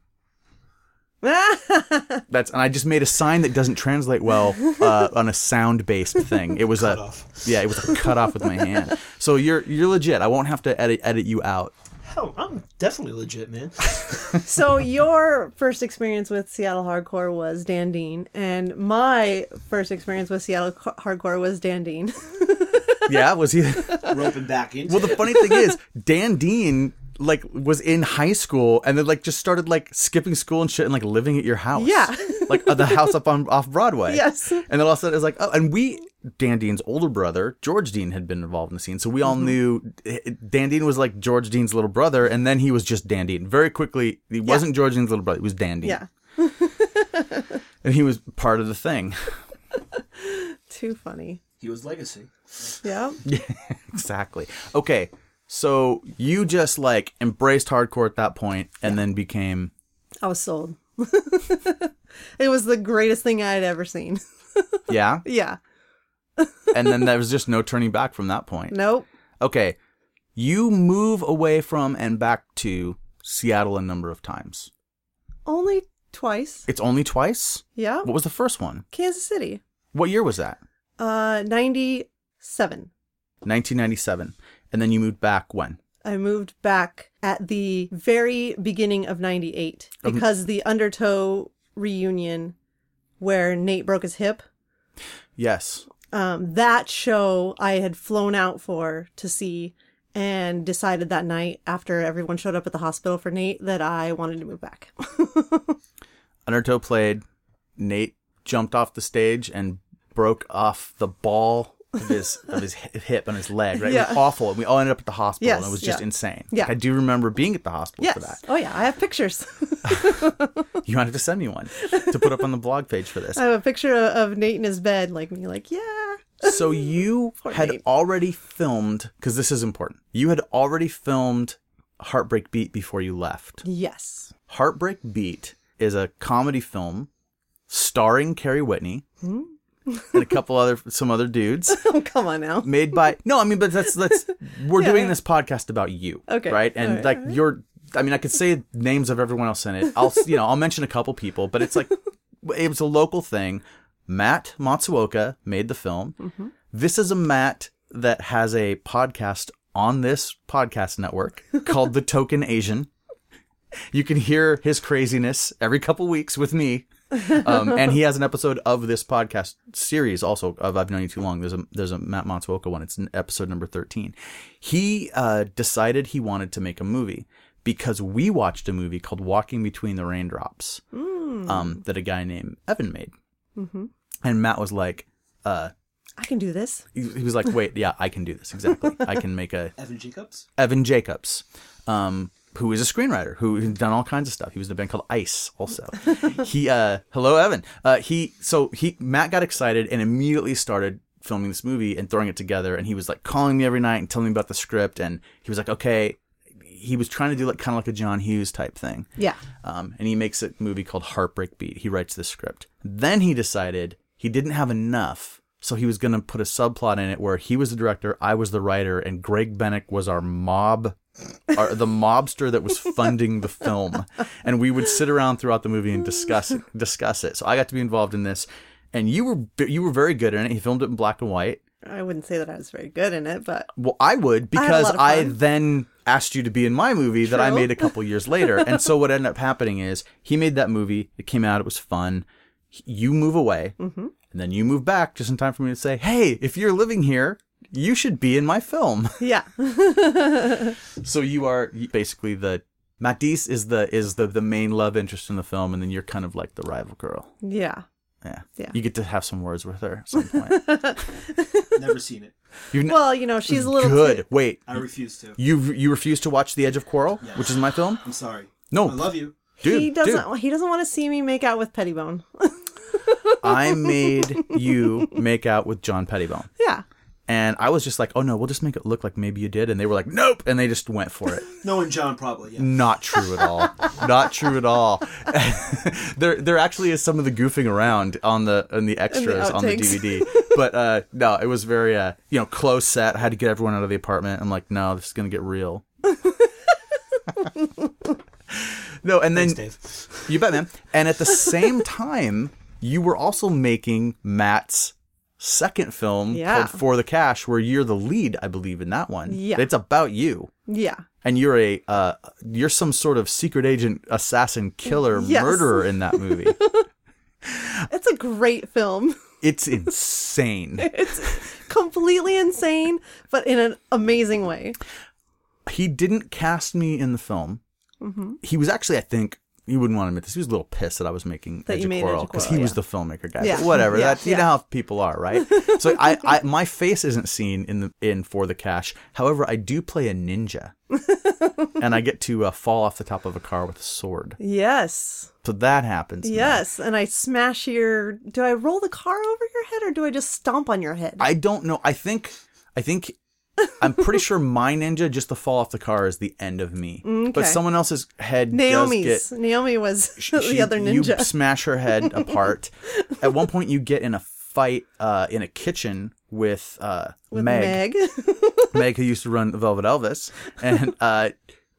[SPEAKER 1] that's and I just made a sign that doesn't translate well uh, on a sound based thing. It was a yeah, it was a cut off with my hand. So you're you're legit. I won't have to edit edit you out.
[SPEAKER 3] oh, I'm definitely legit, man.
[SPEAKER 2] so your first experience with Seattle hardcore was Dan Dean, and my first experience with Seattle co- hardcore was Dan Dean.
[SPEAKER 1] Yeah, was he?
[SPEAKER 6] roping back into.
[SPEAKER 1] Well, the
[SPEAKER 6] it.
[SPEAKER 1] funny thing is, Dan Dean like was in high school and then like just started like skipping school and shit and like living at your house.
[SPEAKER 2] Yeah.
[SPEAKER 1] like at the house up on off Broadway.
[SPEAKER 2] Yes.
[SPEAKER 1] And then all of a sudden it's like, oh, and we Dan Dean's older brother George Dean had been involved in the scene, so we all
[SPEAKER 2] Mm-hmm.
[SPEAKER 1] knew Dan Dean was like George Dean's little brother, and then he was just Dan Dean. Very quickly, he wasn't George Dean's little brother; he was Dan Dean,
[SPEAKER 2] yeah,
[SPEAKER 1] and he was part of the thing.
[SPEAKER 2] too funny.
[SPEAKER 6] he was legacy.
[SPEAKER 2] Yeah,
[SPEAKER 1] exactly. Okay, so you just like embraced hardcore at that point, and then became
[SPEAKER 2] I was sold. it was the greatest thing I had ever seen.
[SPEAKER 1] yeah.
[SPEAKER 2] Yeah.
[SPEAKER 1] and then there was just no turning back from that point.
[SPEAKER 2] Nope.
[SPEAKER 1] Okay, you move away from and back to Seattle a number of times.
[SPEAKER 2] Only twice.
[SPEAKER 1] It's only twice.
[SPEAKER 2] Yeah.
[SPEAKER 1] What was the first one?
[SPEAKER 2] Kansas City.
[SPEAKER 1] What year was that?
[SPEAKER 2] Uh, ninety-seven.
[SPEAKER 1] 1997. And then you moved back when?
[SPEAKER 2] I moved back at the very beginning of 98
[SPEAKER 1] Um,
[SPEAKER 2] because the Undertow reunion where Nate broke his hip,
[SPEAKER 1] Yes.
[SPEAKER 2] um, that show I had flown out for to see and decided that night after everyone showed up at the hospital for Nate that I wanted to move back.
[SPEAKER 1] Undertow played. Nate jumped off the stage and broke off the ball of his of his hi- hip on his leg. Right, it
[SPEAKER 2] Yeah.
[SPEAKER 1] was awful, and we all ended up at the hospital, and
[SPEAKER 2] Yes,
[SPEAKER 1] it was just
[SPEAKER 2] yeah.
[SPEAKER 1] insane.
[SPEAKER 2] Yeah.
[SPEAKER 1] Like, I do remember being at the hospital for
[SPEAKER 2] Yes.
[SPEAKER 1] that.
[SPEAKER 2] Oh yeah, I have pictures.
[SPEAKER 1] You wanted to send me one to put up on the blog page for this.
[SPEAKER 2] I have a picture of, of Nate in his bed, like me, like yeah.
[SPEAKER 1] So you had
[SPEAKER 2] Nate.
[SPEAKER 1] already filmed because this is important. You had already filmed Heartbreak Beat before you left.
[SPEAKER 2] Yes.
[SPEAKER 1] Heartbreak Beat is a comedy film starring Carrie Whitney and a couple other some other dudes
[SPEAKER 2] Oh come on now.
[SPEAKER 1] made by no I mean but that's that's we're
[SPEAKER 2] Yeah,
[SPEAKER 1] doing
[SPEAKER 2] yeah.
[SPEAKER 1] this podcast about you
[SPEAKER 2] Okay.
[SPEAKER 1] right and
[SPEAKER 2] Alright,
[SPEAKER 1] like you're I mean I could say names of everyone else in it I'll s- you know I'll mention a couple people but it's like it was a local thing Matt Matsuoka made the film
[SPEAKER 2] Mm-hmm.
[SPEAKER 1] this is a Matt that has a podcast on this podcast network called The Token Asian. You can hear his craziness every couple weeks with me. Um, and he has an episode of this podcast series also of I've known you too long. There's a there's a Matt Matsuoka one. It's n- episode number thirteen. He uh, decided he wanted to make a movie because we watched a movie called Walking Between the Raindrops um, that a guy named Evan made. And Matt was like, uh,
[SPEAKER 2] I can do this.
[SPEAKER 1] he he was like, "Wait, yeah, I can do this exactly. I can make a
[SPEAKER 3] Evan Jacobs.
[SPEAKER 1] Evan Jacobs, um, who is a screenwriter who has done all kinds of stuff. He was in a band called Ice, also. he, uh, hello Evan. Uh, he so he Matt got excited and immediately started filming this movie and throwing it together. And he was like calling me every night and telling me about the script. And he was like, "Okay." He was trying to do like kind of like a John Hughes type thing
[SPEAKER 2] Yeah.
[SPEAKER 1] um, and he makes a movie called Heartbreak Beat. He writes the script. Then he decided he didn't have enough, so he was going to put a subplot in it where he was the director, I was the writer, and Greg Bennick was our mob, our, the mobster that was funding the film, and we would sit around throughout the movie and discuss it, discuss it. So I got to be involved in this, and you were you were very good in it. He filmed it in black and white.
[SPEAKER 2] I wouldn't say that I was very good in it, but
[SPEAKER 1] Well, I would
[SPEAKER 2] I had a
[SPEAKER 1] because
[SPEAKER 2] lot of
[SPEAKER 1] I,
[SPEAKER 2] fun.
[SPEAKER 1] then asked you to be in my movie that I
[SPEAKER 2] True.
[SPEAKER 1] made a couple years later. and so what ended up happening is he made that movie. It came out. It was fun. He- You move away,
[SPEAKER 2] Mm-hmm.
[SPEAKER 1] and then you move back just in time for me to say, "Hey, if you're living here." You should be in my film.
[SPEAKER 2] yeah.
[SPEAKER 1] So you are basically the Matisse is the is the the main love interest in the film, and then you're kind of like the rival girl.
[SPEAKER 2] yeah.
[SPEAKER 1] Yeah,
[SPEAKER 2] Yeah.
[SPEAKER 1] You get to have some words with her at some point.
[SPEAKER 3] Never seen it.
[SPEAKER 1] You've n-
[SPEAKER 2] Well, you know, she's a little
[SPEAKER 1] good.
[SPEAKER 2] too-
[SPEAKER 1] Wait,
[SPEAKER 3] I refuse to.
[SPEAKER 1] you you refuse to watch The Edge of Quarrel, which is my film.
[SPEAKER 3] I'm sorry.
[SPEAKER 1] No.
[SPEAKER 3] I love you.
[SPEAKER 1] Dude,
[SPEAKER 2] he
[SPEAKER 1] dude.
[SPEAKER 2] doesn't he doesn't want to see me make out with Pettibone.
[SPEAKER 1] I made you make out with John Pettibone.
[SPEAKER 2] yeah.
[SPEAKER 1] And I was just like, oh no, we'll just make it look like maybe you did. And they were like, nope. And they just went for it.
[SPEAKER 3] No, and John probably. Yeah.
[SPEAKER 1] Not true at all. Not true at all. there, there actually is some of the goofing around on the on the extras on the
[SPEAKER 2] outtakes.
[SPEAKER 1] DVD. But uh, no, it was very uh, you know close set. I had to get everyone out of the apartment. I'm like, no, this is gonna get real. no, and then
[SPEAKER 3] Dave.
[SPEAKER 1] you bet, man. And at the same time, you were also making Matt's second film
[SPEAKER 2] Yeah.
[SPEAKER 1] called For the Cash, where you're the lead, I believe, in that one.
[SPEAKER 2] Yeah.
[SPEAKER 1] It's about you.
[SPEAKER 2] Yeah.
[SPEAKER 1] And you're a uh, you're some sort of secret agent, assassin, killer,
[SPEAKER 2] Yes.
[SPEAKER 1] murderer in that movie.
[SPEAKER 2] It's a great film.
[SPEAKER 1] it's insane.
[SPEAKER 2] Completely insane, but in an amazing way.
[SPEAKER 1] he didn't cast me in the film.
[SPEAKER 2] Mm-hmm.
[SPEAKER 1] He was actually, I think, you wouldn't want to admit this. He was a little pissed that I was making
[SPEAKER 2] That you made Edge of
[SPEAKER 1] because he
[SPEAKER 2] Quarrel,
[SPEAKER 1] was
[SPEAKER 2] yeah.
[SPEAKER 1] the filmmaker guy.
[SPEAKER 2] Yeah.
[SPEAKER 1] But whatever.
[SPEAKER 2] Yeah,
[SPEAKER 1] That you know
[SPEAKER 2] yeah.
[SPEAKER 1] how people are, right? so I, I, my face isn't seen in the in for the cash. However, I do play a ninja, and I get to uh, fall off the top of a car with a sword.
[SPEAKER 2] Yes.
[SPEAKER 1] So that happens. man.
[SPEAKER 2] Yes. And I smash your do I roll the car over your head or do I just stomp on your head?
[SPEAKER 1] I don't know. I think, I think, I'm pretty sure my ninja just to fall off the car is the end of me. But
[SPEAKER 2] Okay.
[SPEAKER 1] someone else's head
[SPEAKER 2] Naomi's.
[SPEAKER 1] does get
[SPEAKER 2] Naomi was
[SPEAKER 1] Sh-
[SPEAKER 2] the
[SPEAKER 1] she-
[SPEAKER 2] other ninja.
[SPEAKER 1] You smash her head apart. At one point, you get in a fight uh, in a kitchen with, uh,
[SPEAKER 2] with
[SPEAKER 1] Meg.
[SPEAKER 2] Meg.
[SPEAKER 1] Meg, who used to run Velvet Elvis, and uh,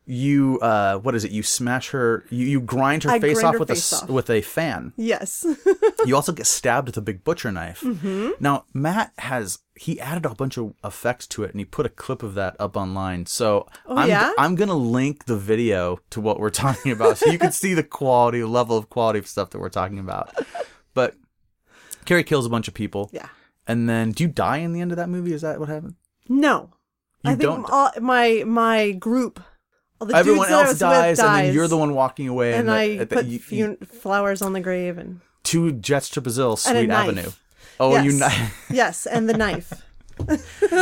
[SPEAKER 1] you uh, what is it? You smash her. You, you grind her
[SPEAKER 2] I
[SPEAKER 1] face
[SPEAKER 2] grind
[SPEAKER 1] off
[SPEAKER 2] her
[SPEAKER 1] with
[SPEAKER 2] face
[SPEAKER 1] a s-
[SPEAKER 2] off.
[SPEAKER 1] with a fan.
[SPEAKER 2] yes.
[SPEAKER 1] You also get stabbed with a big butcher knife.
[SPEAKER 2] Mm-hmm.
[SPEAKER 1] Now Matt has he added a whole bunch of effects to it, and he put a clip of that up online. So I'm
[SPEAKER 2] Oh, yeah?
[SPEAKER 1] I'm gonna link the video to what we're talking about, so you can see the quality level of quality of stuff that we're talking about. But Carrie kills a bunch of people,
[SPEAKER 2] Yeah.
[SPEAKER 1] and then do you die in the end of that movie? Is that what happened?
[SPEAKER 2] No.
[SPEAKER 1] You
[SPEAKER 2] I think
[SPEAKER 1] don't-
[SPEAKER 2] all, my my group all the
[SPEAKER 1] Everyone
[SPEAKER 2] dudes that I
[SPEAKER 1] else
[SPEAKER 2] was
[SPEAKER 1] dies,
[SPEAKER 2] with dies,
[SPEAKER 1] and then you're the one walking away.
[SPEAKER 2] and
[SPEAKER 1] the-
[SPEAKER 2] I
[SPEAKER 1] at the-
[SPEAKER 2] put
[SPEAKER 1] you- you-
[SPEAKER 2] fun- flowers on the grave and
[SPEAKER 1] two jets to Brazil,
[SPEAKER 2] and a
[SPEAKER 1] Sweet
[SPEAKER 2] knife.
[SPEAKER 1] Avenue. Oh,
[SPEAKER 2] yes.
[SPEAKER 1] you kni-
[SPEAKER 2] yes, and the knife.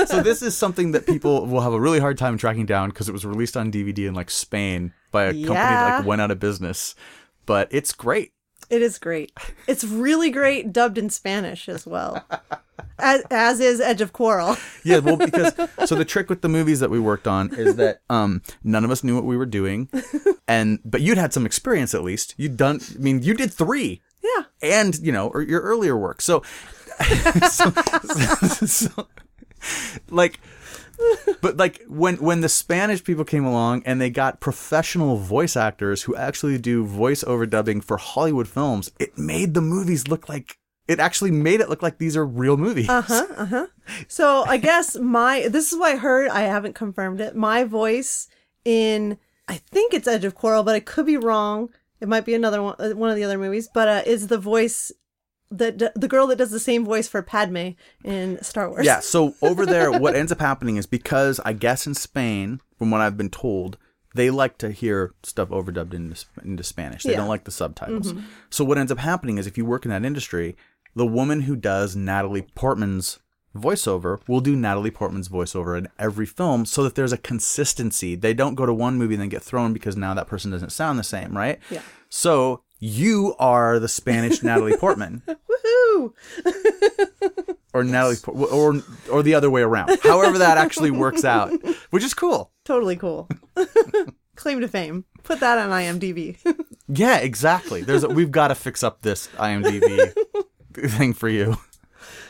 [SPEAKER 1] so this is something that people will have a really hard time tracking down because it was released on DVD in like Spain by a company that
[SPEAKER 2] Yeah.
[SPEAKER 1] like went out of business. But it's great.
[SPEAKER 2] It is great. It's really great, dubbed in Spanish as well, as, as is Edge of Quarrel.
[SPEAKER 1] Yeah, well, because so the trick with the movies that we worked on is that um, none of us knew what we were doing, and but you'd had some experience at least. You'd done. I mean, you did three.
[SPEAKER 2] Yeah.
[SPEAKER 1] and you know or your earlier work so so, so- so- like but like when when the spanish people came along and they got professional voice actors who actually do voice overdubbing for hollywood films it made the movies look like it actually made it look like these are real movies
[SPEAKER 2] So I guess my this is what I heard. I haven't confirmed it. My voice in I think it's Edge of Coral, but I could be wrong. It might be another one, uh, one of the other movies, but uh, is the voice that d- the girl that does the same voice for Padme in Star Wars?
[SPEAKER 1] Yeah. So over there, what ends up happening is because I guess in Spain, from what I've been told, they like to hear stuff overdubbed into, Sp- into Spanish. They
[SPEAKER 2] Yeah. Mm-hmm.
[SPEAKER 1] don't like the subtitles. So what ends up happening is if you work in that industry, the woman who does Natalie Portman's voiceover will do Natalie Portman's voiceover in every film so that there's a consistency. They don't go to one movie and then get thrown because now that person doesn't sound the same, right?
[SPEAKER 2] Yeah.
[SPEAKER 1] So you are the Spanish Natalie Portman
[SPEAKER 2] Woohoo!
[SPEAKER 1] or Natalie, Po- or or the other way around. However, that actually works out, which is cool.
[SPEAKER 2] Totally cool. Claim to fame. Put that on IMDb.
[SPEAKER 1] Yeah, exactly. There's a, we've got to fix up this IMDb thing for you.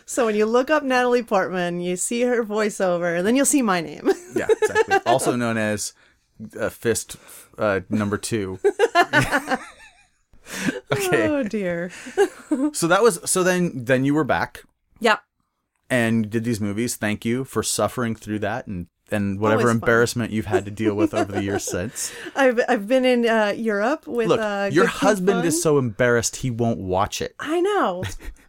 [SPEAKER 2] so when you look up Natalie Portman, you see her voiceover, then you'll see my name.
[SPEAKER 1] Yeah, exactly. Also known as uh, Fist uh, Number Two. okay,
[SPEAKER 2] Oh dear.
[SPEAKER 1] so that was so then then you were back
[SPEAKER 2] Yeah.
[SPEAKER 1] and did these movies. Thank you for suffering through that and and whatever
[SPEAKER 2] Always fun.
[SPEAKER 1] embarrassment you've had to deal with over the years since.
[SPEAKER 2] I've I've been in uh, Europe with
[SPEAKER 1] Look,
[SPEAKER 2] uh,
[SPEAKER 1] your
[SPEAKER 2] Good King
[SPEAKER 1] husband
[SPEAKER 2] Fun.
[SPEAKER 1] is so embarrassed he won't watch it.
[SPEAKER 2] I know.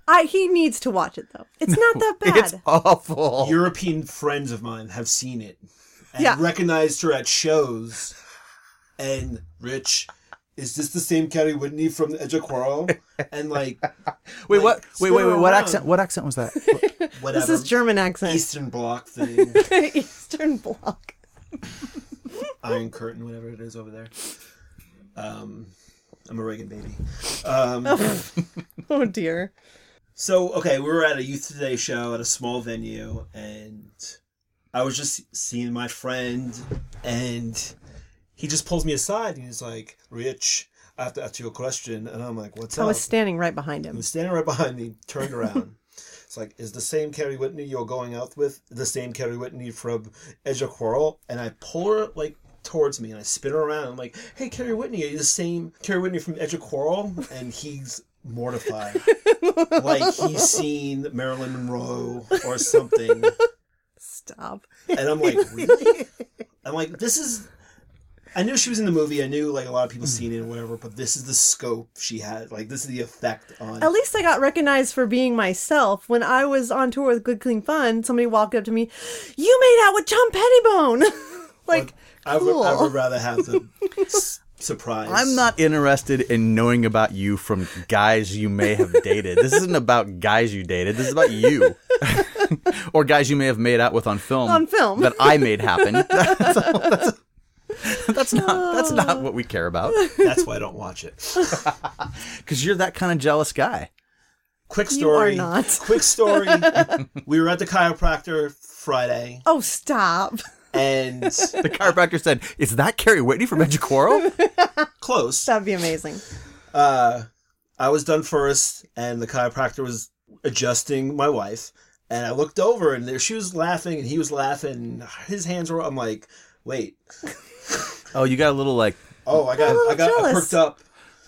[SPEAKER 2] I he needs to watch it though. It's not that bad.
[SPEAKER 1] It's awful.
[SPEAKER 3] European friends of mine have seen it and
[SPEAKER 2] Yeah.
[SPEAKER 3] recognized her at shows. And Rich, is this the same Carrie Whitney from the Edge of Quarrel? And like
[SPEAKER 1] Wait,
[SPEAKER 3] like,
[SPEAKER 1] what? Wait,
[SPEAKER 3] spin
[SPEAKER 1] wait, wait. What
[SPEAKER 3] around.
[SPEAKER 1] accent? What accent was that? What-
[SPEAKER 3] whatever
[SPEAKER 2] this is German accent.
[SPEAKER 3] Eastern Bloc thing,
[SPEAKER 2] Eastern Bloc.
[SPEAKER 3] Iron Curtain, whatever it is over there. Um, I'm a Reagan baby. Um,
[SPEAKER 2] Oh dear.
[SPEAKER 3] so okay, we were at a Youth Today show at a small venue, and I was just seeing my friend, and he just pulls me aside and he's like, "Rich, I have to ask you a question," and I'm like, "What's
[SPEAKER 2] I
[SPEAKER 3] up?"
[SPEAKER 2] was standing right behind
[SPEAKER 3] He
[SPEAKER 2] him.
[SPEAKER 3] was standing right behind me, turned around. it's like, is the same Carrie Whitney you're going out with the same Carrie Whitney from Edge of Quarrel? And I pull her like towards me and I spin her around. I'm like, hey, Carrie Whitney, are you the same Carrie Whitney from Edge of Quarrel? And he's mortified, like he's seen Marilyn Monroe or something.
[SPEAKER 2] Stop.
[SPEAKER 3] And I'm like, really? I'm like, this is. I knew she was in the movie. I knew like a lot of people seen it or whatever, but this is the scope she had. Like this is the effect on.
[SPEAKER 2] At least I got recognized for being myself. When I was on tour with Good Clean Fun, somebody walked up to me, "You made out with John Pettibone." like,
[SPEAKER 3] I would,
[SPEAKER 2] cool.
[SPEAKER 3] I would rather have the s- surprise.
[SPEAKER 1] I'm not interested in knowing about you from guys you may have dated. This isn't about guys you dated. This is about you. or guys you may have made out with on film.
[SPEAKER 2] On film.
[SPEAKER 1] That I made happen. that's, that's not that's
[SPEAKER 2] Oh.
[SPEAKER 1] not what we care about.
[SPEAKER 3] That's why I don't watch it.
[SPEAKER 1] Because you're that kind of jealous guy.
[SPEAKER 3] Quick
[SPEAKER 2] You
[SPEAKER 3] story.
[SPEAKER 2] are not.
[SPEAKER 3] Quick story. we were at the chiropractor Friday,
[SPEAKER 2] oh stop.
[SPEAKER 3] and
[SPEAKER 1] The chiropractor said, Is that Carrie Whitney from Edge of Quarrel?
[SPEAKER 3] close.
[SPEAKER 2] That'd be amazing.
[SPEAKER 3] Uh, I was done first, and the chiropractor was adjusting my wife. And I looked over, and there she was laughing, and he was laughing. and His hands were. I'm like, wait.
[SPEAKER 1] Oh, you got a little like
[SPEAKER 3] Oh, I got, I
[SPEAKER 2] little
[SPEAKER 3] got I
[SPEAKER 2] jealous.
[SPEAKER 3] perked up,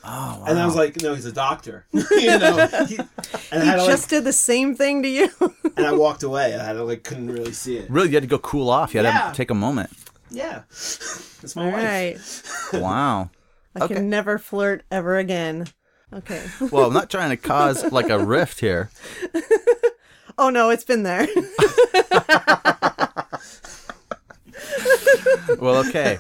[SPEAKER 1] oh wow.
[SPEAKER 3] and I was like, no, he's a doctor. you know, he, and I
[SPEAKER 2] He
[SPEAKER 3] had to, like,
[SPEAKER 2] just did the same thing to you.
[SPEAKER 3] and I walked away. I had to, like couldn't really see it.
[SPEAKER 1] Really, you had to go cool off. You had
[SPEAKER 3] Yeah.
[SPEAKER 1] to take a moment.
[SPEAKER 3] Yeah, that's my
[SPEAKER 2] All
[SPEAKER 3] wife.
[SPEAKER 2] right.
[SPEAKER 1] Wow.
[SPEAKER 2] I
[SPEAKER 1] Okay.
[SPEAKER 2] can never flirt ever again. Okay.
[SPEAKER 1] Well, I'm not trying to cause like a rift here.
[SPEAKER 2] Oh no, it's been there.
[SPEAKER 1] Well, okay.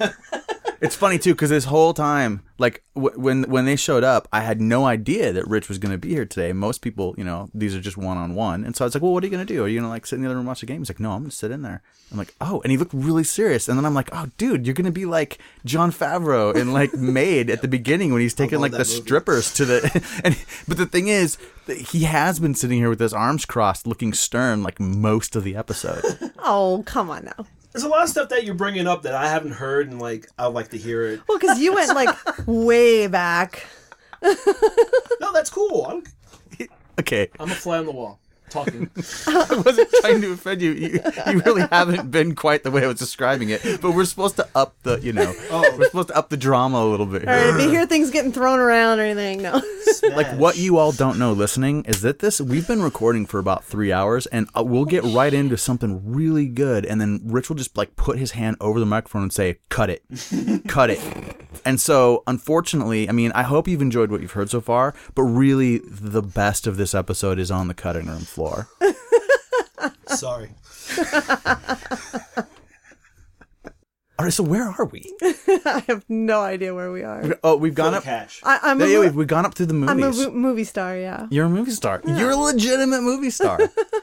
[SPEAKER 1] It's funny too because this whole time, like w- when when they showed up, I had no idea that Rich was going to be here today. Most people, you know, these are just one on one, and so I was like, "Well, what are you going to do? Are you going to like sit in the other room and watch the game?" He's like, "No, I'm going to sit in there." I'm like, "Oh," and he looked really serious, and then I'm like, "Oh, dude, you're going to be like John Favreau in like Maid at the beginning when he's taking
[SPEAKER 3] love
[SPEAKER 1] like the
[SPEAKER 3] that movie.
[SPEAKER 1] strippers to the and but the thing is, that he has been sitting here with his arms crossed, looking stern like most of the episode.
[SPEAKER 2] Oh, come on now.
[SPEAKER 3] There's a lot of stuff that you're bringing up that I haven't heard, and like I'd like to hear it.
[SPEAKER 2] Well, because you went like way back.
[SPEAKER 3] No, that's cool. I'm
[SPEAKER 1] okay,
[SPEAKER 3] I'm a fly on the wall talking.
[SPEAKER 1] I wasn't trying to offend you. you. You really haven't been quite the way I was describing it. But we're supposed to up the, you know, we're supposed to up the drama a little bit.
[SPEAKER 2] All
[SPEAKER 1] Here.
[SPEAKER 2] right, if you hear things getting thrown around or anything, no.
[SPEAKER 1] Like what you all don't know listening is that this we've been recording for about three hours, and uh, we'll get right into something really good, and then Rich will just like put his hand over the microphone and say, "Cut it, cut it." And so, unfortunately, I mean, I hope you've enjoyed what you've heard so far, but really, the best of this episode is on the cutting room floor.
[SPEAKER 3] Sorry.
[SPEAKER 1] All right, so where are we?
[SPEAKER 2] I have no idea where we are.
[SPEAKER 1] Oh, we've gone
[SPEAKER 3] Full
[SPEAKER 1] up.
[SPEAKER 3] cash.
[SPEAKER 2] I, I'm a,
[SPEAKER 1] yeah,
[SPEAKER 2] mo-
[SPEAKER 1] we've, we've gone up through the movies.
[SPEAKER 2] I'm a mo- movie star, yeah.
[SPEAKER 1] You're a movie star. You're a legitimate movie star.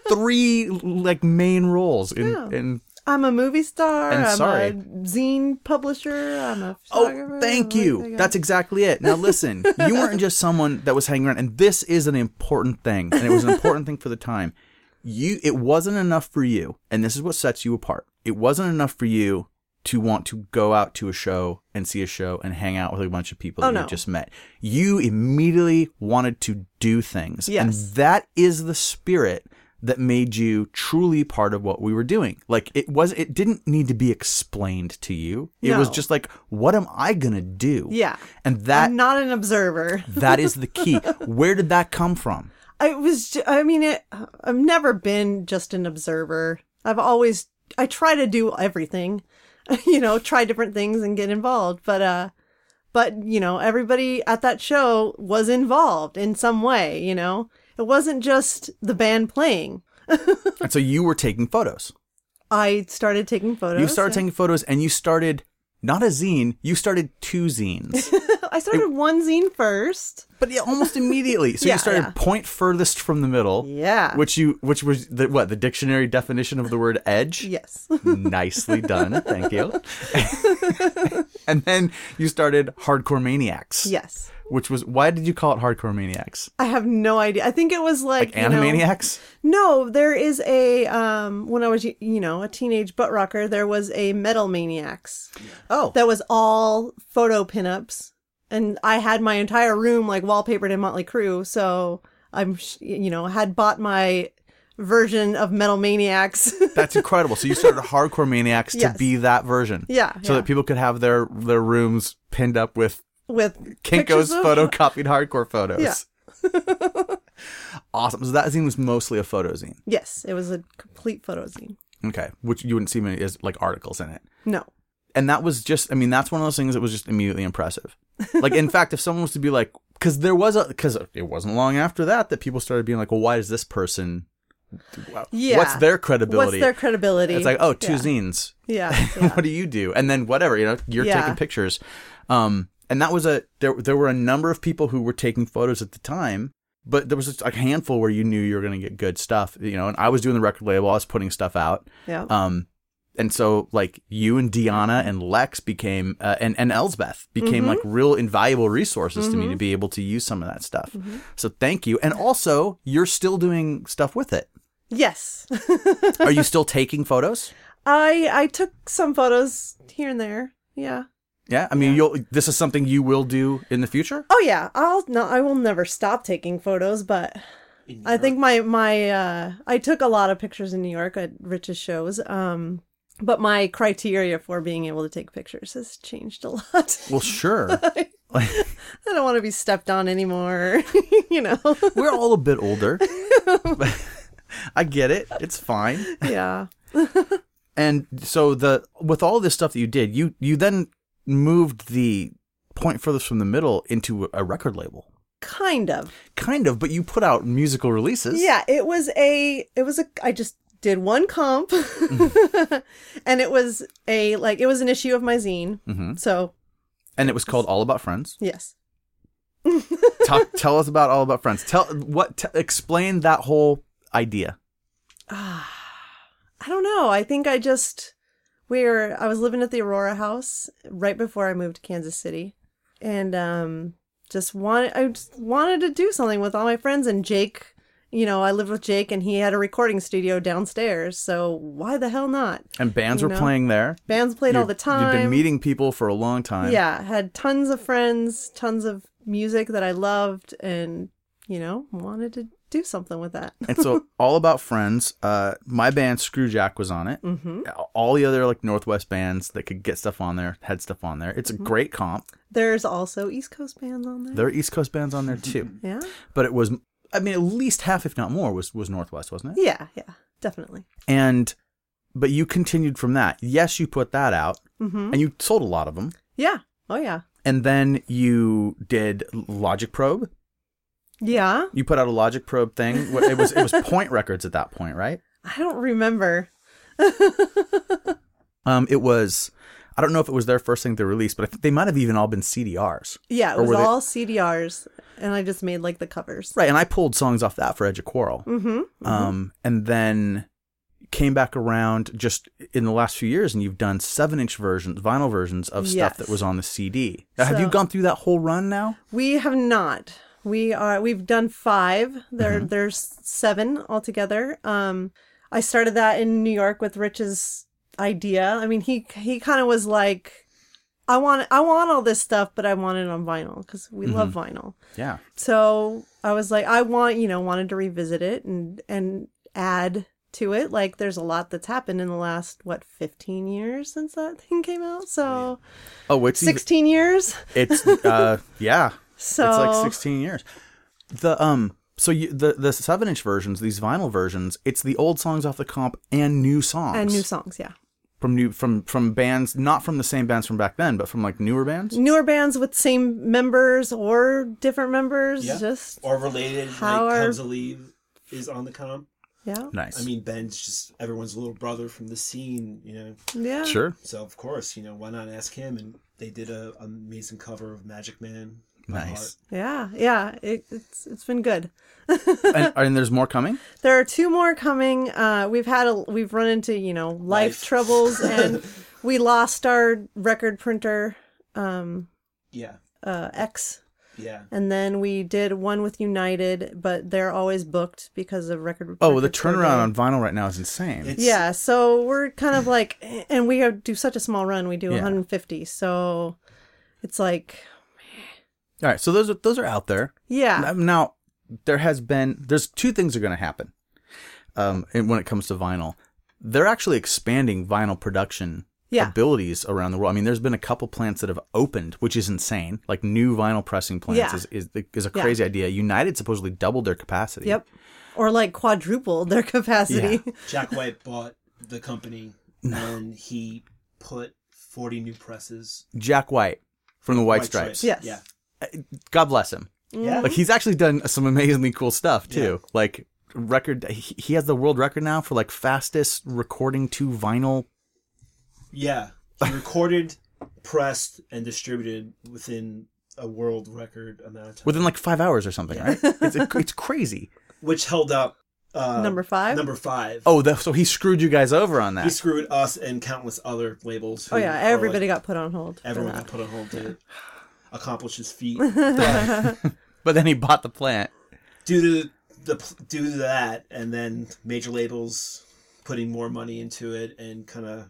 [SPEAKER 1] Three like main roles in in
[SPEAKER 2] I'm a movie star.
[SPEAKER 1] And
[SPEAKER 2] I'm
[SPEAKER 1] sorry.
[SPEAKER 2] a zine publisher. I'm a
[SPEAKER 1] Oh,
[SPEAKER 2] photographer.
[SPEAKER 1] thank
[SPEAKER 2] I'm a-
[SPEAKER 1] you. That's exactly it. Now listen, you weren't just someone that was hanging around and this is an important thing and it was an important thing for the time. You it wasn't enough for you and this is what sets you apart. It wasn't enough for you to want to go out to a show and see a show and hang out with a bunch of people
[SPEAKER 2] Oh,
[SPEAKER 1] that
[SPEAKER 2] no.
[SPEAKER 1] you just met. You immediately wanted to do things.
[SPEAKER 2] Yes.
[SPEAKER 1] And that is the spirit that made you truly part of what we were doing. Like it was it didn't need to be explained to you. It was
[SPEAKER 2] No.
[SPEAKER 1] just like what am I going to do?
[SPEAKER 2] Yeah. Um,
[SPEAKER 1] And that
[SPEAKER 2] I'm not an observer.
[SPEAKER 1] that is the key. Where did that come from?
[SPEAKER 2] I was. ju- I mean, it, I've never been just an observer. I've always. I try to do everything, you know, try different things and get involved. But uh, but you know, everybody at that show was involved in some way. You know, it wasn't just the band playing.
[SPEAKER 1] And so you were taking photos.
[SPEAKER 2] I started taking photos.
[SPEAKER 1] You started taking photos and you started not a zine, you started two zines.
[SPEAKER 2] I started one zine first.
[SPEAKER 1] But yeah, almost immediately. So
[SPEAKER 2] Yeah,
[SPEAKER 1] you started
[SPEAKER 2] yeah.
[SPEAKER 1] point furthest from the middle.
[SPEAKER 2] Yeah.
[SPEAKER 1] Which you which was the what, the dictionary definition of the word edge?
[SPEAKER 2] Yes.
[SPEAKER 1] Nicely done. Thank you. and then you started Hardcore Maniacs.
[SPEAKER 2] yes.
[SPEAKER 1] Which was why did you call it Hardcore Maniacs?
[SPEAKER 2] I have no idea. I think it was like,
[SPEAKER 1] Like
[SPEAKER 2] you know-
[SPEAKER 1] Animaniacs?
[SPEAKER 2] No, there is a um when I was y- you know a teenage butt rocker, there was a metal maniacs
[SPEAKER 1] Oh.
[SPEAKER 2] that was all photo pinups, and I had my entire room like wallpapered in Motley Crue, so I'm sh- you know had bought my version of metal maniacs.
[SPEAKER 1] That's incredible. So you started Hardcore Maniacs
[SPEAKER 2] Yes.
[SPEAKER 1] to be that version.
[SPEAKER 2] Yeah,
[SPEAKER 1] So
[SPEAKER 2] yeah.
[SPEAKER 1] that people could have their their rooms pinned up with
[SPEAKER 2] with
[SPEAKER 1] Kinko's
[SPEAKER 2] pictures of-
[SPEAKER 1] photocopied hardcore photos.
[SPEAKER 2] Yeah.
[SPEAKER 1] awesome. So that zine was mostly a photo zine.
[SPEAKER 2] Yes, it was a complete photo zine.
[SPEAKER 1] Okay, which you wouldn't see many as like articles in it.
[SPEAKER 2] No,
[SPEAKER 1] And that was just, I mean, that's one of those things that was just immediately impressive. Like, in fact, if someone was to be like, because there was a, because it wasn't long after that that people started being like, well, why does this person?
[SPEAKER 2] yeah.
[SPEAKER 1] What's their credibility?
[SPEAKER 2] What's their credibility?
[SPEAKER 1] It's like, oh, two
[SPEAKER 2] yeah.
[SPEAKER 1] zines.
[SPEAKER 2] Yeah, yeah.
[SPEAKER 1] what do you do? And then whatever, you know, you're
[SPEAKER 2] Yeah.
[SPEAKER 1] taking pictures. Um, and that was a there. There were a number of people who were taking photos at the time, but there was just a handful where you knew you were going to get good stuff, you know. And I was doing the record label, I was putting stuff out,
[SPEAKER 2] yeah.
[SPEAKER 1] um, and so like you and Deanna and Lex became uh, and and Elsbeth became like real invaluable resources to me to be able to use some of that stuff. So thank you, and also you're still doing stuff with it.
[SPEAKER 2] yes.
[SPEAKER 1] Are you still taking photos?
[SPEAKER 2] I I took some photos here and there. Yeah.
[SPEAKER 1] Yeah, I mean, you'll. This is something you will do in the future.
[SPEAKER 2] Oh yeah. I'll no. I will never stop taking photos, but I think my my uh, I took a lot of pictures in New York at Rich's shows. Um, but my criteria for being able to take pictures has changed a lot.
[SPEAKER 1] Well, sure.
[SPEAKER 2] I don't want to be stepped on anymore. you know.
[SPEAKER 1] We're all a bit older. But I get it. It's fine.
[SPEAKER 2] yeah.
[SPEAKER 1] And so the with all this stuff that you did, you you then moved the point furthest from the middle into a record label.
[SPEAKER 2] Kind of.
[SPEAKER 1] Kind of, but you put out musical releases.
[SPEAKER 2] Yeah, it was a it was a I just did one comp and it was a like it was an issue of my zine. So
[SPEAKER 1] Mm-hmm. and it was called All About Friends.
[SPEAKER 2] Yes.
[SPEAKER 1] Talk, tell us about All About Friends. Tell what t- explain that whole idea.
[SPEAKER 2] I don't know. I think I just we were I was living at the Aurora house right before I moved to Kansas City. And um just wanted I just wanted to do something with all my friends and Jake, you know, I lived with Jake and he had a recording studio downstairs, so why the hell not?
[SPEAKER 1] And bands
[SPEAKER 2] You
[SPEAKER 1] were
[SPEAKER 2] know?
[SPEAKER 1] playing there.
[SPEAKER 2] Bands played all the time.
[SPEAKER 1] You've been meeting people for a long time.
[SPEAKER 2] Yeah, had tons of friends, tons of music that I loved and, you know, wanted to do something with that.
[SPEAKER 1] and so all about friends uh my band screwjack was on it mm-hmm. all the other like northwest bands that could get stuff on there had stuff on there it's a great comp
[SPEAKER 2] There's also East Coast bands on there.
[SPEAKER 1] there are east coast bands on there too
[SPEAKER 2] yeah.
[SPEAKER 1] but it was i mean at least half if not more was was northwest wasn't it
[SPEAKER 2] Yeah, yeah, definitely.
[SPEAKER 1] and but you continued from that yes you put that out and you sold a lot of them
[SPEAKER 2] Mm-hmm. Yeah. Oh yeah.
[SPEAKER 1] and then you did logic probe
[SPEAKER 2] Yeah.
[SPEAKER 1] you put out a logic probe thing it was it was point records at that point right
[SPEAKER 2] I don't remember.
[SPEAKER 1] Um, it was. I don't know if it was their first thing they released, but I think they might have even all been CDRs.
[SPEAKER 2] Yeah, it
[SPEAKER 1] Or
[SPEAKER 2] was
[SPEAKER 1] were they-
[SPEAKER 2] all CDRs and I just made like the covers.
[SPEAKER 1] Right, and I pulled songs off that for Edge of Quarrel.
[SPEAKER 2] Mhm.
[SPEAKER 1] Um, and then came back around just in the last few years, and you've done seven-inch versions, vinyl versions of stuff
[SPEAKER 2] Yes.
[SPEAKER 1] that was on the CD. Now, have you
[SPEAKER 2] So-
[SPEAKER 1] gone through that whole run now?
[SPEAKER 2] We have not. We are we've done 5. There
[SPEAKER 1] Mm-hmm.
[SPEAKER 2] there's 7 altogether. Um I started that in New York with Rich's idea. I mean, he he kind of was like I want I want all this stuff, but I want it on vinyl cuz we love
[SPEAKER 1] Mm-hmm.
[SPEAKER 2] vinyl.
[SPEAKER 1] Yeah.
[SPEAKER 2] so i was like i want you know wanted to revisit it and and add to it like there's a lot that's happened in the last what 15 years since that thing came out so
[SPEAKER 1] Oh, it's even-
[SPEAKER 2] 16 years
[SPEAKER 1] it's uh, yeah,
[SPEAKER 2] so
[SPEAKER 1] it's like 16 years. The um, so you, the the seven-inch versions, these vinyl versions, it's the old songs off the comp and new songs
[SPEAKER 2] and new songs yeah
[SPEAKER 1] from new from from bands not from the same bands from back then but from like newer bands
[SPEAKER 2] newer bands with same members or different members
[SPEAKER 3] Yeah.
[SPEAKER 2] just
[SPEAKER 3] or related,
[SPEAKER 2] How
[SPEAKER 3] like
[SPEAKER 2] are-
[SPEAKER 3] comes a leave is on the comp.
[SPEAKER 2] yeah
[SPEAKER 1] nice
[SPEAKER 3] I mean, Ben's just everyone's little brother from the scene, you know.
[SPEAKER 2] yeah
[SPEAKER 1] sure
[SPEAKER 3] So of course, you know, why not ask him? And they did a amazing cover of Magic Man. by
[SPEAKER 1] Nice.
[SPEAKER 2] yeah yeah it, it's it's been good
[SPEAKER 1] and, and there's more coming
[SPEAKER 2] There are two more coming. Uh, we've had a we've run into you know life,
[SPEAKER 3] Life.
[SPEAKER 2] troubles, and we lost our record printer um,
[SPEAKER 3] Yeah,
[SPEAKER 2] uh, X,
[SPEAKER 3] yeah.
[SPEAKER 2] and then we did one with United, but they're always booked because of record.
[SPEAKER 1] oh the
[SPEAKER 2] record store
[SPEAKER 1] turnaround
[SPEAKER 2] day.
[SPEAKER 1] on vinyl right now is insane
[SPEAKER 3] It's-
[SPEAKER 2] Yeah, so we're kind of like, and we have, do such a small run. We do
[SPEAKER 1] Yeah.
[SPEAKER 2] 150, so it's like,
[SPEAKER 1] all right so those are those are out there
[SPEAKER 2] yeah,
[SPEAKER 1] Um, now there has been there's two things are going to happen um and when it comes to vinyl they're actually expanding vinyl production
[SPEAKER 2] Yeah.
[SPEAKER 1] abilities around the world i mean there's been a couple plants that have opened which is insane like new vinyl pressing plants
[SPEAKER 2] Yeah.
[SPEAKER 1] is, is is a
[SPEAKER 2] Yeah.
[SPEAKER 1] crazy idea united supposedly doubled their capacity
[SPEAKER 2] yep, or like quadrupled their capacity.
[SPEAKER 3] Jack White bought the company, and he put forty new presses.
[SPEAKER 1] jack white from the white, stripes
[SPEAKER 2] Stripes. Yes.
[SPEAKER 3] Yeah.
[SPEAKER 1] god bless him
[SPEAKER 2] Mm.
[SPEAKER 3] Yeah.
[SPEAKER 1] like he's actually done some amazingly cool stuff too like record he he has the world record now for like fastest recording to vinyl
[SPEAKER 3] Yeah. He recorded, pressed, and distributed within a world record amount of time.
[SPEAKER 1] within like five hours or something right it's, it's crazy
[SPEAKER 3] which held up uh,
[SPEAKER 2] Number five?
[SPEAKER 3] Number five.
[SPEAKER 1] oh that, so he screwed you guys over on
[SPEAKER 3] he
[SPEAKER 1] that
[SPEAKER 3] screwed us and countless other labels. who
[SPEAKER 2] Oh yeah,
[SPEAKER 3] are,
[SPEAKER 2] everybody
[SPEAKER 3] like,
[SPEAKER 2] got put on hold. for
[SPEAKER 3] everyone
[SPEAKER 2] that.
[SPEAKER 3] got put on hold to accomplish his feat.
[SPEAKER 1] but then he bought the plant
[SPEAKER 3] due to the due to that, and then major labels putting more money into it and kind of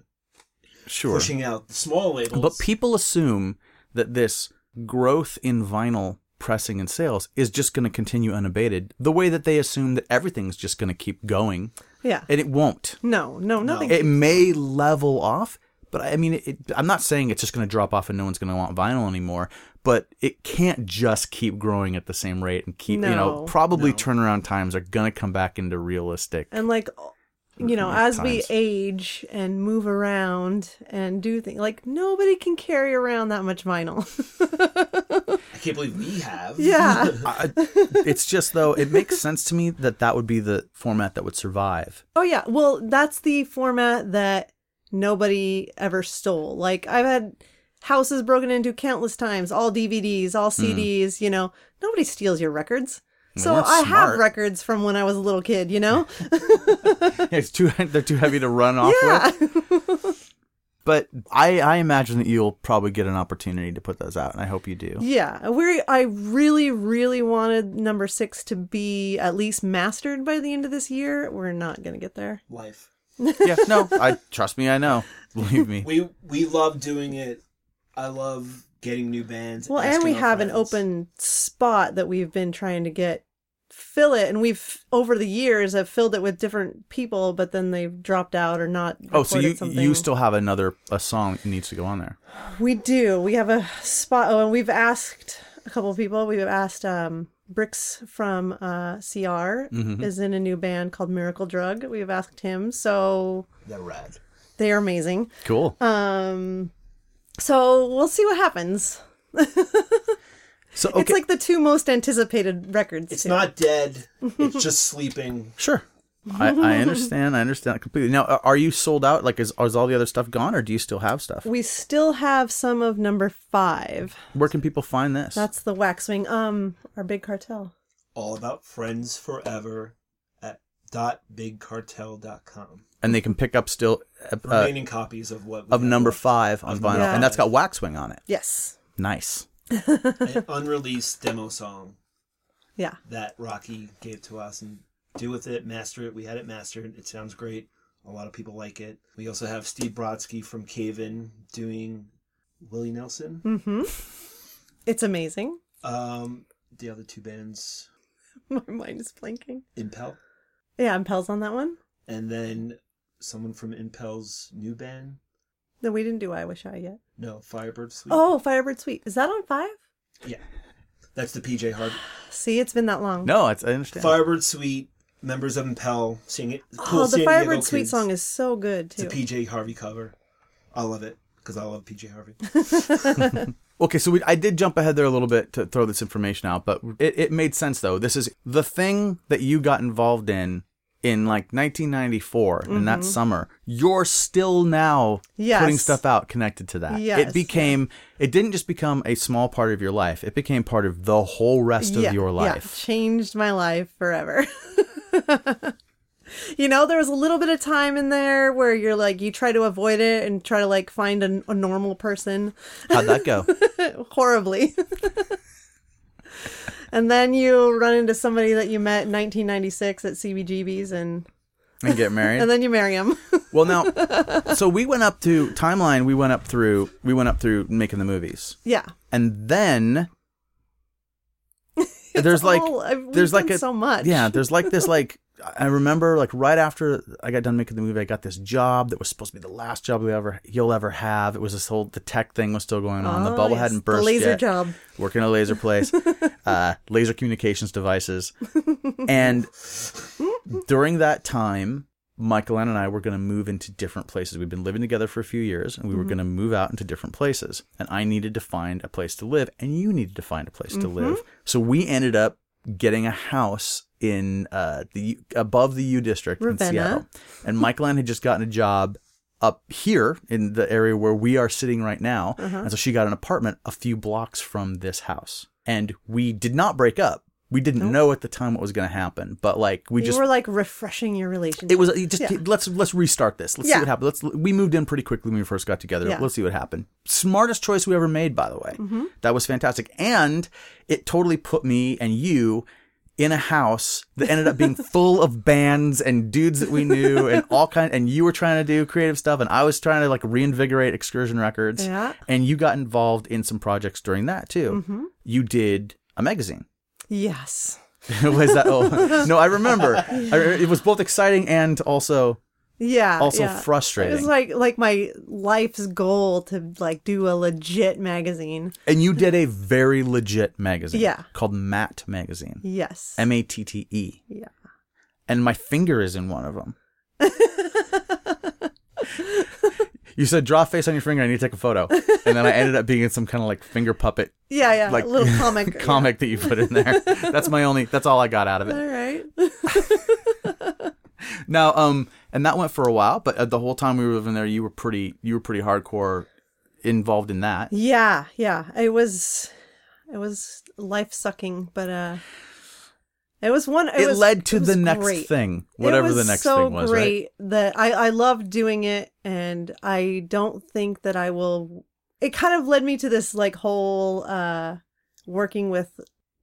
[SPEAKER 1] sure
[SPEAKER 3] pushing out the small labels.
[SPEAKER 1] but people assume that this growth in vinyl pressing and sales is just going to continue unabated the way that they assume that everything's just going to keep going
[SPEAKER 2] Yeah.
[SPEAKER 1] and it won't
[SPEAKER 2] No, no, nothing.
[SPEAKER 1] it may level off but i mean it, i'm not saying it's just going to drop off and no one's going to want vinyl anymore but it can't just keep growing at the same rate and keep you know
[SPEAKER 2] No.
[SPEAKER 1] probably turnaround times are going to come back into realistic
[SPEAKER 2] and like, you know,
[SPEAKER 1] Like
[SPEAKER 2] as we
[SPEAKER 1] times.
[SPEAKER 2] age and move around and do things, like nobody can carry around that much vinyl.
[SPEAKER 3] I can't believe we have.
[SPEAKER 2] yeah.
[SPEAKER 1] I, it's just though it makes sense to me that that would be the format that would survive
[SPEAKER 2] Oh yeah. Well, that's the format that nobody ever stole. Like I've had houses broken into countless times, all DVDs, all
[SPEAKER 1] Hmm.
[SPEAKER 2] CDs, you know, nobody steals your records. So
[SPEAKER 1] that's
[SPEAKER 2] I have
[SPEAKER 1] smart.
[SPEAKER 2] records from when I was a little kid, you know?
[SPEAKER 1] it's too they're too heavy to run off
[SPEAKER 2] yeah.
[SPEAKER 1] with. But I, I imagine that you'll probably get an opportunity to put those out, and I hope you do.
[SPEAKER 2] Yeah, we I really really wanted number 6 to be at least mastered by the end of this year. We're not going to get there.
[SPEAKER 3] Life.
[SPEAKER 1] yeah, no, I trust me, I know. Believe me.
[SPEAKER 3] We we love doing it. I love getting new bands.
[SPEAKER 2] Well, and
[SPEAKER 3] asking
[SPEAKER 2] we
[SPEAKER 3] our
[SPEAKER 2] have an
[SPEAKER 3] friends.
[SPEAKER 2] open spot that we've been trying to get fill it and we've over the years have filled it with different people but then they've dropped out or not
[SPEAKER 1] Oh, so
[SPEAKER 2] recorded
[SPEAKER 1] you
[SPEAKER 2] something.
[SPEAKER 1] you still have another a song that needs to go on there.
[SPEAKER 2] we do we have a spot oh and we've asked a couple of people we've asked um bricks from uh cr
[SPEAKER 1] Mm-hmm.
[SPEAKER 2] is in a new band called miracle drug we've asked him so
[SPEAKER 3] They're rad.
[SPEAKER 2] they are amazing
[SPEAKER 1] Cool.
[SPEAKER 2] um so we'll see what happens
[SPEAKER 1] so okay,
[SPEAKER 2] it's like the two most anticipated records
[SPEAKER 3] It's
[SPEAKER 2] too.
[SPEAKER 3] not dead. It's just sleeping.
[SPEAKER 1] sure. I, I understand. I understand completely. Now, are are you sold out? Like, is, is all the other stuff gone, or do you still have stuff?
[SPEAKER 2] We still have some of number five.
[SPEAKER 1] Where can people find this?
[SPEAKER 2] That's the Waxwing. Um, our big cartel.
[SPEAKER 3] All about friends forever at dot bigcartel.com.
[SPEAKER 1] and they can pick up still uh, uh,
[SPEAKER 3] Remaining copies of what we
[SPEAKER 1] of
[SPEAKER 3] have
[SPEAKER 1] number
[SPEAKER 3] left.
[SPEAKER 1] five on
[SPEAKER 3] Of
[SPEAKER 1] vinyl,
[SPEAKER 3] number
[SPEAKER 1] and that's got Waxwing on it.
[SPEAKER 2] Yes.
[SPEAKER 1] Nice.
[SPEAKER 3] an unreleased demo song
[SPEAKER 2] Yeah.
[SPEAKER 3] that Rocky gave to us and do with it, master it. We had it mastered. It sounds great. A lot of people like it. We also have Steve Brodsky from Caven doing Willie Nelson.
[SPEAKER 2] Mm-hmm. It's amazing.
[SPEAKER 3] Um, the other two bands,
[SPEAKER 2] My mind is blanking.
[SPEAKER 3] Impel,
[SPEAKER 2] Yeah, Impel's on that one.
[SPEAKER 3] and then someone from Impel's new band.
[SPEAKER 2] No, we didn't do I Wish I yet.
[SPEAKER 3] No, Firebird Sweet.
[SPEAKER 2] Oh, Firebird Sweet. Is that on five?
[SPEAKER 3] yeah, that's the PJ Harvey.
[SPEAKER 2] See, it's been that long.
[SPEAKER 1] No, it's, I understand.
[SPEAKER 3] Firebird Sweet. Members of Impel sing it. Cool
[SPEAKER 2] oh,
[SPEAKER 3] San
[SPEAKER 2] the
[SPEAKER 3] Diego
[SPEAKER 2] Firebird Sweet
[SPEAKER 3] kids.
[SPEAKER 2] song is so good
[SPEAKER 3] It's
[SPEAKER 2] too.
[SPEAKER 3] a PJ Harvey cover. I love it because I love PJ Harvey.
[SPEAKER 1] Okay, so we, I did jump ahead there a little bit to throw this information out, but it, it made sense though. This is the thing that you got involved in in like 1994 in that summer. You're still now
[SPEAKER 2] Mm-hmm. Yes.
[SPEAKER 1] putting stuff out connected to that.
[SPEAKER 2] Yes.
[SPEAKER 1] It became, it didn't just become a small part of your life, it became part of the whole rest of your life.
[SPEAKER 2] changed my life forever. you know, there was a little bit of time in there where you're like, you try to avoid it and try to like find a, a normal person
[SPEAKER 1] How'd that go?
[SPEAKER 2] horribly. and then you run into somebody that you met in 1996 at CBGB's and,
[SPEAKER 1] and get married?
[SPEAKER 2] and then you marry him.
[SPEAKER 1] well, now, so we went up to timeline, we went up through, we went up through making the movies.
[SPEAKER 2] yeah.
[SPEAKER 1] and then there's like
[SPEAKER 2] all- I've- we've
[SPEAKER 1] there's like
[SPEAKER 2] done
[SPEAKER 1] a,
[SPEAKER 2] so much.
[SPEAKER 1] yeah there's like this like i remember like right after i got done making the movie i got this job that was supposed to be the last job we ever you'll ever have it was this whole the tech thing was still going on uh, the
[SPEAKER 2] Oh,
[SPEAKER 1] bubble
[SPEAKER 2] yes,
[SPEAKER 1] hadn't
[SPEAKER 2] the
[SPEAKER 1] burst
[SPEAKER 2] laser
[SPEAKER 1] yet
[SPEAKER 2] job.
[SPEAKER 1] working at a laser place uh, laser communications devices and during that time michael and i were going to move into different places we've been living together for a few years and we were going to move out into different places and i needed to find a place to live and you needed to find a place to live so we ended up getting a house in uh, the U- above the u district
[SPEAKER 2] Ravenna.
[SPEAKER 1] in seattle and michael and had just gotten a job up here in the area where we are sitting right now. And so she got an apartment a few blocks from this house. And we did not break up. We didn't know at the time what was going to happen, but like we
[SPEAKER 2] you
[SPEAKER 1] just
[SPEAKER 2] were like refreshing your relationship.
[SPEAKER 1] it was it just
[SPEAKER 2] Yeah.
[SPEAKER 1] let's let's restart this. Let's see
[SPEAKER 2] Yeah.
[SPEAKER 1] what happened. Let's we moved in pretty quickly when we first got together.
[SPEAKER 2] Yeah. Mm-hmm.
[SPEAKER 1] Let's see what happened. Smartest choice we ever made, by the way. That was fantastic, and it totally put me and you in a house that ended up being full of bands and dudes that we knew and all kind. And you were trying to do creative stuff, and I was trying to like reinvigorate Excursion Records.
[SPEAKER 2] Yeah. Mm-hmm.
[SPEAKER 1] And you got involved in some projects during that too. You did a magazine.
[SPEAKER 2] yes.
[SPEAKER 1] was that? Oh no, I remember. I re- it was both exciting and also
[SPEAKER 2] Yeah.
[SPEAKER 1] also
[SPEAKER 2] yeah.
[SPEAKER 1] frustrating.
[SPEAKER 2] It was like like my life's goal to like do a legit magazine.
[SPEAKER 1] and you did a very legit magazine
[SPEAKER 2] Yeah.
[SPEAKER 1] called Matt Magazine.
[SPEAKER 2] Yes.
[SPEAKER 1] M A T T E.
[SPEAKER 2] Yeah.
[SPEAKER 1] And my finger is in one of them. you said, draw a face on your finger. I need to take a photo. And then I ended up being in some kind of like finger puppet
[SPEAKER 2] yeah, yeah.
[SPEAKER 1] like,
[SPEAKER 2] little comic.
[SPEAKER 1] comic that you put in there. That's my only, that's all I got out of
[SPEAKER 2] All
[SPEAKER 1] it.
[SPEAKER 2] right.
[SPEAKER 1] Now, um, and that went for a while, but uh, the whole time we were living there, you were pretty, you were pretty hardcore involved in that.
[SPEAKER 2] Yeah, yeah. It was it was life sucking, but uh it was one it,
[SPEAKER 1] It,
[SPEAKER 2] was-
[SPEAKER 1] led to
[SPEAKER 2] it
[SPEAKER 1] the
[SPEAKER 2] was
[SPEAKER 1] next
[SPEAKER 2] great.
[SPEAKER 1] thing, whatever
[SPEAKER 2] it was
[SPEAKER 1] the next
[SPEAKER 2] so
[SPEAKER 1] thing was, right?
[SPEAKER 2] great that I I love doing it and I don't think that I will it kind of led me to this like whole uh working with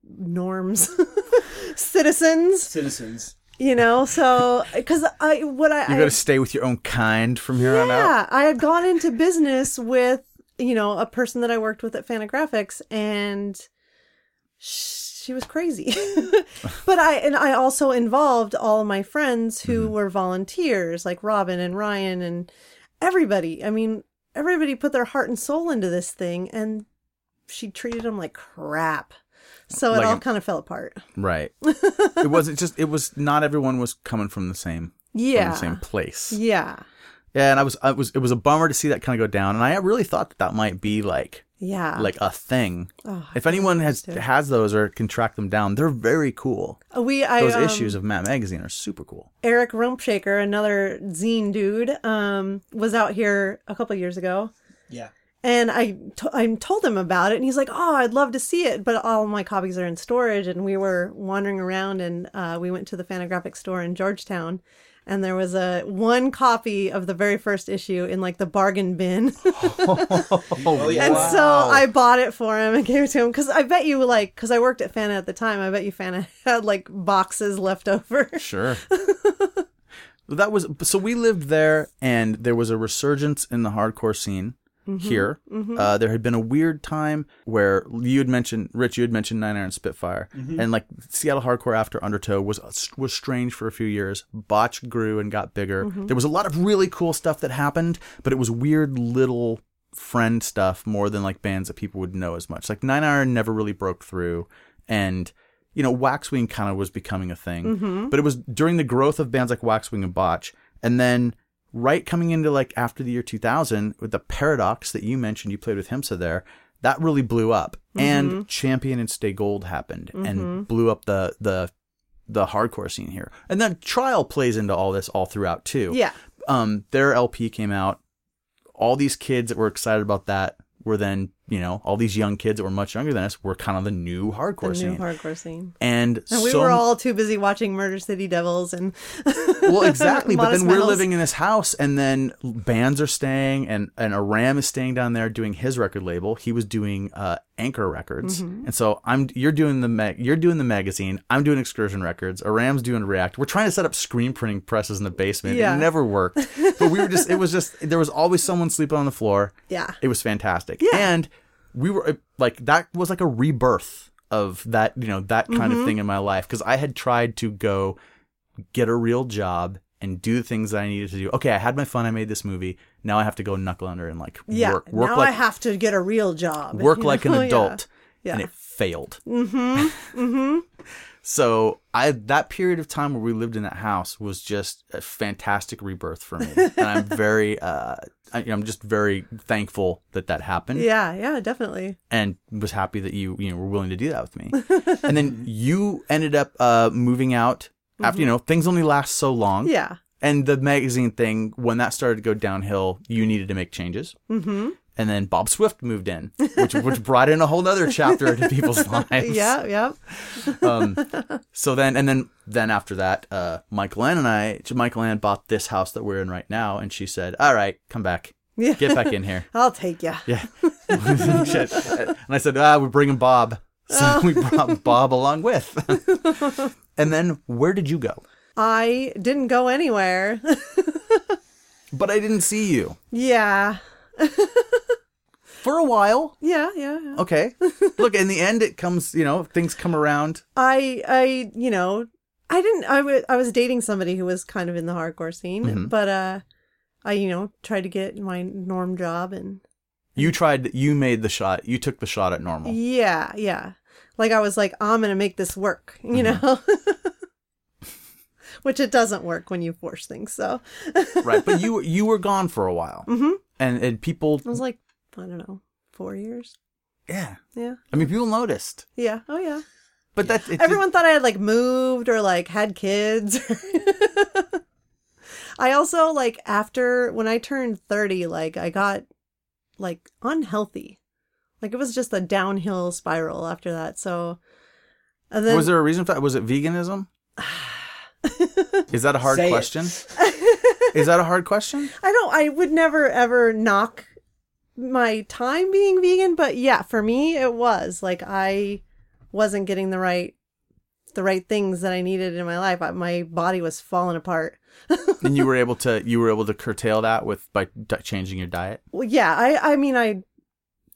[SPEAKER 2] norms citizens
[SPEAKER 3] Citizens.
[SPEAKER 2] you know so cuz I what I
[SPEAKER 1] You're
[SPEAKER 2] I-
[SPEAKER 1] going to stay with your own kind from here on out.
[SPEAKER 2] yeah, I had gone into business with, you know, a person that I worked with at Fanagraphics and she was crazy. but I and I also involved all of my friends who
[SPEAKER 1] Mm-hmm.
[SPEAKER 2] were volunteers like Robin and Ryan and everybody. I mean, everybody put their heart and soul into this thing and she treated them like crap. So it
[SPEAKER 1] Like
[SPEAKER 2] all
[SPEAKER 1] an-
[SPEAKER 2] kind of fell apart.
[SPEAKER 1] Right. it wasn't just, it was not everyone was coming from the same, from
[SPEAKER 2] Yeah.
[SPEAKER 1] the same place.
[SPEAKER 2] Yeah.
[SPEAKER 1] Yeah, and I was, I was, it was a bummer to see that kind of go down, and I really thought that that might be like,
[SPEAKER 2] Yeah.
[SPEAKER 1] like a thing.
[SPEAKER 2] Oh,
[SPEAKER 1] If anyone has
[SPEAKER 2] too.
[SPEAKER 1] has those or can track them down, they're very cool.
[SPEAKER 2] we I
[SPEAKER 1] Those
[SPEAKER 2] um,
[SPEAKER 1] issues of Matt Magazine are super cool.
[SPEAKER 2] Eric Rumpshaker, another zine dude, um, was out here a couple years ago,
[SPEAKER 3] Yeah.
[SPEAKER 2] and I to- I told him about it, and he's like, "Oh, I'd love to see it, but all my copies are in storage." And we were wandering around, and uh, we went to the Fanographic store in Georgetown, and there was a one copy of the very first issue in like the bargain bin.
[SPEAKER 3] Oh yeah.
[SPEAKER 2] And so I bought it for him and gave it to him because I bet you like because I worked at Fana at the time. I bet you Fana had like boxes left over.
[SPEAKER 1] Sure. that was so we lived there, and there was a resurgence in the hardcore scene here. Uh, there had been a weird time where you had mentioned Rich, you had mentioned Nine Iron Spitfire, and like Seattle hardcore after Undertow was was strange for a few years. Botch grew and got bigger. There was a lot of really cool stuff that happened, but it was weird little friend stuff more than like bands that people would know as much. Like Nine Iron never really broke through, and you know Waxwing kind of was becoming a thing, but it was during the growth of bands like Waxwing and Botch, and then right coming into like after the year 2000 with the Paradox that you mentioned, you played with Himsa there. That really blew up, and Champion and Stay Gold happened and blew up the the the hardcore scene here. And then Trial plays into all this all throughout too
[SPEAKER 2] Yeah,
[SPEAKER 1] um, their LP came out. All these kids that were excited about that were then, you know, all these young kids that were much younger than us were kind of the new hardcore
[SPEAKER 2] the
[SPEAKER 1] scene.
[SPEAKER 2] new hardcore scene.
[SPEAKER 1] and,
[SPEAKER 2] And we
[SPEAKER 1] so,
[SPEAKER 2] were all too busy watching Murder City Devils and
[SPEAKER 1] well, exactly. but
[SPEAKER 2] Modest
[SPEAKER 1] then we're
[SPEAKER 2] Mouse.
[SPEAKER 1] living in this house, and then bands are staying, and and Aram is staying down there doing his record label. He was doing uh, Anchor Records,
[SPEAKER 2] Mm-hmm.
[SPEAKER 1] and so I'm you're doing the mag, you're doing the magazine. I'm doing Excursion Records. Aram's doing React. We're trying to set up screen printing presses in the basement.
[SPEAKER 2] Yeah.
[SPEAKER 1] It never worked, but we were just it was just there was always someone sleeping on the floor.
[SPEAKER 2] Yeah.
[SPEAKER 1] it was fantastic. Yeah, and we were it- like that was like a rebirth of that you know that kind
[SPEAKER 2] Mm-hmm.
[SPEAKER 1] of thing in my life because I had tried to go get a real job and do the things that I needed to do. Okay, I had my fun. I made this movie. Now I have to go knuckle under and like
[SPEAKER 2] yeah.
[SPEAKER 1] work, work
[SPEAKER 2] now
[SPEAKER 1] like
[SPEAKER 2] I have to get a real job.
[SPEAKER 1] work
[SPEAKER 2] you
[SPEAKER 1] like an
[SPEAKER 2] know? Yeah.
[SPEAKER 1] adult.
[SPEAKER 2] Yeah.
[SPEAKER 1] And it failed.
[SPEAKER 2] Mm-hmm.
[SPEAKER 1] So I that period of time where we lived in that house was just a fantastic rebirth for me, and I'm very, uh, I, I'm just very thankful that that happened,
[SPEAKER 2] Yeah, yeah, definitely.
[SPEAKER 1] and was happy that you you know, were willing to do that with me. and then you ended up uh, moving out after you know things only last so long,
[SPEAKER 2] Mm-hmm. Yeah.
[SPEAKER 1] and the magazine thing when that started to go downhill you needed to make changes
[SPEAKER 2] Mm-hmm.
[SPEAKER 1] and then bob swift moved in which, which brought in a whole other chapter into people's lives
[SPEAKER 2] Yeah, yeah.
[SPEAKER 1] um, so then and then then after that uh, michael ann and i michael ann bought this house that we're in right now and she said all right come back
[SPEAKER 2] Yeah.
[SPEAKER 1] get back in here
[SPEAKER 2] I'll take ya.
[SPEAKER 1] yeah Shit. and i said ah we're bringing bob so we brought bob along with and then where did you go
[SPEAKER 2] I didn't go anywhere.
[SPEAKER 1] but i didn't see you
[SPEAKER 2] yeah.
[SPEAKER 1] for a while
[SPEAKER 2] Yeah, yeah, yeah.
[SPEAKER 1] Okay. Look, in the end, it comes, you know, things come around.
[SPEAKER 2] I I you know I didn't I wa- I was dating somebody who was kind of in the hardcore scene,
[SPEAKER 1] Mm-hmm.
[SPEAKER 2] but uh I you know tried to get my norm job and
[SPEAKER 1] You tried, you made the shot, you took the shot at normal.
[SPEAKER 2] yeah yeah like I was like I'm gonna make this work you
[SPEAKER 1] Mm-hmm.
[SPEAKER 2] know which it doesn't work when you force things so
[SPEAKER 1] right. But you you were gone for a while.
[SPEAKER 2] hmm
[SPEAKER 1] And, and people,
[SPEAKER 2] I was like I don't know four years
[SPEAKER 1] yeah.
[SPEAKER 2] yeah
[SPEAKER 1] I mean, people noticed.
[SPEAKER 2] yeah oh yeah
[SPEAKER 1] But that, it,
[SPEAKER 2] Everyone thought I had like moved or like had kids. I also like after when I turned 30, like I got like unhealthy. Like it was just a downhill spiral after that. So, and then
[SPEAKER 1] was there a reason for that? Was it veganism? Is that a hard
[SPEAKER 3] Say it.
[SPEAKER 1] question? Is that a hard question?
[SPEAKER 2] I don't. I would never ever knock my time being vegan, but yeah, for me it was like I wasn't getting the right the right things that I needed in my life. I, my body was falling apart.
[SPEAKER 1] And you were able to you were able to curtail that with by d- changing your diet.
[SPEAKER 2] Well, yeah, I I mean I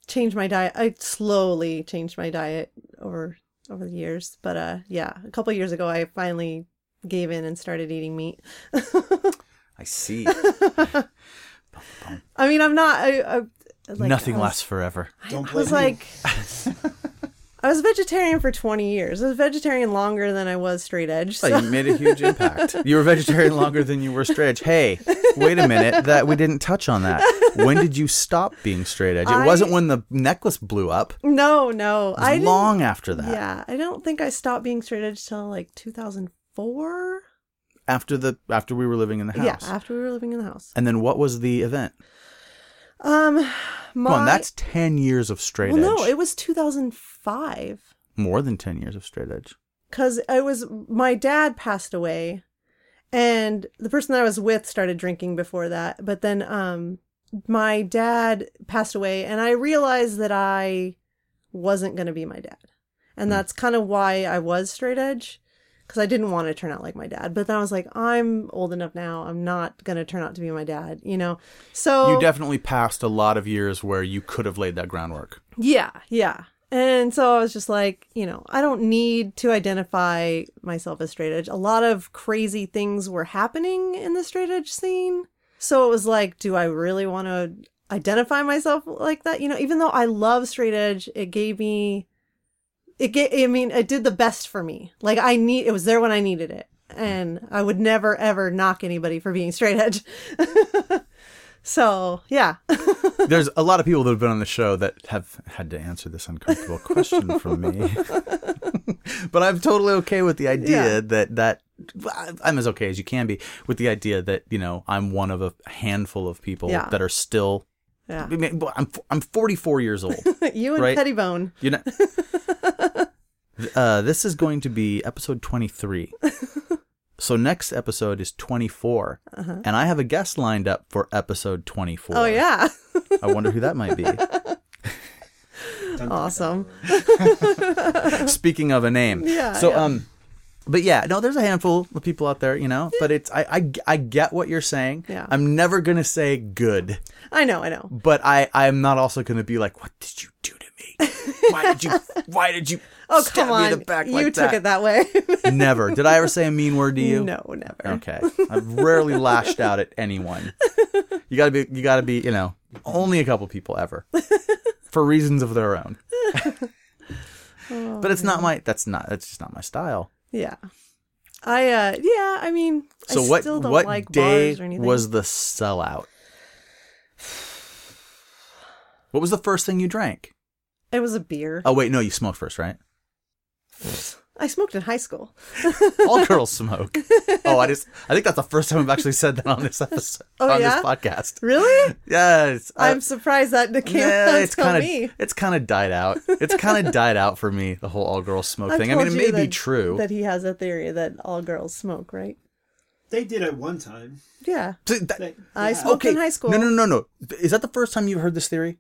[SPEAKER 2] changed my diet. I slowly changed my diet over over the years, but uh yeah, a couple years ago I finally gave in and started eating meat.
[SPEAKER 1] I see.
[SPEAKER 2] I mean, I'm not I, I like,
[SPEAKER 1] Nothing
[SPEAKER 2] I was-
[SPEAKER 1] lasts forever.
[SPEAKER 3] Don't
[SPEAKER 2] I was
[SPEAKER 3] blame me.
[SPEAKER 2] like, I was vegetarian for 20 years. I was vegetarian longer than I was straight edge. So
[SPEAKER 1] Well, Oh, you made a huge impact. You were vegetarian longer than you were straight edge. Hey, wait a minute, that we didn't touch on that. When did you stop being straight edge? It
[SPEAKER 2] I-
[SPEAKER 1] wasn't when the necklace blew up.
[SPEAKER 2] no, no,
[SPEAKER 1] It was
[SPEAKER 2] I didn't-
[SPEAKER 1] long after that.
[SPEAKER 2] Yeah, I don't think I stopped being straight edge till like 2004.
[SPEAKER 1] After the after we were living in the house.
[SPEAKER 2] Yeah, after we were living in the house.
[SPEAKER 1] and then what was the event?
[SPEAKER 2] Um, my,
[SPEAKER 1] Come on, that's ten years of straight
[SPEAKER 2] well,
[SPEAKER 1] edge.
[SPEAKER 2] no, it was 2005
[SPEAKER 1] More than ten years of straight edge.
[SPEAKER 2] because I was my dad passed away, and the person that I was with started drinking before that. But then, um, my dad passed away, and I realized that I wasn't going to be my dad, and that's kind of why I was straight edge. Because I didn't want to turn out like my dad, but then I was like, I'm old enough now. I'm not gonna turn out to be my dad, you know. So
[SPEAKER 1] You definitely passed a lot of years where you could have laid that groundwork.
[SPEAKER 2] Yeah, yeah. And so I was just like, you know, I don't need to identify myself as straight edge. A lot of crazy things were happening in the straight edge scene. So it was like, do I really want to identify myself like that? You know, even though I love straight edge, it gave me it gave, I mean, it did the best for me. Like I need it was there when I needed it. And I would never ever knock anybody for being straight edge. so, yeah.
[SPEAKER 1] There's a lot of people that have been on the show that have had to answer this uncomfortable question from me. but I'm totally okay with the idea
[SPEAKER 2] Yeah.
[SPEAKER 1] that that I'm as okay as you can be with the idea that, you know, I'm one of a handful of people
[SPEAKER 2] Yeah.
[SPEAKER 1] that are still
[SPEAKER 2] Yeah.
[SPEAKER 1] I mean, I'm I'm 44 years old.
[SPEAKER 2] you and
[SPEAKER 1] Right.
[SPEAKER 2] Pettibone.
[SPEAKER 1] You know, uh, this is going to be episode 23. so next episode is 24, and I have a guest lined up for episode 24.
[SPEAKER 2] Uh-huh. Oh yeah.
[SPEAKER 1] I wonder who that might be.
[SPEAKER 2] awesome.
[SPEAKER 1] Speaking of a name,
[SPEAKER 2] Yeah,
[SPEAKER 1] So
[SPEAKER 2] yeah.
[SPEAKER 1] um, but yeah, no, there's a handful of people out there, you know. But it's I I, I get what you're saying.
[SPEAKER 2] Yeah.
[SPEAKER 1] I'm never gonna say good,
[SPEAKER 2] I know, I know.
[SPEAKER 1] but I I'm not also gonna be like, what did you do to me? Why did you? Why did you?
[SPEAKER 2] Oh
[SPEAKER 1] stab
[SPEAKER 2] come
[SPEAKER 1] me in
[SPEAKER 2] on.
[SPEAKER 1] the back
[SPEAKER 2] you
[SPEAKER 1] like
[SPEAKER 2] took it that way.
[SPEAKER 1] Never. Did I ever say a mean word to you?
[SPEAKER 2] No, never.
[SPEAKER 1] Okay. I've rarely lashed out at anyone. You gotta be you gotta be, you know, only a couple people ever. For reasons of their own. but it's not my that's not that's just not my style.
[SPEAKER 2] Oh, Yeah. I uh yeah, I mean
[SPEAKER 1] So
[SPEAKER 2] I
[SPEAKER 1] what
[SPEAKER 2] still don't
[SPEAKER 1] what
[SPEAKER 2] like
[SPEAKER 1] day
[SPEAKER 2] bars or anything.
[SPEAKER 1] was the sellout? What was the first thing you drank?
[SPEAKER 2] it was a beer.
[SPEAKER 1] Oh wait, no, you smoked first, right?
[SPEAKER 2] I smoked in high school.
[SPEAKER 1] All girls smoke. Oh, I just I think that's the first time I've actually said that on this episode
[SPEAKER 2] Oh,
[SPEAKER 1] on
[SPEAKER 2] yeah?
[SPEAKER 1] this podcast.
[SPEAKER 2] Really?
[SPEAKER 1] Yes. I-
[SPEAKER 2] I'm surprised that came
[SPEAKER 1] Yeah,
[SPEAKER 2] out
[SPEAKER 1] Uh, it's
[SPEAKER 2] until
[SPEAKER 1] kind
[SPEAKER 2] me.
[SPEAKER 1] of it's kind of died out. It's kind of died out for me the whole all girl smoke
[SPEAKER 2] I've
[SPEAKER 1] thing. I mean, it
[SPEAKER 2] told
[SPEAKER 1] may
[SPEAKER 2] you
[SPEAKER 1] be
[SPEAKER 2] that-
[SPEAKER 1] true.
[SPEAKER 2] That he has a theory that all girls smoke, right?
[SPEAKER 3] they did it one time.
[SPEAKER 2] Yeah.
[SPEAKER 1] Th- that-
[SPEAKER 3] They-
[SPEAKER 2] I
[SPEAKER 3] yeah.
[SPEAKER 2] smoked in high school.
[SPEAKER 1] No, no, no, no. Th- Is that the first time you've heard this theory?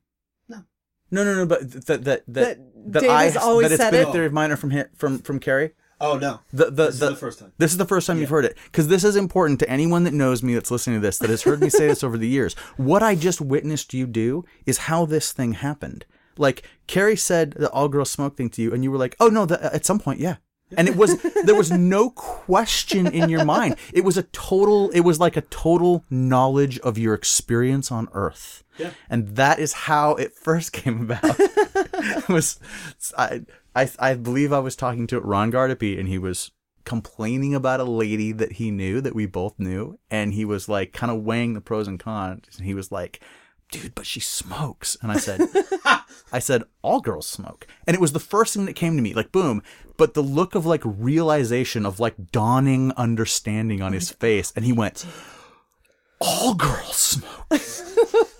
[SPEAKER 3] No.
[SPEAKER 1] No, no, no. But th- that that that
[SPEAKER 2] That
[SPEAKER 1] that
[SPEAKER 2] Dave
[SPEAKER 1] I
[SPEAKER 2] has always
[SPEAKER 1] that it's
[SPEAKER 2] said
[SPEAKER 1] been a
[SPEAKER 2] it.
[SPEAKER 1] theory of mine or from hi- from from Carrie.
[SPEAKER 3] Oh no.
[SPEAKER 1] The, the,
[SPEAKER 3] This is the first time.
[SPEAKER 1] This is the first time you've heard it because this is important to anyone that knows me that's listening to this that has heard me say this over the years. What I just witnessed you do is how this thing happened. Like Carrie said the all girls smoke thing to you, and you were like, "Oh no!" The, at some point, yeah. And it was there was no question in your mind. It was a total. It was like a total knowledge of your experience on Earth.
[SPEAKER 3] Yeah.
[SPEAKER 1] And that is how it first came about. It was I, I I believe I was talking to Ron Gardapi and he was complaining about a lady that he knew that we both knew and he was like kind of weighing the pros and cons and he was like dude but she smokes and I said I said all girls smoke and it was the first thing that came to me like boom but the look of like realization of like dawning understanding on his face and he went all girls smoke.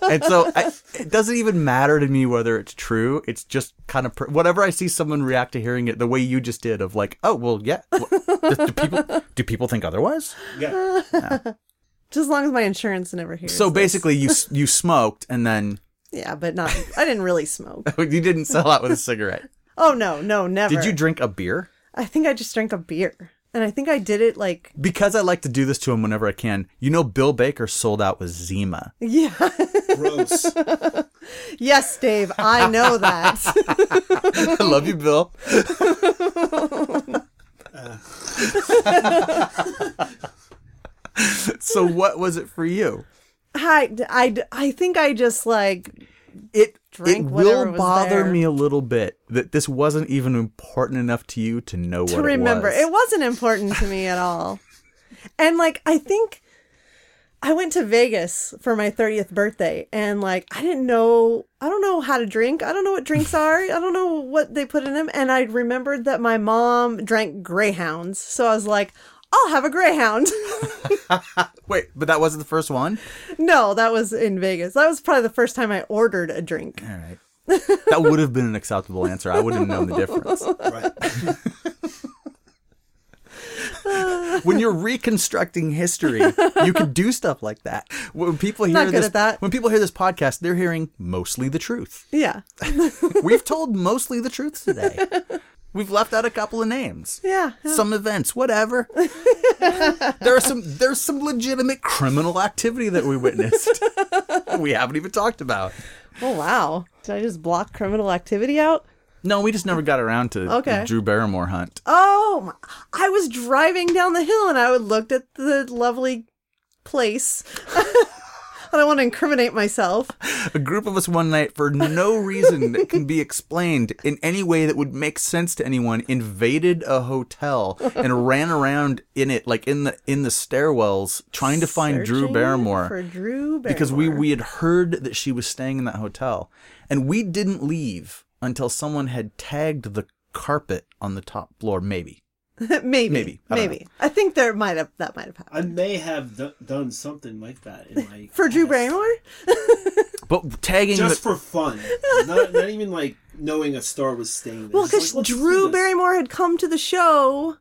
[SPEAKER 1] and so I, it doesn't even matter to me whether it's true. It's just kind of pr- whatever I see someone react to hearing it the way you just did of like, oh well, yeah. What, do, do people do people think otherwise?
[SPEAKER 3] Yeah.
[SPEAKER 2] Just as long as my insurance never hears.
[SPEAKER 1] So
[SPEAKER 2] this.
[SPEAKER 1] basically, you s- you smoked and then
[SPEAKER 2] yeah, but not. I didn't really smoke.
[SPEAKER 1] you didn't sell out with a cigarette.
[SPEAKER 2] Oh no, no, never.
[SPEAKER 1] Did you drink a beer?
[SPEAKER 2] I think I just drank a beer, and I think I did it like
[SPEAKER 1] Because I like to do this to him whenever I can. You know, Bill Baker sold out with Zima.
[SPEAKER 2] yeah.
[SPEAKER 3] Gross.
[SPEAKER 2] yes, Dave, I know that.
[SPEAKER 1] I love you, Bill. so what was it for you?
[SPEAKER 2] I, I, I think I just like
[SPEAKER 1] It
[SPEAKER 2] Drank
[SPEAKER 1] it
[SPEAKER 2] whatever
[SPEAKER 1] will
[SPEAKER 2] was
[SPEAKER 1] bother
[SPEAKER 2] there.
[SPEAKER 1] me a little bit that this wasn't even important enough to you to know
[SPEAKER 2] to
[SPEAKER 1] what
[SPEAKER 2] remember.
[SPEAKER 1] it was.
[SPEAKER 2] It wasn't important to me at all. And like I think I went to Vegas for my 30th birthday and like I didn't know I don't know how to drink. I don't know what drinks are. I don't know what they put in them and I remembered that my mom drank Greyhounds. So I was like, I'll have a Greyhound.
[SPEAKER 1] Wait, but that wasn't the first one.
[SPEAKER 2] no, that was in Vegas. That was probably the first time I ordered a drink.
[SPEAKER 1] All right. That would have been an acceptable answer. I wouldn't have known the difference.
[SPEAKER 3] right.
[SPEAKER 1] When you're reconstructing history, you can do stuff like that. When people hear
[SPEAKER 2] Not good
[SPEAKER 1] this,
[SPEAKER 2] at that.
[SPEAKER 1] when people hear this podcast, they're hearing mostly the truth.
[SPEAKER 2] Yeah.
[SPEAKER 1] We've told mostly the truth today. We've left out a couple of names.
[SPEAKER 2] Yeah.
[SPEAKER 1] Some events, whatever. there are some there's some legitimate criminal activity that we witnessed. we haven't even talked about.
[SPEAKER 2] Oh wow. Did I just block criminal activity out?
[SPEAKER 1] No, we just never got around to
[SPEAKER 2] Okay.
[SPEAKER 1] the Drew Barrymore hunt.
[SPEAKER 2] Oh, my. I was driving down the hill and I looked at the lovely place. I don't want to incriminate myself.
[SPEAKER 1] A group of us one night for no reason that can be explained in any way that would make sense to anyone invaded a hotel and ran around in it like in the in the stairwells trying to find Drew
[SPEAKER 2] Searching
[SPEAKER 1] Barrymore.
[SPEAKER 2] for Drew Barrymore
[SPEAKER 1] because we we had heard that she was staying in that hotel and we didn't leave until someone had tagged the carpet on the top floor maybe
[SPEAKER 2] maybe
[SPEAKER 1] maybe,
[SPEAKER 2] maybe
[SPEAKER 1] I don't
[SPEAKER 2] I maybe I think there might have that might have happened
[SPEAKER 3] I may have d- done something like that in my
[SPEAKER 2] for Drew
[SPEAKER 3] past.
[SPEAKER 2] Barrymore.
[SPEAKER 1] but tagging
[SPEAKER 3] just
[SPEAKER 1] the,
[SPEAKER 3] for fun, not, not even like knowing a star was staying there.
[SPEAKER 2] Well,
[SPEAKER 3] Just like,
[SPEAKER 2] because
[SPEAKER 3] let's do
[SPEAKER 2] Drew
[SPEAKER 3] this.
[SPEAKER 2] Barrymore had come to the show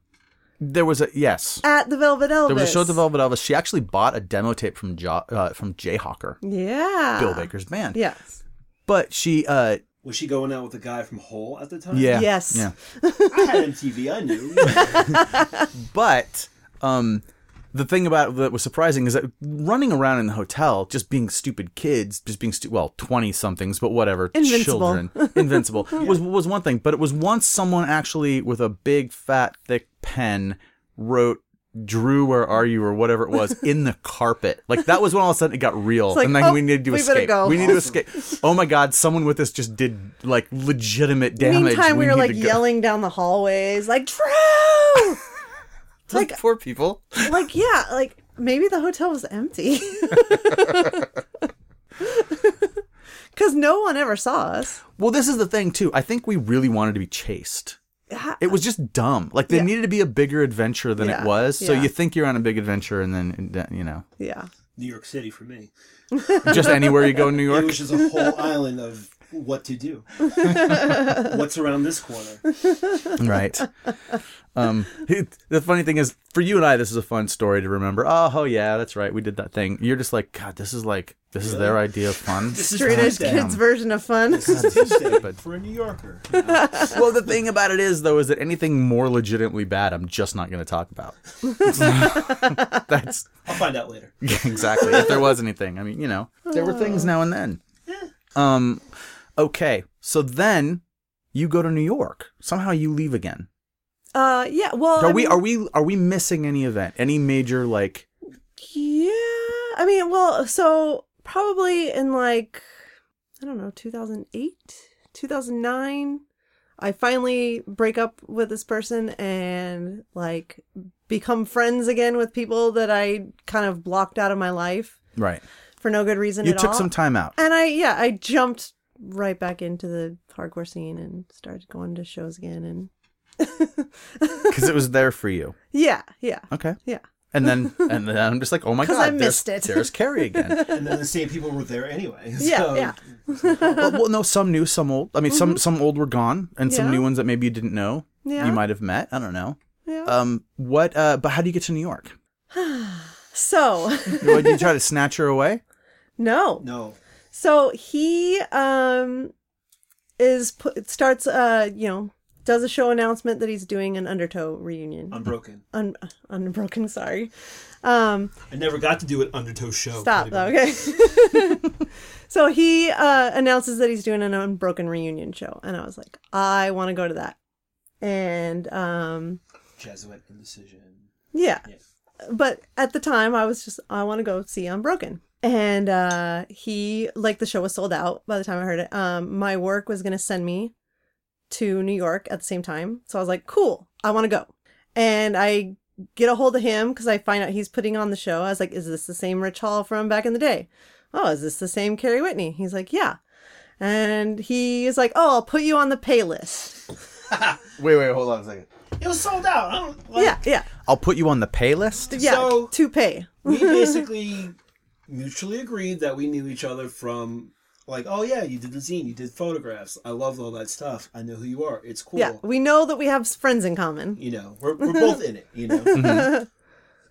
[SPEAKER 1] there was a yes
[SPEAKER 2] at the Velvet Elvis.
[SPEAKER 1] there was a show at the Velvet Elvis she actually bought a demo tape from jo- uh, from Jayhawker
[SPEAKER 2] Yeah,
[SPEAKER 1] Bill Baker's band
[SPEAKER 2] Yes,
[SPEAKER 1] but she uh
[SPEAKER 3] Was she going out with a guy from Hole at the time?
[SPEAKER 1] yeah
[SPEAKER 2] Yes.
[SPEAKER 1] yeah
[SPEAKER 3] I had MTV. I knew.
[SPEAKER 1] but um the thing about that was surprising is that running around in the hotel, just being stupid kids, just being stu- well twenty somethings, but whatever,
[SPEAKER 2] Invincible.
[SPEAKER 1] children, invincible was was one thing. But it was once someone actually with a big fat thick pen wrote "Drew, where are you?" or whatever it was in the carpet. Like that was when all of a sudden it got real,
[SPEAKER 2] like,
[SPEAKER 1] and then
[SPEAKER 2] oh,
[SPEAKER 1] we needed to
[SPEAKER 2] we better
[SPEAKER 1] escape.
[SPEAKER 2] go.
[SPEAKER 1] We need to escape. Oh my God! Someone with this just did like legitimate damage.
[SPEAKER 2] Meantime, we were
[SPEAKER 1] need
[SPEAKER 2] like
[SPEAKER 1] to go.
[SPEAKER 2] yelling down the hallways, like Drew. like-
[SPEAKER 1] poor people.
[SPEAKER 2] like yeah like maybe the hotel was empty because no one ever saw us
[SPEAKER 1] Well, this is the thing too. I think we really wanted to be chased. It was just dumb. Like there
[SPEAKER 2] Yeah.
[SPEAKER 1] needed to be a bigger adventure than
[SPEAKER 2] Yeah,
[SPEAKER 1] it was. So
[SPEAKER 2] yeah.
[SPEAKER 1] you think you're on a big adventure, and then and then, you know,
[SPEAKER 2] yeah
[SPEAKER 3] New York City for me.
[SPEAKER 1] just anywhere you go in New
[SPEAKER 3] It
[SPEAKER 1] York.
[SPEAKER 3] was just a whole island of what to do. What's around this corner?
[SPEAKER 1] right. Um, it- the funny thing is, for you and I, this is a fun story to remember. Oh, oh, yeah, that's right. We did that thing. You're just like, God, this is like, this is their idea of fun.
[SPEAKER 3] This
[SPEAKER 2] straight edge
[SPEAKER 3] Tuesday.
[SPEAKER 2] kids version of fun
[SPEAKER 3] This is Tuesday
[SPEAKER 1] But-
[SPEAKER 3] for a New Yorker.
[SPEAKER 1] well, the thing about it is, though, is that anything more legitimately bad, I'm just not going to talk about. that's
[SPEAKER 3] I'll find out later.
[SPEAKER 1] Yeah, exactly. if there was anything, I mean, you know, there were things now and then. Um, okay. So then you go to New York. Somehow you leave again.
[SPEAKER 2] uh yeah well
[SPEAKER 1] Are
[SPEAKER 2] I
[SPEAKER 1] we
[SPEAKER 2] mean,
[SPEAKER 1] are we are we missing any event? Any major like
[SPEAKER 2] yeah i mean well so probably in like i don't know 2008 2009 i finally break up with this person and like become friends again with people that i kind of blocked out of my life
[SPEAKER 1] right?
[SPEAKER 2] for no good reason
[SPEAKER 1] You
[SPEAKER 2] at
[SPEAKER 1] took
[SPEAKER 2] all.
[SPEAKER 1] some time out.
[SPEAKER 2] and I yeah, I jumped right back into the hardcore scene and started going to shows again and
[SPEAKER 1] because it was there for you.
[SPEAKER 2] yeah, yeah.
[SPEAKER 1] Okay.
[SPEAKER 2] Yeah.
[SPEAKER 1] And then and then I'm just like, oh my
[SPEAKER 2] 'Cause
[SPEAKER 1] god,
[SPEAKER 2] I
[SPEAKER 1] there's-
[SPEAKER 2] missed it.
[SPEAKER 1] There's Carrie again.
[SPEAKER 3] and then the same people were there anyway.
[SPEAKER 2] Yeah,
[SPEAKER 3] so
[SPEAKER 2] yeah.
[SPEAKER 1] well, well, no, some new, some old. I mean, some some old were gone, and some
[SPEAKER 2] Mm-hmm. Yeah.
[SPEAKER 1] new ones that maybe you didn't know.
[SPEAKER 2] Yeah.
[SPEAKER 1] You might have met. I don't know.
[SPEAKER 2] Yeah.
[SPEAKER 1] Um, what? Uh, but how do you get to New York?
[SPEAKER 2] so
[SPEAKER 1] What, did you try to snatch her away?
[SPEAKER 2] no.
[SPEAKER 3] No,
[SPEAKER 2] So he um is put, starts uh you know does a show announcement that he's doing an Undertow
[SPEAKER 1] Oh.
[SPEAKER 2] reunion.
[SPEAKER 3] Unbroken.
[SPEAKER 2] Un- unbroken, sorry. Um
[SPEAKER 3] I never got to do an Undertow show.
[SPEAKER 1] Oh,
[SPEAKER 2] Stop.
[SPEAKER 3] Could've been-
[SPEAKER 2] Okay. so he uh, announces that he's doing an unbroken reunion show, and I was like, I want to go to that. And um,
[SPEAKER 3] Jesuit indecision.
[SPEAKER 2] yeah.
[SPEAKER 3] Yeah.
[SPEAKER 2] but at the time, I was just, I want to go see Unbroken. And uh, he, like, the show was sold out by the time I heard it. Um, my work was going to send me to New York at the same time, so I was like, cool, I want to go. And I get a hold of him because I find out he's putting on the show. I was like, is this the same Rich Hall from back in the day? Oh, is this the same Carrie Whitney? He's like, yeah. And he is like, oh, I'll put you on the pay list.
[SPEAKER 1] Wait, wait, hold on a second.
[SPEAKER 3] It was sold out. I don't. Like,
[SPEAKER 2] yeah, yeah,
[SPEAKER 1] I'll put you on the pay list.
[SPEAKER 2] yeah.
[SPEAKER 3] So-
[SPEAKER 2] to pay.
[SPEAKER 3] we basically mutually agreed that we knew each other from like, oh yeah, you did the zine, you did photographs. I love all that stuff. I know who you are. It's cool.
[SPEAKER 2] Yeah, Mm-hmm. we know that we have friends in common.
[SPEAKER 3] you know, we're we're both in it. You know,
[SPEAKER 1] Mm-hmm.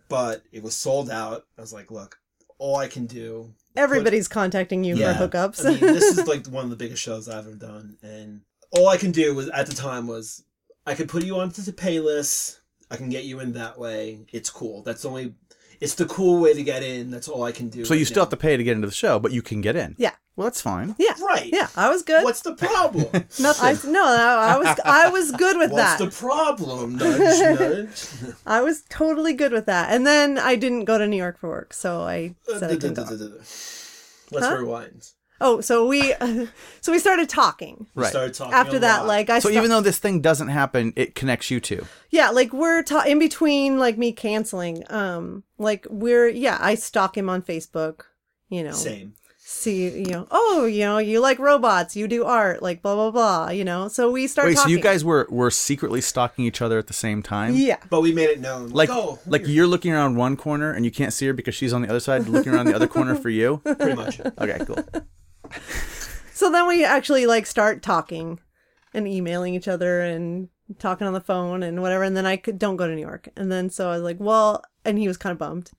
[SPEAKER 3] but it was sold out. I was like, look, all I can do.
[SPEAKER 2] Everybody's contacting you
[SPEAKER 3] Yeah.
[SPEAKER 2] for hookups.
[SPEAKER 3] I mean, this is like one of the biggest shows I've ever done, and all I can do was at the time was I could put you onto the pay list. I can get you in that way. It's cool. That's the only. It's the cool way to get in. That's all I can do.
[SPEAKER 1] So you
[SPEAKER 3] right
[SPEAKER 1] still
[SPEAKER 3] now.
[SPEAKER 1] have to pay to get into the show, but you can get in.
[SPEAKER 2] yeah,
[SPEAKER 1] Well, that's fine.
[SPEAKER 2] yeah,
[SPEAKER 3] Right.
[SPEAKER 2] Yeah, I was good.
[SPEAKER 3] What's the problem? What's
[SPEAKER 2] no, I, no, I I was I was good with that.
[SPEAKER 3] the problem? Nudge, nudge.
[SPEAKER 2] I was totally good with that. And then I didn't go to New York for work, so I
[SPEAKER 3] Uh,
[SPEAKER 2] said I couldn't go.
[SPEAKER 3] Let's rewind.
[SPEAKER 2] Oh, so we so we started talking
[SPEAKER 3] We
[SPEAKER 1] Right.
[SPEAKER 3] started talking
[SPEAKER 2] after
[SPEAKER 3] a
[SPEAKER 2] that.
[SPEAKER 3] lot.
[SPEAKER 2] Like I
[SPEAKER 1] So
[SPEAKER 2] sta-
[SPEAKER 1] even though this thing doesn't happen, it connects you two.
[SPEAKER 2] yeah, like we're ta- in between like me canceling. Um, like we're yeah, I stalk him on Facebook. You know,
[SPEAKER 3] same.
[SPEAKER 2] see you know, oh, you know, you like robots, you do art, like blah blah blah. You know, so we started.
[SPEAKER 1] Wait, so
[SPEAKER 2] talking.
[SPEAKER 1] you guys were were secretly stalking each other at the same time?
[SPEAKER 2] Yeah.
[SPEAKER 3] But we made it known.
[SPEAKER 1] Like,
[SPEAKER 3] oh,
[SPEAKER 1] like
[SPEAKER 3] weird.
[SPEAKER 1] you're looking around one corner and you can't see her because she's on the other side, looking around the other corner for you.
[SPEAKER 3] pretty much.
[SPEAKER 1] Okay, cool.
[SPEAKER 2] So then we actually like start talking and emailing each other and talking on the phone and whatever. And then I could, don't go to New York. And then so I was like, well, and he was kind of bummed.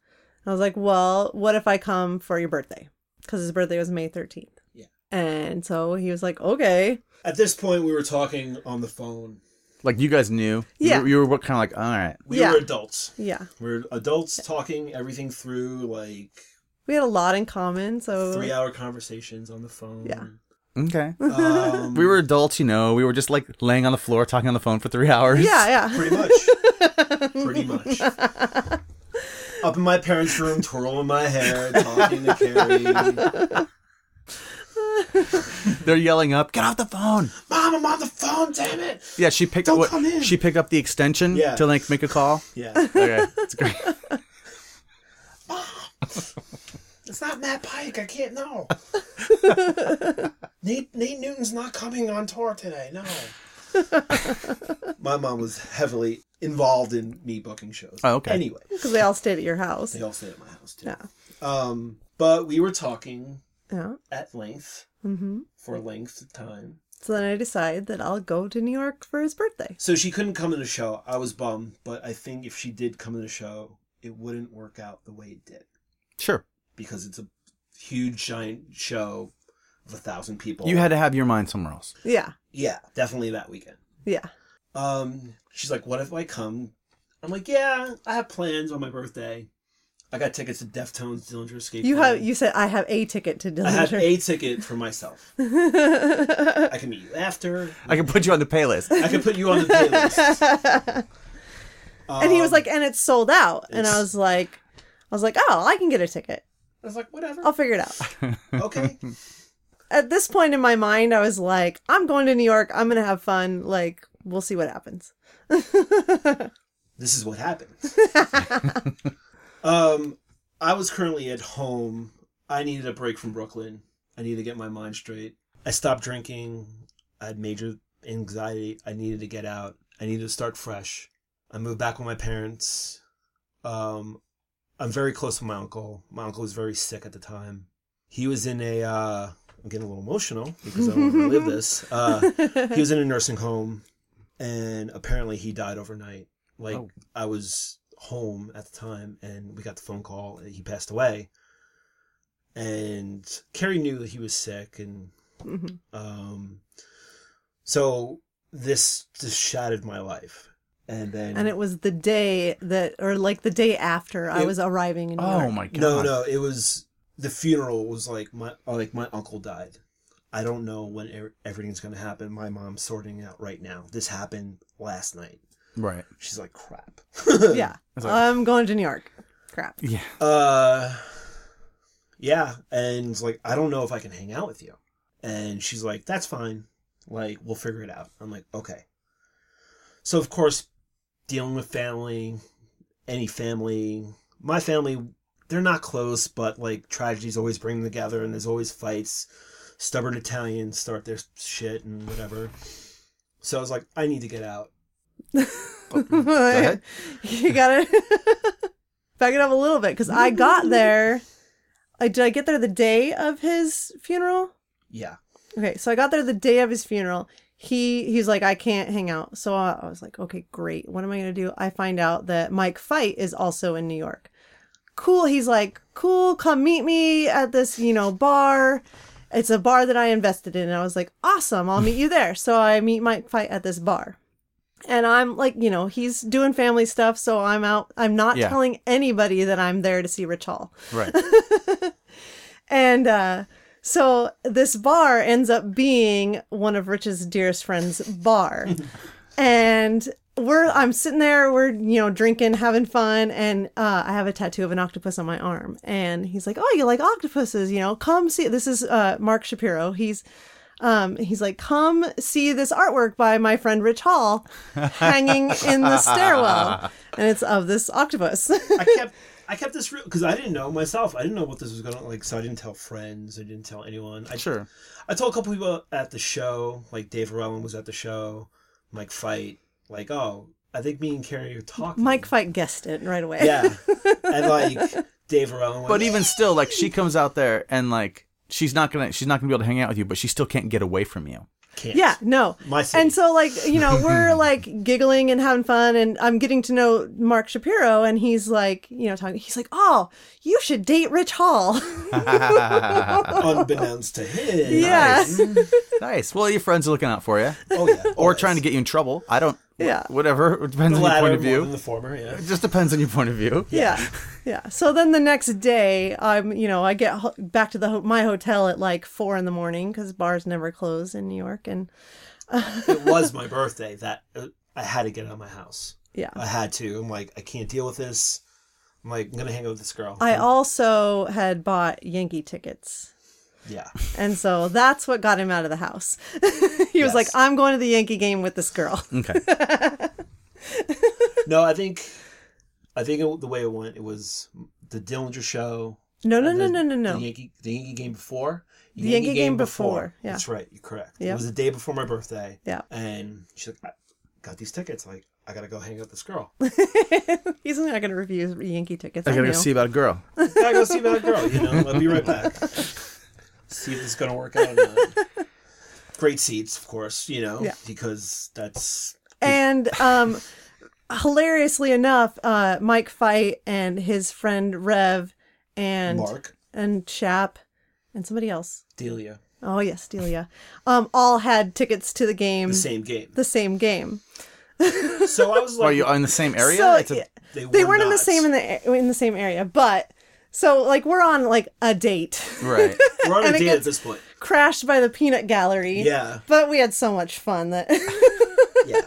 [SPEAKER 2] I was like, well, what if I come for your birthday? Because his birthday was May 13th.
[SPEAKER 3] Yeah.
[SPEAKER 2] And so he was like, okay.
[SPEAKER 3] At this point, we were talking on the phone.
[SPEAKER 1] Like you guys knew.
[SPEAKER 2] Yeah.
[SPEAKER 1] You were, you were kind of like, all right.
[SPEAKER 3] We
[SPEAKER 2] Yeah.
[SPEAKER 3] were adults.
[SPEAKER 2] Yeah.
[SPEAKER 3] We are adults talking everything through, like
[SPEAKER 2] We had a lot in common. So
[SPEAKER 3] three-hour conversations on the phone.
[SPEAKER 2] Yeah.
[SPEAKER 1] Okay.
[SPEAKER 3] Um,
[SPEAKER 1] We were adults, you know. We were just like laying on the floor talking on the phone for three hours.
[SPEAKER 2] yeah, yeah.
[SPEAKER 3] pretty much. pretty much. Up in my parents' room, twirling my hair, talking to Carrie.
[SPEAKER 1] They're yelling up, "Get off the phone!"
[SPEAKER 3] Mom, I'm on the phone. Damn it.
[SPEAKER 1] Yeah, she picked
[SPEAKER 3] Don't
[SPEAKER 1] up what
[SPEAKER 3] come in.
[SPEAKER 1] she picked up the extension
[SPEAKER 3] Yeah.
[SPEAKER 1] to like make a call.
[SPEAKER 3] Yeah.
[SPEAKER 1] Okay, that's great.
[SPEAKER 3] It's not Matt Pike. I can't know. Nate Nate Newton's not coming on tour today. No. My mom was heavily involved in me booking shows.
[SPEAKER 1] Oh, okay.
[SPEAKER 3] Anyway,
[SPEAKER 2] Because they all stayed at your house.
[SPEAKER 3] they all stayed at my house too.
[SPEAKER 2] Yeah.
[SPEAKER 3] Um, but we were talking
[SPEAKER 2] Yeah.
[SPEAKER 3] at length
[SPEAKER 2] Mm-hmm.
[SPEAKER 3] for a length of time.
[SPEAKER 2] So then I decide that I'll go to New York for his birthday.
[SPEAKER 3] So she couldn't come to the show. I was bummed, but I think if she did come to the show, it wouldn't work out the way it did
[SPEAKER 1] Sure.
[SPEAKER 3] because it's a huge giant show of a thousand people.
[SPEAKER 1] You had to have your mind somewhere else.
[SPEAKER 2] Yeah.
[SPEAKER 3] yeah, definitely that weekend.
[SPEAKER 2] Yeah.
[SPEAKER 3] um she's like what if i come i'm like yeah i have plans on my birthday i got tickets to deftones dillinger escape
[SPEAKER 2] You
[SPEAKER 3] Plan.
[SPEAKER 2] have you said I have a ticket to
[SPEAKER 3] i have
[SPEAKER 2] Dillinger.
[SPEAKER 3] a ticket for myself i can meet you after
[SPEAKER 1] I can put you on the pay list.
[SPEAKER 3] i can put you on the pay list Um,
[SPEAKER 2] and he was like, and it's sold out. And I
[SPEAKER 3] It's-
[SPEAKER 2] was like, I was like, oh, I can get a ticket.
[SPEAKER 3] i was like whatever
[SPEAKER 2] I'll figure it out.
[SPEAKER 3] okay
[SPEAKER 2] At this point in my mind, I was like, I'm going to New York. I'm gonna have fun. Like, we'll see what happens.
[SPEAKER 3] this is what happened um i was currently at home i needed a break from brooklyn i needed to get my mind straight i stopped drinking i had major anxiety i needed to get out i needed to start fresh I moved back with my parents. Um, I'm very close to my uncle. My uncle was very sick at the time. He was in a. Uh, I'm getting a little emotional because I don't want to live this. Uh, he was in a nursing home, and apparently he died overnight. Like
[SPEAKER 1] Oh.
[SPEAKER 3] I was home at the time, and we got the phone call. and He passed away, and Carrie knew that he was sick, and
[SPEAKER 2] Mhm.
[SPEAKER 3] um, so this just shattered my life. And then
[SPEAKER 2] And it was the day that, or like the day after I
[SPEAKER 3] It-
[SPEAKER 2] was arriving in New
[SPEAKER 1] Oh
[SPEAKER 2] York.
[SPEAKER 1] my god.
[SPEAKER 3] No, no, it was the funeral was like my uh, like my uncle died. I don't know when er- everything's gonna happen. My mom's sorting it out right now. This happened last night.
[SPEAKER 1] Right.
[SPEAKER 3] She's like, crap.
[SPEAKER 2] Yeah.
[SPEAKER 1] It's like-
[SPEAKER 2] I'm going to New York. Crap.
[SPEAKER 1] Yeah.
[SPEAKER 3] Uh, yeah, and like I don't know if I can hang out with you. And she's like, that's fine. Like we'll figure it out. I'm like, okay. So of course, dealing with family, any family, my family, they're not close, but like tragedies always bring them together, and there's always fights. Stubborn Italians start their shit and whatever. So I was like, I need to get out.
[SPEAKER 1] ahead.
[SPEAKER 2] you gotta back it up a little bit because I got there. I, did I get there the day of his funeral?
[SPEAKER 3] Yeah.
[SPEAKER 2] Okay, so I got there the day of his funeral. He he's like, I can't hang out. So I I was like, okay, great. What am I gonna do? I find out that Mike Fight is also in New York. Cool. He's like, cool. Come meet me at this, you know, bar. It's a bar that I invested in. And I was like, awesome. I'll meet you there. So I meet Mike Fight at this bar. And I'm like, you know, he's doing family stuff, so I'm out. I'm not
[SPEAKER 1] Yeah.
[SPEAKER 2] telling anybody that I'm there to see Rich Hall.
[SPEAKER 1] Right.
[SPEAKER 2] And uh, so this bar ends up being one of Rich's dearest friends' bar. and we're I'm sitting there, we're you know drinking, having fun, and uh, I have a tattoo of an octopus on my arm. And he's like, "Oh, you like octopuses? You know, come see." This is uh, Mark Shapiro. He's um, he's like, "Come see this artwork by my friend Rich Hall, hanging in the stairwell, and it's of this octopus."
[SPEAKER 3] I kept I kept this real because I didn't know myself. I didn't know what this was gonna like, so I didn't tell friends. I didn't tell anyone. I
[SPEAKER 1] Sure.
[SPEAKER 3] I told a couple people at the show, like Dave Rowland was at the show, Mike Fight, like oh, I think me and Carrie are talking.
[SPEAKER 2] Mike Fight guessed it right away.
[SPEAKER 3] yeah, and like Dave Rowland.
[SPEAKER 1] But even still, like she comes out there and like she's not gonna she's not gonna be able to hang out with you, but she still can't get away from you.
[SPEAKER 3] can't.
[SPEAKER 2] Yeah, no.
[SPEAKER 3] My city.
[SPEAKER 2] and so like, you know, we're like giggling and having fun and I'm getting to know Mark Shapiro and he's like, you know, talking he's like, "Oh, you should date Rich Hall."
[SPEAKER 3] unbeknownst to him.
[SPEAKER 2] yeah.
[SPEAKER 1] nice. Well, your friends are looking out for you,
[SPEAKER 3] Oh yeah.
[SPEAKER 1] or trying to get you in trouble. I don't. wh-
[SPEAKER 2] Yeah.
[SPEAKER 1] Whatever. It depends
[SPEAKER 3] the
[SPEAKER 1] on your
[SPEAKER 3] latter
[SPEAKER 1] point
[SPEAKER 3] more
[SPEAKER 1] of view.
[SPEAKER 3] than the former. Yeah.
[SPEAKER 1] It just depends on your point of view.
[SPEAKER 2] Yeah. Yeah. So then the next day, I'm, you know, I get ho- back to the ho- my hotel at like 4 in the morning cuz bars never close in New York and
[SPEAKER 3] it was my birthday that uh, I had to get out of my house.
[SPEAKER 2] yeah.
[SPEAKER 3] I had to. I'm like I can't deal with this. I'm like I'm gonna hang out with this girl.
[SPEAKER 2] I also had bought Yankee tickets.
[SPEAKER 3] yeah.
[SPEAKER 2] And so that's what got him out of the house. he was like, I'm going to the Yankee game with this girl.
[SPEAKER 1] Okay.
[SPEAKER 3] No, I think, I think it, the way it went, it was the Dillinger show.
[SPEAKER 2] No, no,
[SPEAKER 3] and
[SPEAKER 2] no,
[SPEAKER 3] the-
[SPEAKER 2] no, no, no.
[SPEAKER 3] The Yankee, the Yankee game before. The
[SPEAKER 2] Yankee game before, yeah.
[SPEAKER 3] That's right. You're correct.
[SPEAKER 2] Yeah.
[SPEAKER 3] It was the day before my birthday.
[SPEAKER 2] Yeah.
[SPEAKER 3] And she's like, I got these tickets. Like, I gotta go hang out with this girl.
[SPEAKER 2] He's not going to review Yankee tickets.
[SPEAKER 1] I
[SPEAKER 2] I
[SPEAKER 1] gotta
[SPEAKER 2] knew.
[SPEAKER 1] go see about a girl.
[SPEAKER 3] gotta go see about a girl. You know, I'll be right back. See if this is gonna work out. Or not. Great seats, of course. You know,
[SPEAKER 2] Yeah.
[SPEAKER 3] because that's
[SPEAKER 2] and um, hilariously enough, uh, Mike Fight and his friend Rev and
[SPEAKER 3] Mark
[SPEAKER 2] and Chap and somebody else.
[SPEAKER 3] Delia.
[SPEAKER 2] Oh yes, Delia. Um, all had tickets to the game,
[SPEAKER 3] The same game.
[SPEAKER 2] the same game.
[SPEAKER 3] So I was like,
[SPEAKER 1] Are you in the same area?
[SPEAKER 2] So,
[SPEAKER 1] It's a-
[SPEAKER 2] yeah.
[SPEAKER 3] they,
[SPEAKER 2] they
[SPEAKER 3] were
[SPEAKER 2] weren't in the
[SPEAKER 3] not.
[SPEAKER 2] same in the in the same area, but so like we're on like a date.
[SPEAKER 1] Right.
[SPEAKER 3] We're on
[SPEAKER 2] and
[SPEAKER 3] a
[SPEAKER 2] it
[SPEAKER 3] date at
[SPEAKER 2] gets-
[SPEAKER 3] this point.
[SPEAKER 2] crashed by the peanut gallery.
[SPEAKER 3] Yeah.
[SPEAKER 2] But we had so much fun that
[SPEAKER 3] Yeah.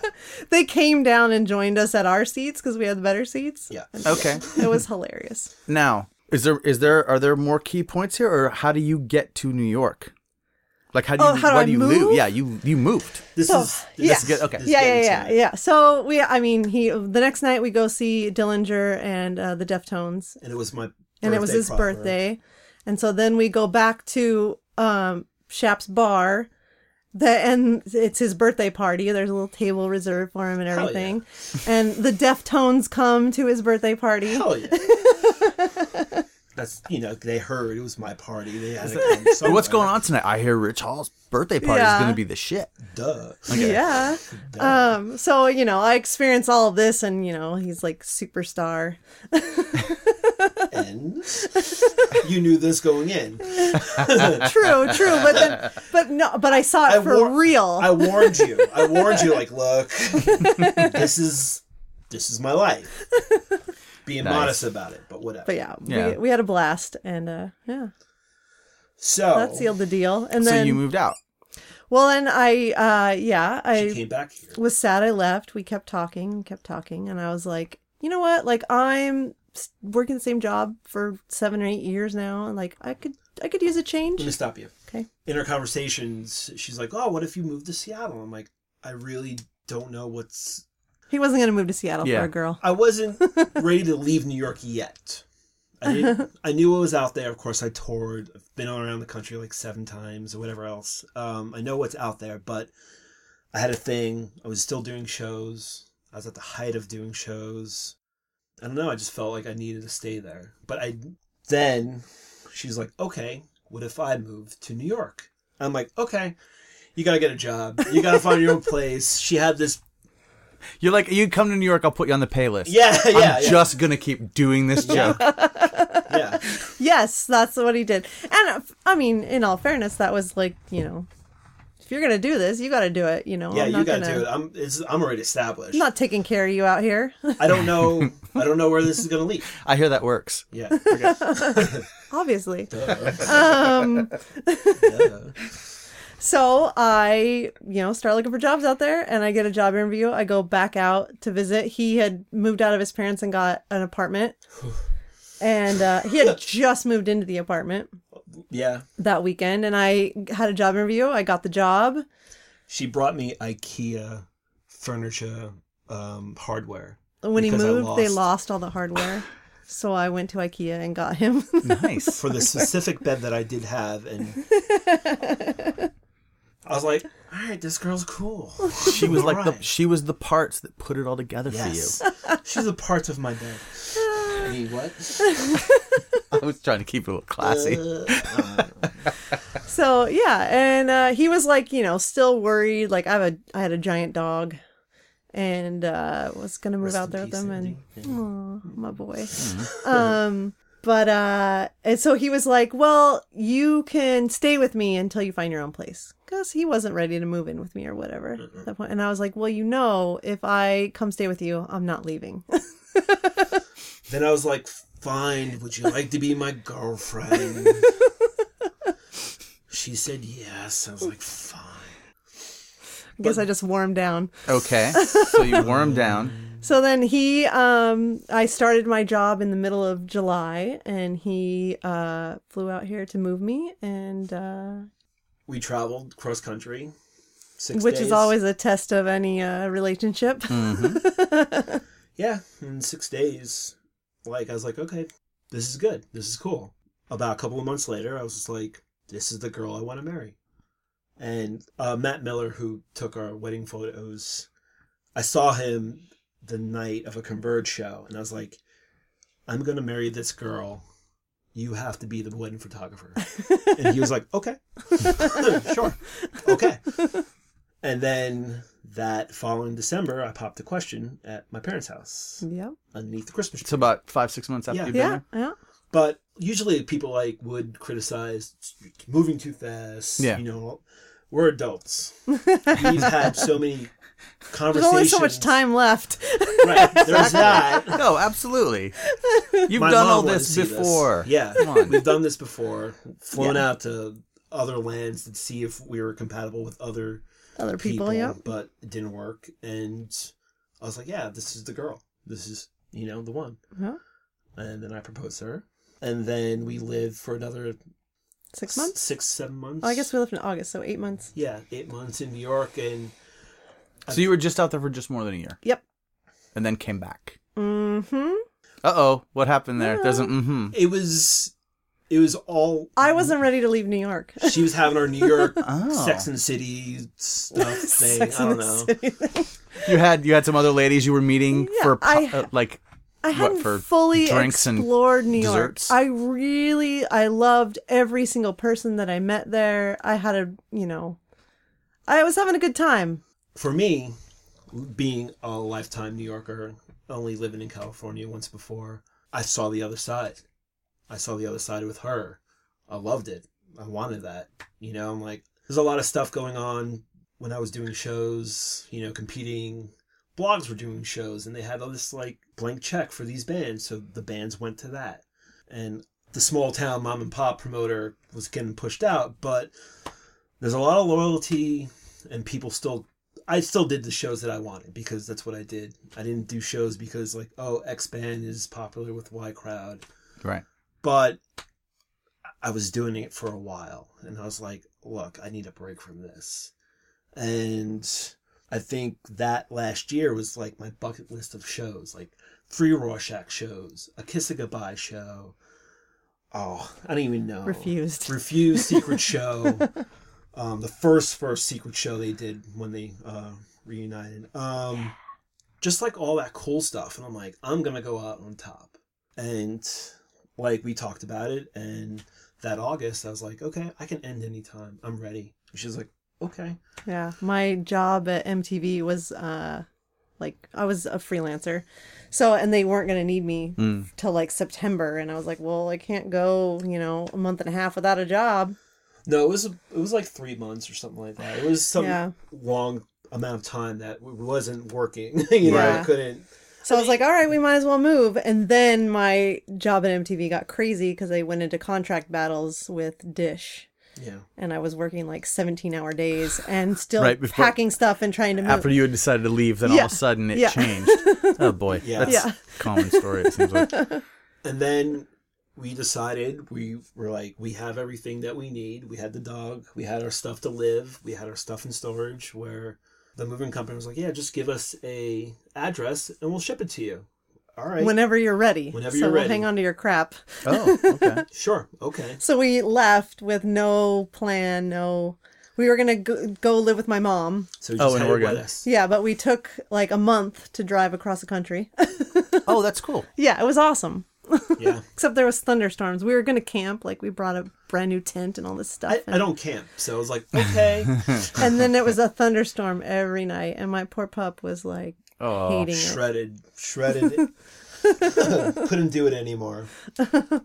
[SPEAKER 2] they came down and joined us at our seats because we had the better seats.
[SPEAKER 3] Yeah.
[SPEAKER 1] Okay.
[SPEAKER 2] It was hilarious.
[SPEAKER 1] Now, is there is there are there more key points here, or how do you get to New York? Like how do you
[SPEAKER 2] Oh, how do
[SPEAKER 1] why
[SPEAKER 2] I
[SPEAKER 1] do you
[SPEAKER 2] move?
[SPEAKER 1] Yeah, you you moved.
[SPEAKER 3] This
[SPEAKER 2] So,
[SPEAKER 3] is
[SPEAKER 2] Oh, yeah.
[SPEAKER 3] this is
[SPEAKER 1] Good, okay.
[SPEAKER 3] this is
[SPEAKER 2] Yeah, yeah,
[SPEAKER 3] getting
[SPEAKER 2] yeah,
[SPEAKER 3] to it.
[SPEAKER 2] yeah. So we, I mean, he. The next night we go see Dillinger and uh, the Deftones,
[SPEAKER 3] And it was my
[SPEAKER 2] and it was
[SPEAKER 3] birthday
[SPEAKER 2] his
[SPEAKER 3] proper.
[SPEAKER 2] birthday, and so then we go back to um, Shap's bar. The, and it's his birthday party. There's a little table reserved for him and
[SPEAKER 3] Hell yeah.
[SPEAKER 2] everything. And the Deftones come to his birthday party.
[SPEAKER 3] Hell yeah! That's you know they heard it was my party. They had to come
[SPEAKER 1] Hey,
[SPEAKER 3] somewhere.
[SPEAKER 1] what's going on tonight? I hear Rich Hall's birthday party
[SPEAKER 2] Yeah.
[SPEAKER 1] is going to be the shit.
[SPEAKER 3] Duh.
[SPEAKER 2] Yeah. Um, so, you know, I experience all of this and, you know, he's like superstar.
[SPEAKER 3] And you knew this going in.
[SPEAKER 2] True, true. But then, but no, but I saw it
[SPEAKER 3] I
[SPEAKER 2] for
[SPEAKER 3] war-
[SPEAKER 2] real.
[SPEAKER 3] I warned you. I warned you. Like, look, this is this is my life. Being
[SPEAKER 1] Nice.
[SPEAKER 3] modest about it, but whatever.
[SPEAKER 2] but yeah,
[SPEAKER 1] Yeah.
[SPEAKER 2] We, we had a blast and, uh, yeah,
[SPEAKER 3] so
[SPEAKER 2] that sealed the deal. And
[SPEAKER 1] so
[SPEAKER 2] then,
[SPEAKER 1] you moved out.
[SPEAKER 2] well, then I, uh, yeah, I,
[SPEAKER 3] she came back here.
[SPEAKER 2] was sad I left. We kept talking, kept talking, and I was like, you know what? Like I'm s- working the same job for seven or eight years now, and like I could I could use a
[SPEAKER 3] Let me
[SPEAKER 2] change.
[SPEAKER 3] stop you.
[SPEAKER 2] Okay.
[SPEAKER 3] In our conversations, she's like, "Oh, what if you moved to Seattle?" I'm like, "I really don't know what's.
[SPEAKER 2] He wasn't gonna move to Seattle
[SPEAKER 1] Yeah.
[SPEAKER 2] for a girl.
[SPEAKER 3] I wasn't ready to leave New York yet. I didn't, I knew what was out there. Of course, I toured. I've been all around the country like seven times or whatever else. Um, I know what's out there, but I had a thing. I was still doing shows. I was at the height of doing shows. I don't know. I just felt like I needed to stay there. But I then she's like, okay, what if I move to New York? I'm like, okay, you gotta get a job. You gotta find your own place. She had this,
[SPEAKER 1] You're like, you come to New York, I'll put you on the pay list.
[SPEAKER 3] yeah,
[SPEAKER 1] I'm
[SPEAKER 3] yeah, yeah,
[SPEAKER 1] just going to keep doing this joke.
[SPEAKER 3] yeah.
[SPEAKER 2] Yes, that's what he did. And uh, f- I mean, in all fairness, that was like you know, if you're gonna do this, you got to do it. You know,
[SPEAKER 3] Yeah,
[SPEAKER 2] I'm
[SPEAKER 3] you
[SPEAKER 2] not
[SPEAKER 3] gotta
[SPEAKER 2] gonna,
[SPEAKER 3] do it. I'm, it's, I'm already established.
[SPEAKER 2] I'm not taking care of you out here.
[SPEAKER 3] I don't know. I don't know where this is gonna lead.
[SPEAKER 1] I hear that works.
[SPEAKER 3] Yeah. okay.
[SPEAKER 2] Obviously.
[SPEAKER 3] Duh.
[SPEAKER 2] Um.
[SPEAKER 3] Duh.
[SPEAKER 2] So I, you know, start looking for jobs out there and I get a job interview. I go back out to visit. He had moved out of his parents and got an apartment. and uh, he had just moved into the apartment
[SPEAKER 3] Yeah.
[SPEAKER 2] that weekend and I had a job interview. I got the job.
[SPEAKER 3] She brought me IKEA furniture um, hardware.
[SPEAKER 2] When
[SPEAKER 3] Because I
[SPEAKER 2] he moved, they
[SPEAKER 3] lost.
[SPEAKER 2] lost all the hardware. so I went to IKEA and got him.
[SPEAKER 1] Nice.
[SPEAKER 3] for the specific bed that I did have, and I was like, "All right, this girl's cool."
[SPEAKER 1] She was like the
[SPEAKER 3] Alright.
[SPEAKER 1] she was the parts that put it all together
[SPEAKER 3] yes,
[SPEAKER 1] for
[SPEAKER 3] she's a part of my bed. I mean, what?
[SPEAKER 1] you. I was trying to keep it a little classy.
[SPEAKER 2] Uh. so yeah, and uh, he was like, you know, still worried. Like I have a I had a giant dog and uh, was gonna move
[SPEAKER 3] Rest
[SPEAKER 2] out
[SPEAKER 3] in
[SPEAKER 2] there with
[SPEAKER 3] peace,
[SPEAKER 2] him and
[SPEAKER 3] Andy. Mm-hmm. Yeah.
[SPEAKER 2] Aw, my boy. um, but uh, and so he was like, "Well, you can stay with me until you find your own place," because he wasn't ready to move in with me or whatever at that point. And I was like, "Well, you know, if I come stay with you, I'm not leaving."
[SPEAKER 3] Then I was like, "Fine, would you like to be my girlfriend?" she said yes. I was like, "Fine."
[SPEAKER 2] I guess I just warmed down.
[SPEAKER 1] Okay. So you wore him down.
[SPEAKER 2] So then he, um, I started my job in the middle of July, and he uh, flew out here to move me, and uh,
[SPEAKER 3] We traveled cross country, six
[SPEAKER 2] which
[SPEAKER 3] days.
[SPEAKER 2] is always a test of any uh, relationship.
[SPEAKER 1] Mm-hmm.
[SPEAKER 3] Mm-hmm. Yeah, in six days, like I was like, okay, this is good. This is cool. About a couple of months later, I was just like, this is the girl I want to marry. And uh, Matt Miller, who took our wedding photos, I saw him the night of a Converge show, and I was like, I'm gonna marry this girl. You have to be the wedding photographer. and he was like, okay, sure, okay. And then that following December, I popped a question at my parents' house
[SPEAKER 2] yep.
[SPEAKER 3] underneath the Christmas
[SPEAKER 1] It's
[SPEAKER 3] tree.
[SPEAKER 1] about five, six months after
[SPEAKER 3] Yeah.
[SPEAKER 1] you've been
[SPEAKER 2] Yeah.
[SPEAKER 1] there.
[SPEAKER 2] Yeah.
[SPEAKER 3] But usually people like would criticize "You're moving too fast.
[SPEAKER 1] Yeah.
[SPEAKER 3] You know, we're adults. We've had so many conversations.
[SPEAKER 2] There's only so much time left.
[SPEAKER 3] Right. There's that.
[SPEAKER 1] No, absolutely. You've
[SPEAKER 3] My
[SPEAKER 1] done
[SPEAKER 3] mom
[SPEAKER 1] all
[SPEAKER 3] wanted
[SPEAKER 1] this
[SPEAKER 3] to see
[SPEAKER 1] before.
[SPEAKER 3] Yeah.
[SPEAKER 1] Come on.
[SPEAKER 3] We've done this before. Flown out to other lands to see if we were compatible with other
[SPEAKER 2] Other people, yeah.
[SPEAKER 3] but it didn't work. And I was like, yeah, this is the girl. This is, you know, the one.
[SPEAKER 2] Yeah.
[SPEAKER 3] And then I proposed to her. And then we lived for another
[SPEAKER 2] Six months?
[SPEAKER 3] six, seven months.
[SPEAKER 2] Oh, I guess we left in August, so eight months.
[SPEAKER 3] yeah, eight months in New York, and
[SPEAKER 1] So you were just out there for just more than a year
[SPEAKER 2] Yep.
[SPEAKER 1] and then came back.
[SPEAKER 2] Mm-hmm.
[SPEAKER 1] Uh oh. What happened there? There's an mm hmm.
[SPEAKER 3] it was, it was all.
[SPEAKER 2] I wasn't ready to leave New York.
[SPEAKER 3] She was having our New York
[SPEAKER 1] Oh.
[SPEAKER 3] Sex and the City stuff thing.
[SPEAKER 2] Sex
[SPEAKER 3] I
[SPEAKER 2] and
[SPEAKER 3] don't
[SPEAKER 2] the
[SPEAKER 3] know.
[SPEAKER 2] City.
[SPEAKER 1] You had you had some other ladies you were meeting
[SPEAKER 2] Yeah,
[SPEAKER 1] for
[SPEAKER 2] I-
[SPEAKER 1] uh, like
[SPEAKER 2] I hadn't
[SPEAKER 1] for
[SPEAKER 2] fully
[SPEAKER 1] drinks and
[SPEAKER 2] explored New
[SPEAKER 1] desserts?
[SPEAKER 2] York. I really, I loved every single person that I met there. I had a, you know, I was having a good time.
[SPEAKER 3] For me, being a lifetime New Yorker, only living in California once before, I saw the other side. I saw the other side with her. I loved it. I wanted that. You know, I'm like, there's a lot of stuff going on when I was doing shows, you know, competing. Blogs were doing shows and they had all this like blank check for these bands. So the bands went to that. And the small town mom and pop promoter was getting pushed out, but there's a lot of loyalty and people still I still did the shows that I wanted because that's what I did. I didn't do shows because like, oh, X band is popular with Y crowd
[SPEAKER 1] Right.
[SPEAKER 3] but I was doing it for a while and I was like, look, I need a break from this. And I think that last year was like my bucket list of shows, like three Rorschach shows, a Kiss a Goodbye show. Oh, I don't even know.
[SPEAKER 2] Refused.
[SPEAKER 3] Refused secret show. um, the first, first secret show they did when they uh, reunited. Um, Just like all that cool stuff. And I'm like, I'm going to go out on top. And like we talked about it and that august i was like okay i can end anytime i'm ready and she's like okay
[SPEAKER 2] Yeah, my job at MTV was uh like I was a freelancer. So and they weren't going to need me
[SPEAKER 1] Hmm.
[SPEAKER 2] till like September and I was like, "Well, I can't go, you know, a month and a half without a job."
[SPEAKER 3] no it was it was like three months or something like that it was some
[SPEAKER 2] Yeah.
[SPEAKER 3] long amount of time that wasn't working you know
[SPEAKER 2] Yeah.
[SPEAKER 3] i couldn't
[SPEAKER 2] So I was like, "All right, we might as well move." And then my job at MTV got crazy cuz I went into contract battles with Dish
[SPEAKER 3] yeah
[SPEAKER 2] and I was working like 17-hour days and still
[SPEAKER 1] Right, before-
[SPEAKER 2] packing stuff and trying to move.
[SPEAKER 1] After you had decided to leave, then all
[SPEAKER 2] Yeah.
[SPEAKER 1] of a sudden it
[SPEAKER 2] Yeah.
[SPEAKER 1] changed. Oh boy,
[SPEAKER 3] Yeah.
[SPEAKER 1] that's
[SPEAKER 2] Yeah.
[SPEAKER 1] a common story. It seems like
[SPEAKER 3] and then we decided we were like we have everything that we need we had the dog we had our stuff to live we had our stuff in storage where the moving company was like yeah just give us a address and we'll ship it to you all right
[SPEAKER 2] Whenever you're ready.
[SPEAKER 3] Whenever
[SPEAKER 2] so
[SPEAKER 3] you're
[SPEAKER 2] we'll
[SPEAKER 3] ready.
[SPEAKER 2] hang on to your crap.
[SPEAKER 1] oh okay.
[SPEAKER 3] sure okay
[SPEAKER 2] So we left with no plan, no. We were gonna go, go live with my mom.
[SPEAKER 3] So we
[SPEAKER 1] Oh,
[SPEAKER 3] just
[SPEAKER 1] in
[SPEAKER 3] had it
[SPEAKER 1] Oregon.
[SPEAKER 3] with us.
[SPEAKER 2] Yeah, but we took like a month to drive across the country.
[SPEAKER 1] Oh, that's cool.
[SPEAKER 2] yeah, it was awesome.
[SPEAKER 3] Yeah.
[SPEAKER 2] Except there was thunderstorms. We were gonna camp, like we brought a brand new tent and all this stuff.
[SPEAKER 3] I, I don't camp, so I was like, okay.
[SPEAKER 2] and then it was a thunderstorm every night, and my poor pup was like
[SPEAKER 1] Oh,
[SPEAKER 2] hating it.
[SPEAKER 3] shredded, shredded. Couldn't do it anymore.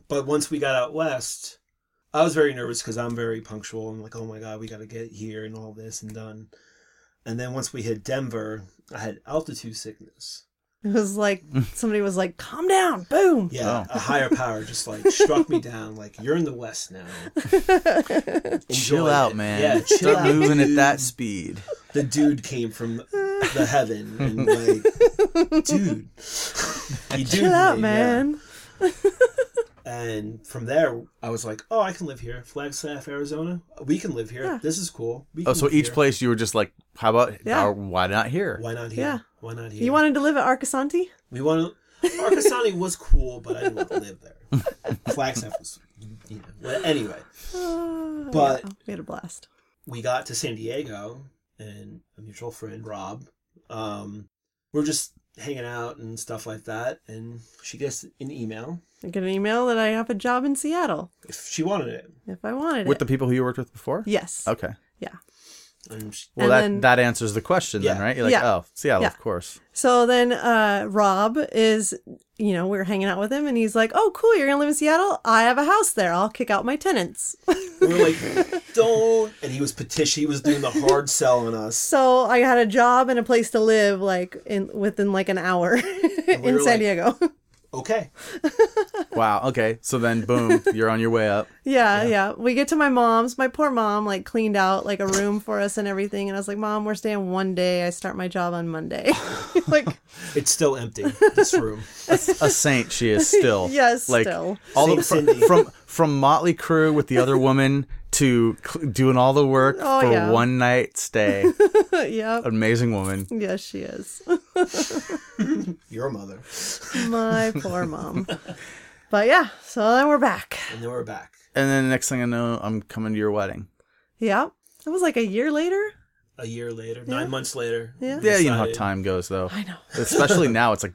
[SPEAKER 3] But once we got out west, I was very nervous because I'm very punctual. I'm like, oh my god, we got to get here and all this and done. And then once we hit Denver, I had altitude sickness.
[SPEAKER 2] It was like somebody was like, "Calm down, boom."
[SPEAKER 3] Yeah,
[SPEAKER 1] Oh.
[SPEAKER 3] a higher power just like struck me down. Like you're in the west now.
[SPEAKER 1] Chill
[SPEAKER 3] Enjoy
[SPEAKER 1] out,
[SPEAKER 3] it.
[SPEAKER 1] man.
[SPEAKER 3] Yeah, chill
[SPEAKER 1] Start
[SPEAKER 3] out,
[SPEAKER 1] moving at
[SPEAKER 3] dude.
[SPEAKER 1] that speed.
[SPEAKER 3] the dude came from the heaven and like dude you
[SPEAKER 2] Chill out, man.
[SPEAKER 3] and from there i was like oh i can live here flagstaff arizona we can live here this is cool we
[SPEAKER 1] Oh,
[SPEAKER 3] can
[SPEAKER 1] so
[SPEAKER 3] live
[SPEAKER 1] each
[SPEAKER 3] here.
[SPEAKER 1] place you were just like, how about?
[SPEAKER 2] Yeah.
[SPEAKER 1] or why not here?
[SPEAKER 3] why not here
[SPEAKER 2] Yeah.
[SPEAKER 3] why not here
[SPEAKER 2] You wanted to live at Arcasanti?
[SPEAKER 3] we want to arcasani was cool but i didn't want to live there flagstaff was you know well, anyway
[SPEAKER 2] Uh,
[SPEAKER 3] But-
[SPEAKER 2] yeah, we had a blast.
[SPEAKER 3] we got to San Diego and a mutual friend, Rob, um, we're just hanging out and stuff like that. And she gets an email
[SPEAKER 2] I get an email that I have a job in Seattle
[SPEAKER 3] if she wanted it.
[SPEAKER 2] if I wanted
[SPEAKER 1] With
[SPEAKER 2] it.
[SPEAKER 1] the people who you worked with before?
[SPEAKER 2] Yes.
[SPEAKER 1] Okay.
[SPEAKER 2] Yeah.
[SPEAKER 3] And she,
[SPEAKER 1] Well,
[SPEAKER 2] And
[SPEAKER 1] that
[SPEAKER 2] then-
[SPEAKER 1] that answers the question then,
[SPEAKER 3] Yeah.
[SPEAKER 1] right? You're like,
[SPEAKER 2] Yeah.
[SPEAKER 1] oh, Seattle,
[SPEAKER 2] Yeah.
[SPEAKER 1] of course.
[SPEAKER 2] So then uh, Rob is, you know, we were hanging out with him and he's like, oh, cool, you're going to live in Seattle? I have a house there. I'll kick out my tenants.
[SPEAKER 3] we were like, don't. And he was petition. He was doing the hard sell on us.
[SPEAKER 2] so I had a job and a place to live like in within like an hour in
[SPEAKER 3] were
[SPEAKER 2] San
[SPEAKER 3] like-
[SPEAKER 2] Diego.
[SPEAKER 3] Okay.
[SPEAKER 1] Wow. Okay. So then, boom, you're on your way up.
[SPEAKER 2] yeah, yeah, We get to my mom's. My poor mom like cleaned out like a room for us and everything. And I was like, Mom, we're staying one day. I start my job on Monday. like,
[SPEAKER 3] It's still empty, this room.
[SPEAKER 1] A saint she is still.
[SPEAKER 2] Yes,
[SPEAKER 1] Like
[SPEAKER 2] still.
[SPEAKER 1] all the,
[SPEAKER 3] Saint
[SPEAKER 1] fr-
[SPEAKER 3] Cindy.
[SPEAKER 1] from from Motley Crue with the other woman to cl- doing all the work
[SPEAKER 2] Oh,
[SPEAKER 1] for
[SPEAKER 2] yeah.
[SPEAKER 1] one night stay.
[SPEAKER 2] yep.
[SPEAKER 1] Amazing woman.
[SPEAKER 2] Yes, she is.
[SPEAKER 3] Your mother.
[SPEAKER 2] my poor mom. But yeah, so then we're back.
[SPEAKER 3] And then we're back.
[SPEAKER 1] And then next thing I know, I'm coming to your wedding.
[SPEAKER 2] Yeah. It was like a year later.
[SPEAKER 7] a year later,
[SPEAKER 2] Yeah.
[SPEAKER 7] nine months later.
[SPEAKER 2] Yeah.
[SPEAKER 1] Yeah, you know how
[SPEAKER 7] decided-
[SPEAKER 1] time goes though.
[SPEAKER 2] I know.
[SPEAKER 1] Especially now, it's like,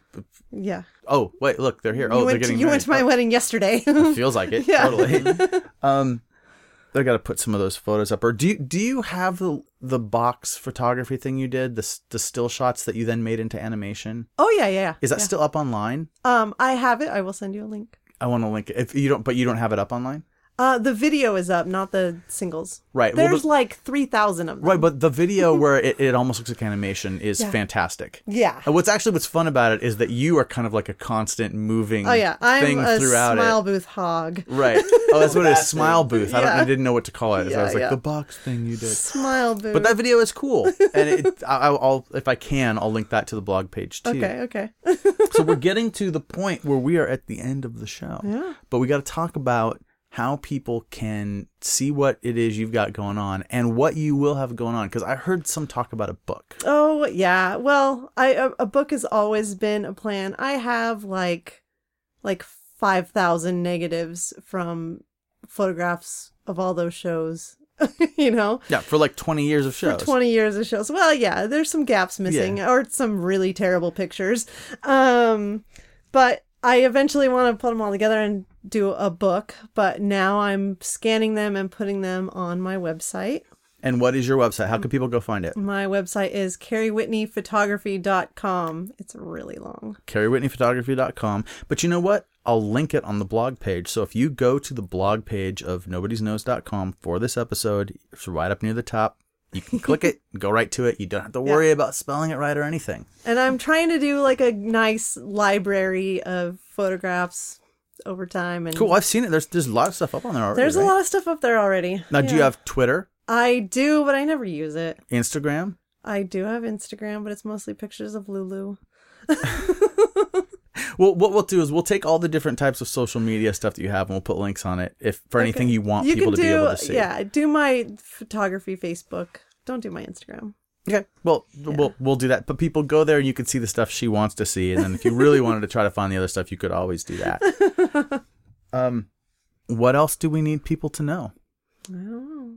[SPEAKER 2] Yeah.
[SPEAKER 1] oh wait, look, they're here. Oh,
[SPEAKER 2] you
[SPEAKER 1] they're
[SPEAKER 2] went, to,
[SPEAKER 1] getting.
[SPEAKER 2] you went to my
[SPEAKER 1] married.
[SPEAKER 2] wedding yesterday.
[SPEAKER 1] Oh, feels like it.
[SPEAKER 2] Yeah.
[SPEAKER 1] Totally. um, they got to put some of those photos up. Or do you do you have the the box photography thing you did the s- the still shots that you then made into animation?
[SPEAKER 2] oh yeah, yeah, yeah.
[SPEAKER 1] Is that
[SPEAKER 2] Yeah.
[SPEAKER 1] still up online?
[SPEAKER 2] Um, I have it. I will send you a link.
[SPEAKER 1] I want to link it. If you don't, but you don't have it up online,
[SPEAKER 2] Uh, the video is up, not the singles.
[SPEAKER 1] right? well,
[SPEAKER 2] There's
[SPEAKER 1] the-
[SPEAKER 2] like three thousand of them.
[SPEAKER 1] right, but the video where it, it almost looks like animation is
[SPEAKER 2] Um, Yeah.
[SPEAKER 1] fantastic.
[SPEAKER 2] yeah.
[SPEAKER 1] And what's actually what's fun about it is that you are kind of like a constant moving
[SPEAKER 2] Oh yeah, I'm
[SPEAKER 1] thing
[SPEAKER 2] a
[SPEAKER 1] throughout
[SPEAKER 2] smile
[SPEAKER 1] it.
[SPEAKER 2] booth hog.
[SPEAKER 1] Right. Oh, that's what it
[SPEAKER 3] That
[SPEAKER 1] is. Smile booth. I, don't, I
[SPEAKER 2] Yeah.
[SPEAKER 1] didn't know what to call it. so I
[SPEAKER 2] Yeah,
[SPEAKER 1] was like,
[SPEAKER 2] yeah.
[SPEAKER 1] the box thing you did.
[SPEAKER 2] Smile booth.
[SPEAKER 1] But that video is cool, and it, I, I'll if I can, I'll link that to the blog page too.
[SPEAKER 2] okay, okay.
[SPEAKER 1] so we're getting to the point where we are at the end of the show.
[SPEAKER 2] Yeah.
[SPEAKER 1] But we got to talk about how people can see what it is you've got going on and what you will have going on. Because I heard some talk about a book.
[SPEAKER 2] Oh yeah. Well, I a, a book has always been a plan. I have like like five thousand negatives from photographs of all those shows. you know,
[SPEAKER 1] Yeah, for like twenty years of shows.
[SPEAKER 2] for 20 years of shows. Well, yeah, there's some gaps missing or some really terrible pictures. Um, but I eventually want to put them all together and do a book, but now I'm scanning them and putting them on my website.
[SPEAKER 1] And what is your website? How can people go find it?
[SPEAKER 2] My website is carriewhitneyphotography.com. It's really long.
[SPEAKER 1] carriewhitneyphotography.com. But you know what? I'll link it on the blog page. So if you go to the blog page of nobodiesknows.com for this episode, it's right up near the top. You can click it, go right to it. You don't have to worry about spelling it right or anything.
[SPEAKER 2] And I'm trying to do like a nice library of photographs over time and
[SPEAKER 1] Cool. I've seen it. There's there's a lot of stuff up on there already.
[SPEAKER 2] There's a
[SPEAKER 1] right?
[SPEAKER 2] lot of stuff up there already.
[SPEAKER 1] Now, do you
[SPEAKER 2] Yeah.
[SPEAKER 1] have Twitter,
[SPEAKER 2] I do, but I never use it.
[SPEAKER 1] Instagram?
[SPEAKER 2] I do have Instagram, but it's mostly pictures of Lulu.
[SPEAKER 1] Well, what we'll do is we'll take all the different types of social media stuff that you have, and we'll put links on it if for anything you want people to
[SPEAKER 2] do,
[SPEAKER 1] be able to see.
[SPEAKER 2] Yeah, do my photography Facebook. Don't do my Instagram.
[SPEAKER 1] Okay. Well, we'll we'll do that. But people go there and you can see the stuff she wants to see, and then if you really wanted to try to find the other stuff, you could always do that. um, what else do we need people to know?
[SPEAKER 2] I don't know.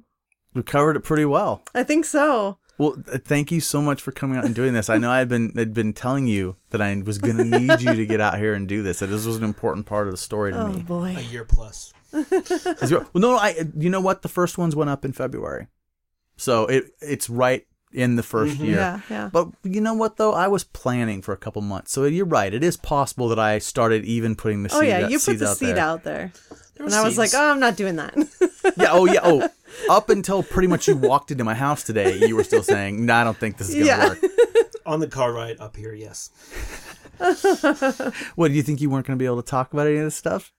[SPEAKER 1] We covered it pretty well.
[SPEAKER 2] I think so.
[SPEAKER 1] Well, th- thank you so much for coming out and doing this. I know I'd been had been telling you that I was going to need you to get out here and do this. That this was an important part of the story to
[SPEAKER 2] Oh
[SPEAKER 1] me.
[SPEAKER 7] A
[SPEAKER 2] boy.
[SPEAKER 7] year plus.
[SPEAKER 1] As well- well, no, I. You know what? The first ones went up in February, so it it's right in the 1st year.
[SPEAKER 2] Mm-hmm. Yeah, yeah.
[SPEAKER 1] But you know what though? I was planning for a couple months, so you're right. It is possible that I started even putting the
[SPEAKER 2] oh
[SPEAKER 1] seed
[SPEAKER 2] yeah,
[SPEAKER 1] out-
[SPEAKER 2] you put
[SPEAKER 1] seeds
[SPEAKER 2] the
[SPEAKER 1] out
[SPEAKER 2] seed
[SPEAKER 1] there.
[SPEAKER 2] out there,
[SPEAKER 7] There were
[SPEAKER 2] and I was like,
[SPEAKER 7] seeds.
[SPEAKER 2] oh, I'm not doing that.
[SPEAKER 1] Yeah. Oh yeah. Oh, up until pretty much you walked into my house today, you were still saying, "No, I don't think this is gonna
[SPEAKER 2] Yeah.
[SPEAKER 1] work."
[SPEAKER 2] "Ah."
[SPEAKER 7] on the car ride up here. Yes.
[SPEAKER 1] What do you think you weren't gonna be able to talk about any of this stuff?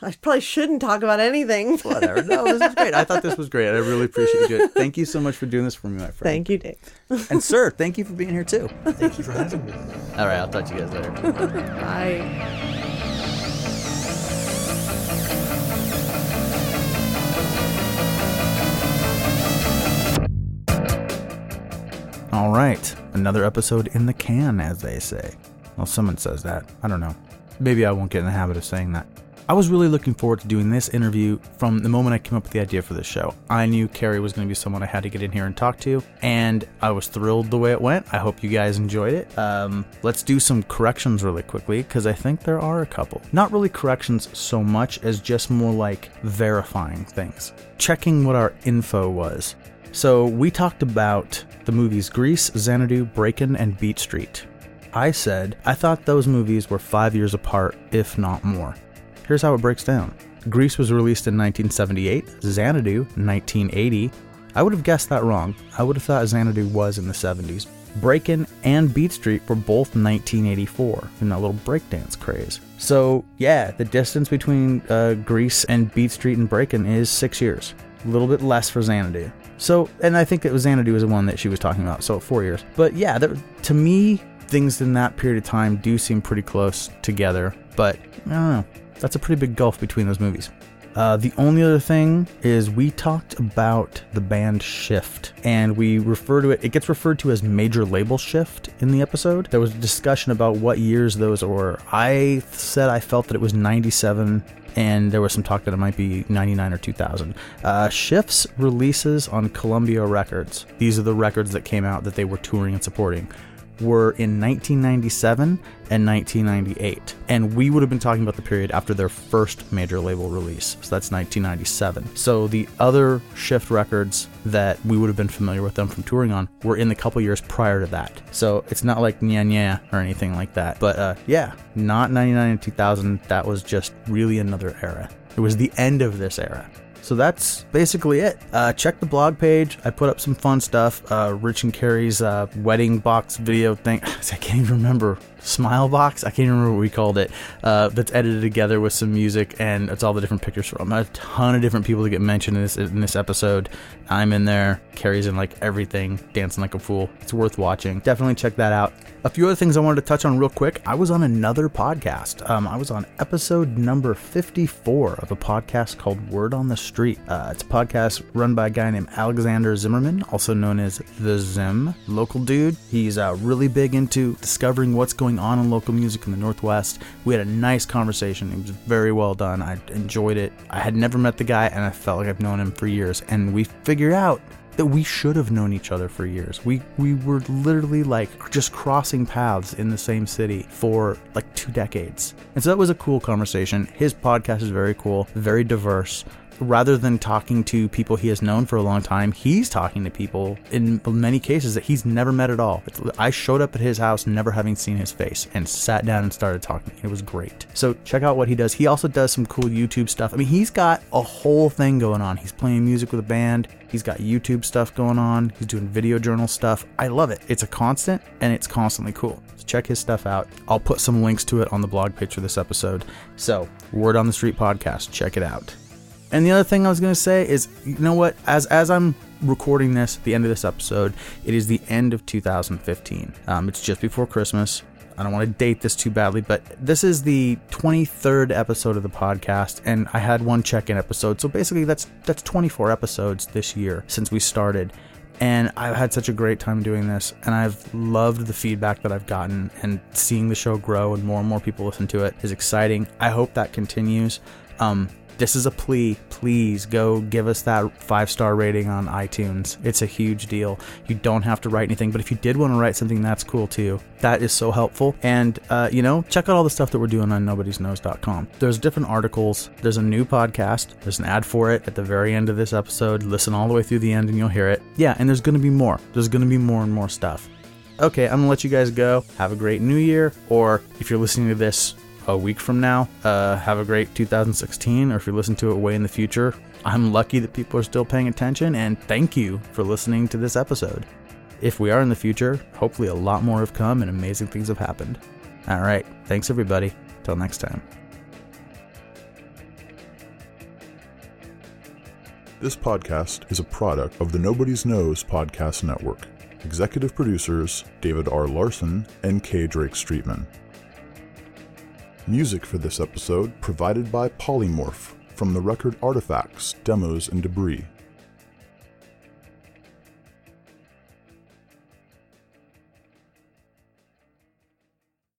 [SPEAKER 2] I probably shouldn't talk about anything.
[SPEAKER 1] Whatever. No, this is great. I thought this was great. I really appreciate you. doing it. Thank you so much for doing this for me, my friend.
[SPEAKER 2] Thank you, Dick.
[SPEAKER 1] And sir, thank you for being here too.
[SPEAKER 7] Thank you for having me.
[SPEAKER 1] All right, I'll talk to you guys later.
[SPEAKER 2] Bye.
[SPEAKER 1] All right, another episode in the can, as they say. Well, someone says that. I don't know. Maybe I won't get in the habit of saying that. I was really looking forward to doing this interview from the moment I came up with the idea for this show. I knew Carrie was going to be someone I had to get in here and talk to, and I was thrilled the way it went. I hope you guys enjoyed it. Um, let's do some corrections really quickly, because I think there are a couple. Not really corrections so much as just more like verifying things, checking what our info was. So we talked about the movies Grease, Xanadu, Breakin', and Beat Street. I said I thought those movies were five years apart, if not more. Here's how it breaks down Grease was released in 1978, Xanadu, 1980. I would have guessed that wrong. I would have thought Xanadu was in the 70s. Breakin' and Beat Street were both 1984 in that little breakdance craze. So, yeah, the distance between uh, Grease and Beat Street and Breakin' is six years. A little bit less for Xanadu. So, and I think it was Xanadu was the one that she was talking about, so four years. But yeah, there, to me, things in that period of time do seem pretty close together, but I don't know. That's a pretty big gulf between those movies. Uh, Uh, the only other thing is we talked about the band Shift, and we refer to it. It gets referred to as Major Label Shift in the episode. There was a discussion about what years those were. I said I felt that it was '97, and there was some talk that it might be '99 or 2000. Uh, Shift's releases on Columbia Records. These are the records that came out that they were touring and supporting were in 1997 and 1998. And we would have been talking about the period after their first major label release. So that's 1997. So the other Shift records that we would have been familiar with them from touring on were in the couple years prior to that. So it's not like nya nya or anything like that. But uh, yeah, not 99 and 2000. That was just really another era. It was the end of this era. So that's basically it. Uh, check the blog page. I put up some fun stuff. Uh, Rich and Carrie's uh, wedding box video thing. I can't even remember. Smile box? I can't even remember what we called it. Uh, that's edited together with some music, and it's all the different pictures from a ton of different people that get mentioned in this, in this episode. I'm in there. Carrie's in like everything, dancing like a fool. It's worth watching. Definitely check that out. A few other things I wanted to touch on real quick. I was on another podcast. Um, I was on episode number 54 of a podcast called Word on the Street. Uh, it's a podcast run by a guy named Alexander Zimmerman, also known as The Zim, local dude. He's uh, really big into discovering what's going on in local music in the Northwest. We had a nice conversation. It was very well done. I enjoyed it. I had never met the guy, and I felt like I've known him for years. And we figured out that we should have known each other for years. We we were literally like just crossing paths in the same city for like two decades. And so that was a cool conversation. His podcast is very cool, very diverse. Rather than talking to people he has known for a long time, he's talking to people in many cases that he's never met at all. It's- I showed up at his house never having seen his face and sat down and started talking. It was great. So check out what he does. He also does some cool YouTube stuff. I mean, he's got a whole thing going on. He's playing music with a band. He's got YouTube stuff going on. He's doing video journal stuff. I love it. It's a constant and it's constantly cool. So check his stuff out. I'll put some links to it on the blog page for this episode. So, Word on the Street podcast, check it out. And the other thing I was going to say is, you know what? As as I'm recording this, the end of this episode, it is the end of 2015. Um, it's just before Christmas. I don't want to date this too badly, but this is the 23rd episode of the podcast, and I had one check-in episode. So basically, that's that's 24 episodes this year since we started and I've had such a great time doing this, and I've loved the feedback that I've gotten, and seeing the show grow and more and more people listen to it is exciting. I hope that continues. Um, this is a plea. Please go give us that five star rating on iTunes. It's a huge deal. You don't have to write anything, but if you did want to write something, that's cool too. That is so helpful. And, uh, you know, check out all the stuff that we're doing on nobodiesknows.com. There's different articles, there's a new podcast, there's an ad for it at the very end of this episode. Listen all the way through the end and you'll hear it. Yeah, and there's going to be more. There's going to be more and more stuff. Okay, I'm going to let you guys go. Have a great new year. Or if you're listening to this a week from now, uh, have a great 2016. Or if you listen to it way in the future, I'm lucky that people are still paying attention. And thank you for listening to this episode. If we are in the future, hopefully a lot more have come and amazing things have happened. All right. Thanks, everybody. Till next time.
[SPEAKER 8] This podcast is a product of the Nobody's Knows Podcast Network. Executive producers David R. Larson and K. Drake Streetman. Music for this episode provided by Polymorph from the record Artifacts, Demos, and Debris.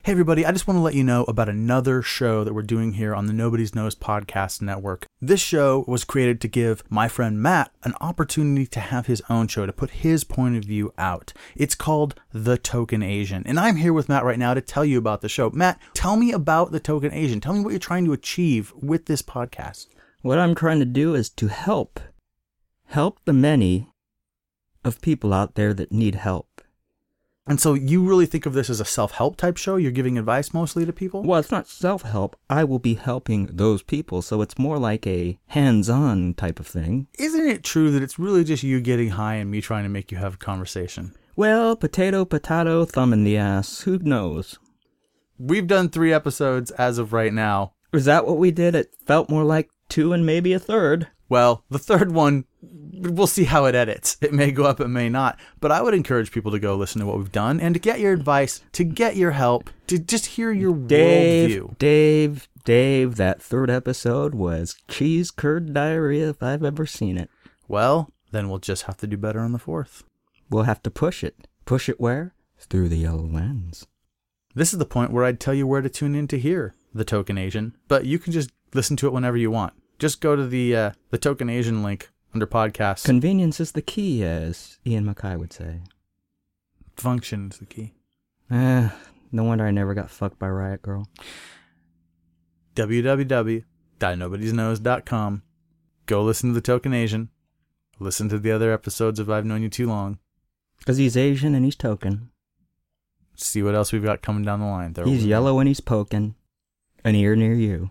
[SPEAKER 1] Hey, everybody, I just want to let you know about another show that we're doing here on the Nobody's Knows Podcast Network. This show was created to give my friend Matt an opportunity to have his own show, to put his point of view out. It's called The Token Asian. And I'm here with Matt right now to tell you about the show. Matt, tell me about The Token Asian. Tell me what you're trying to achieve with this podcast.
[SPEAKER 9] What I'm trying to do is to help. Help the many of people out there that need help.
[SPEAKER 1] And so you really think of this as a self help type show? You're giving advice mostly to people?
[SPEAKER 9] Well, it's not self help. I will be helping those people, so it's more like a hands on type of thing.
[SPEAKER 1] Isn't it true that it's really just you getting high and me trying to make you have a conversation?
[SPEAKER 9] Well, potato, potato, thumb in the ass. Who knows?
[SPEAKER 1] We've done three episodes as of right now.
[SPEAKER 9] Is that what we did? It felt more like two and maybe a third.
[SPEAKER 1] Well, the third one, we'll see how it edits. It may go up, it may not. But I would encourage people to go listen to what we've done and to get your advice, to get your help, to just hear your
[SPEAKER 9] Dave,
[SPEAKER 1] worldview.
[SPEAKER 9] Dave, Dave, that third episode was cheese curd diarrhea if I've ever seen it.
[SPEAKER 1] Well, then we'll just have to do better on the fourth.
[SPEAKER 9] We'll have to push it. Push it where? Through the yellow lens.
[SPEAKER 1] This is the point where I'd tell you where to tune in to hear the Token Asian, but you can just listen to it whenever you want. Just go to the uh, the Token Asian link under podcasts.
[SPEAKER 9] Convenience is the key, as Ian Mackay would say.
[SPEAKER 1] Function is the key.
[SPEAKER 9] Eh, no wonder I never got fucked by Riot Girl.
[SPEAKER 1] www.nobodiesknows.com. Go listen to the Token Asian. Listen to the other episodes of I've Known You Too Long.
[SPEAKER 9] Because he's Asian and he's token.
[SPEAKER 1] See what else we've got coming down the line. There will
[SPEAKER 9] he's
[SPEAKER 1] be-
[SPEAKER 9] yellow and he's poking. An ear near you.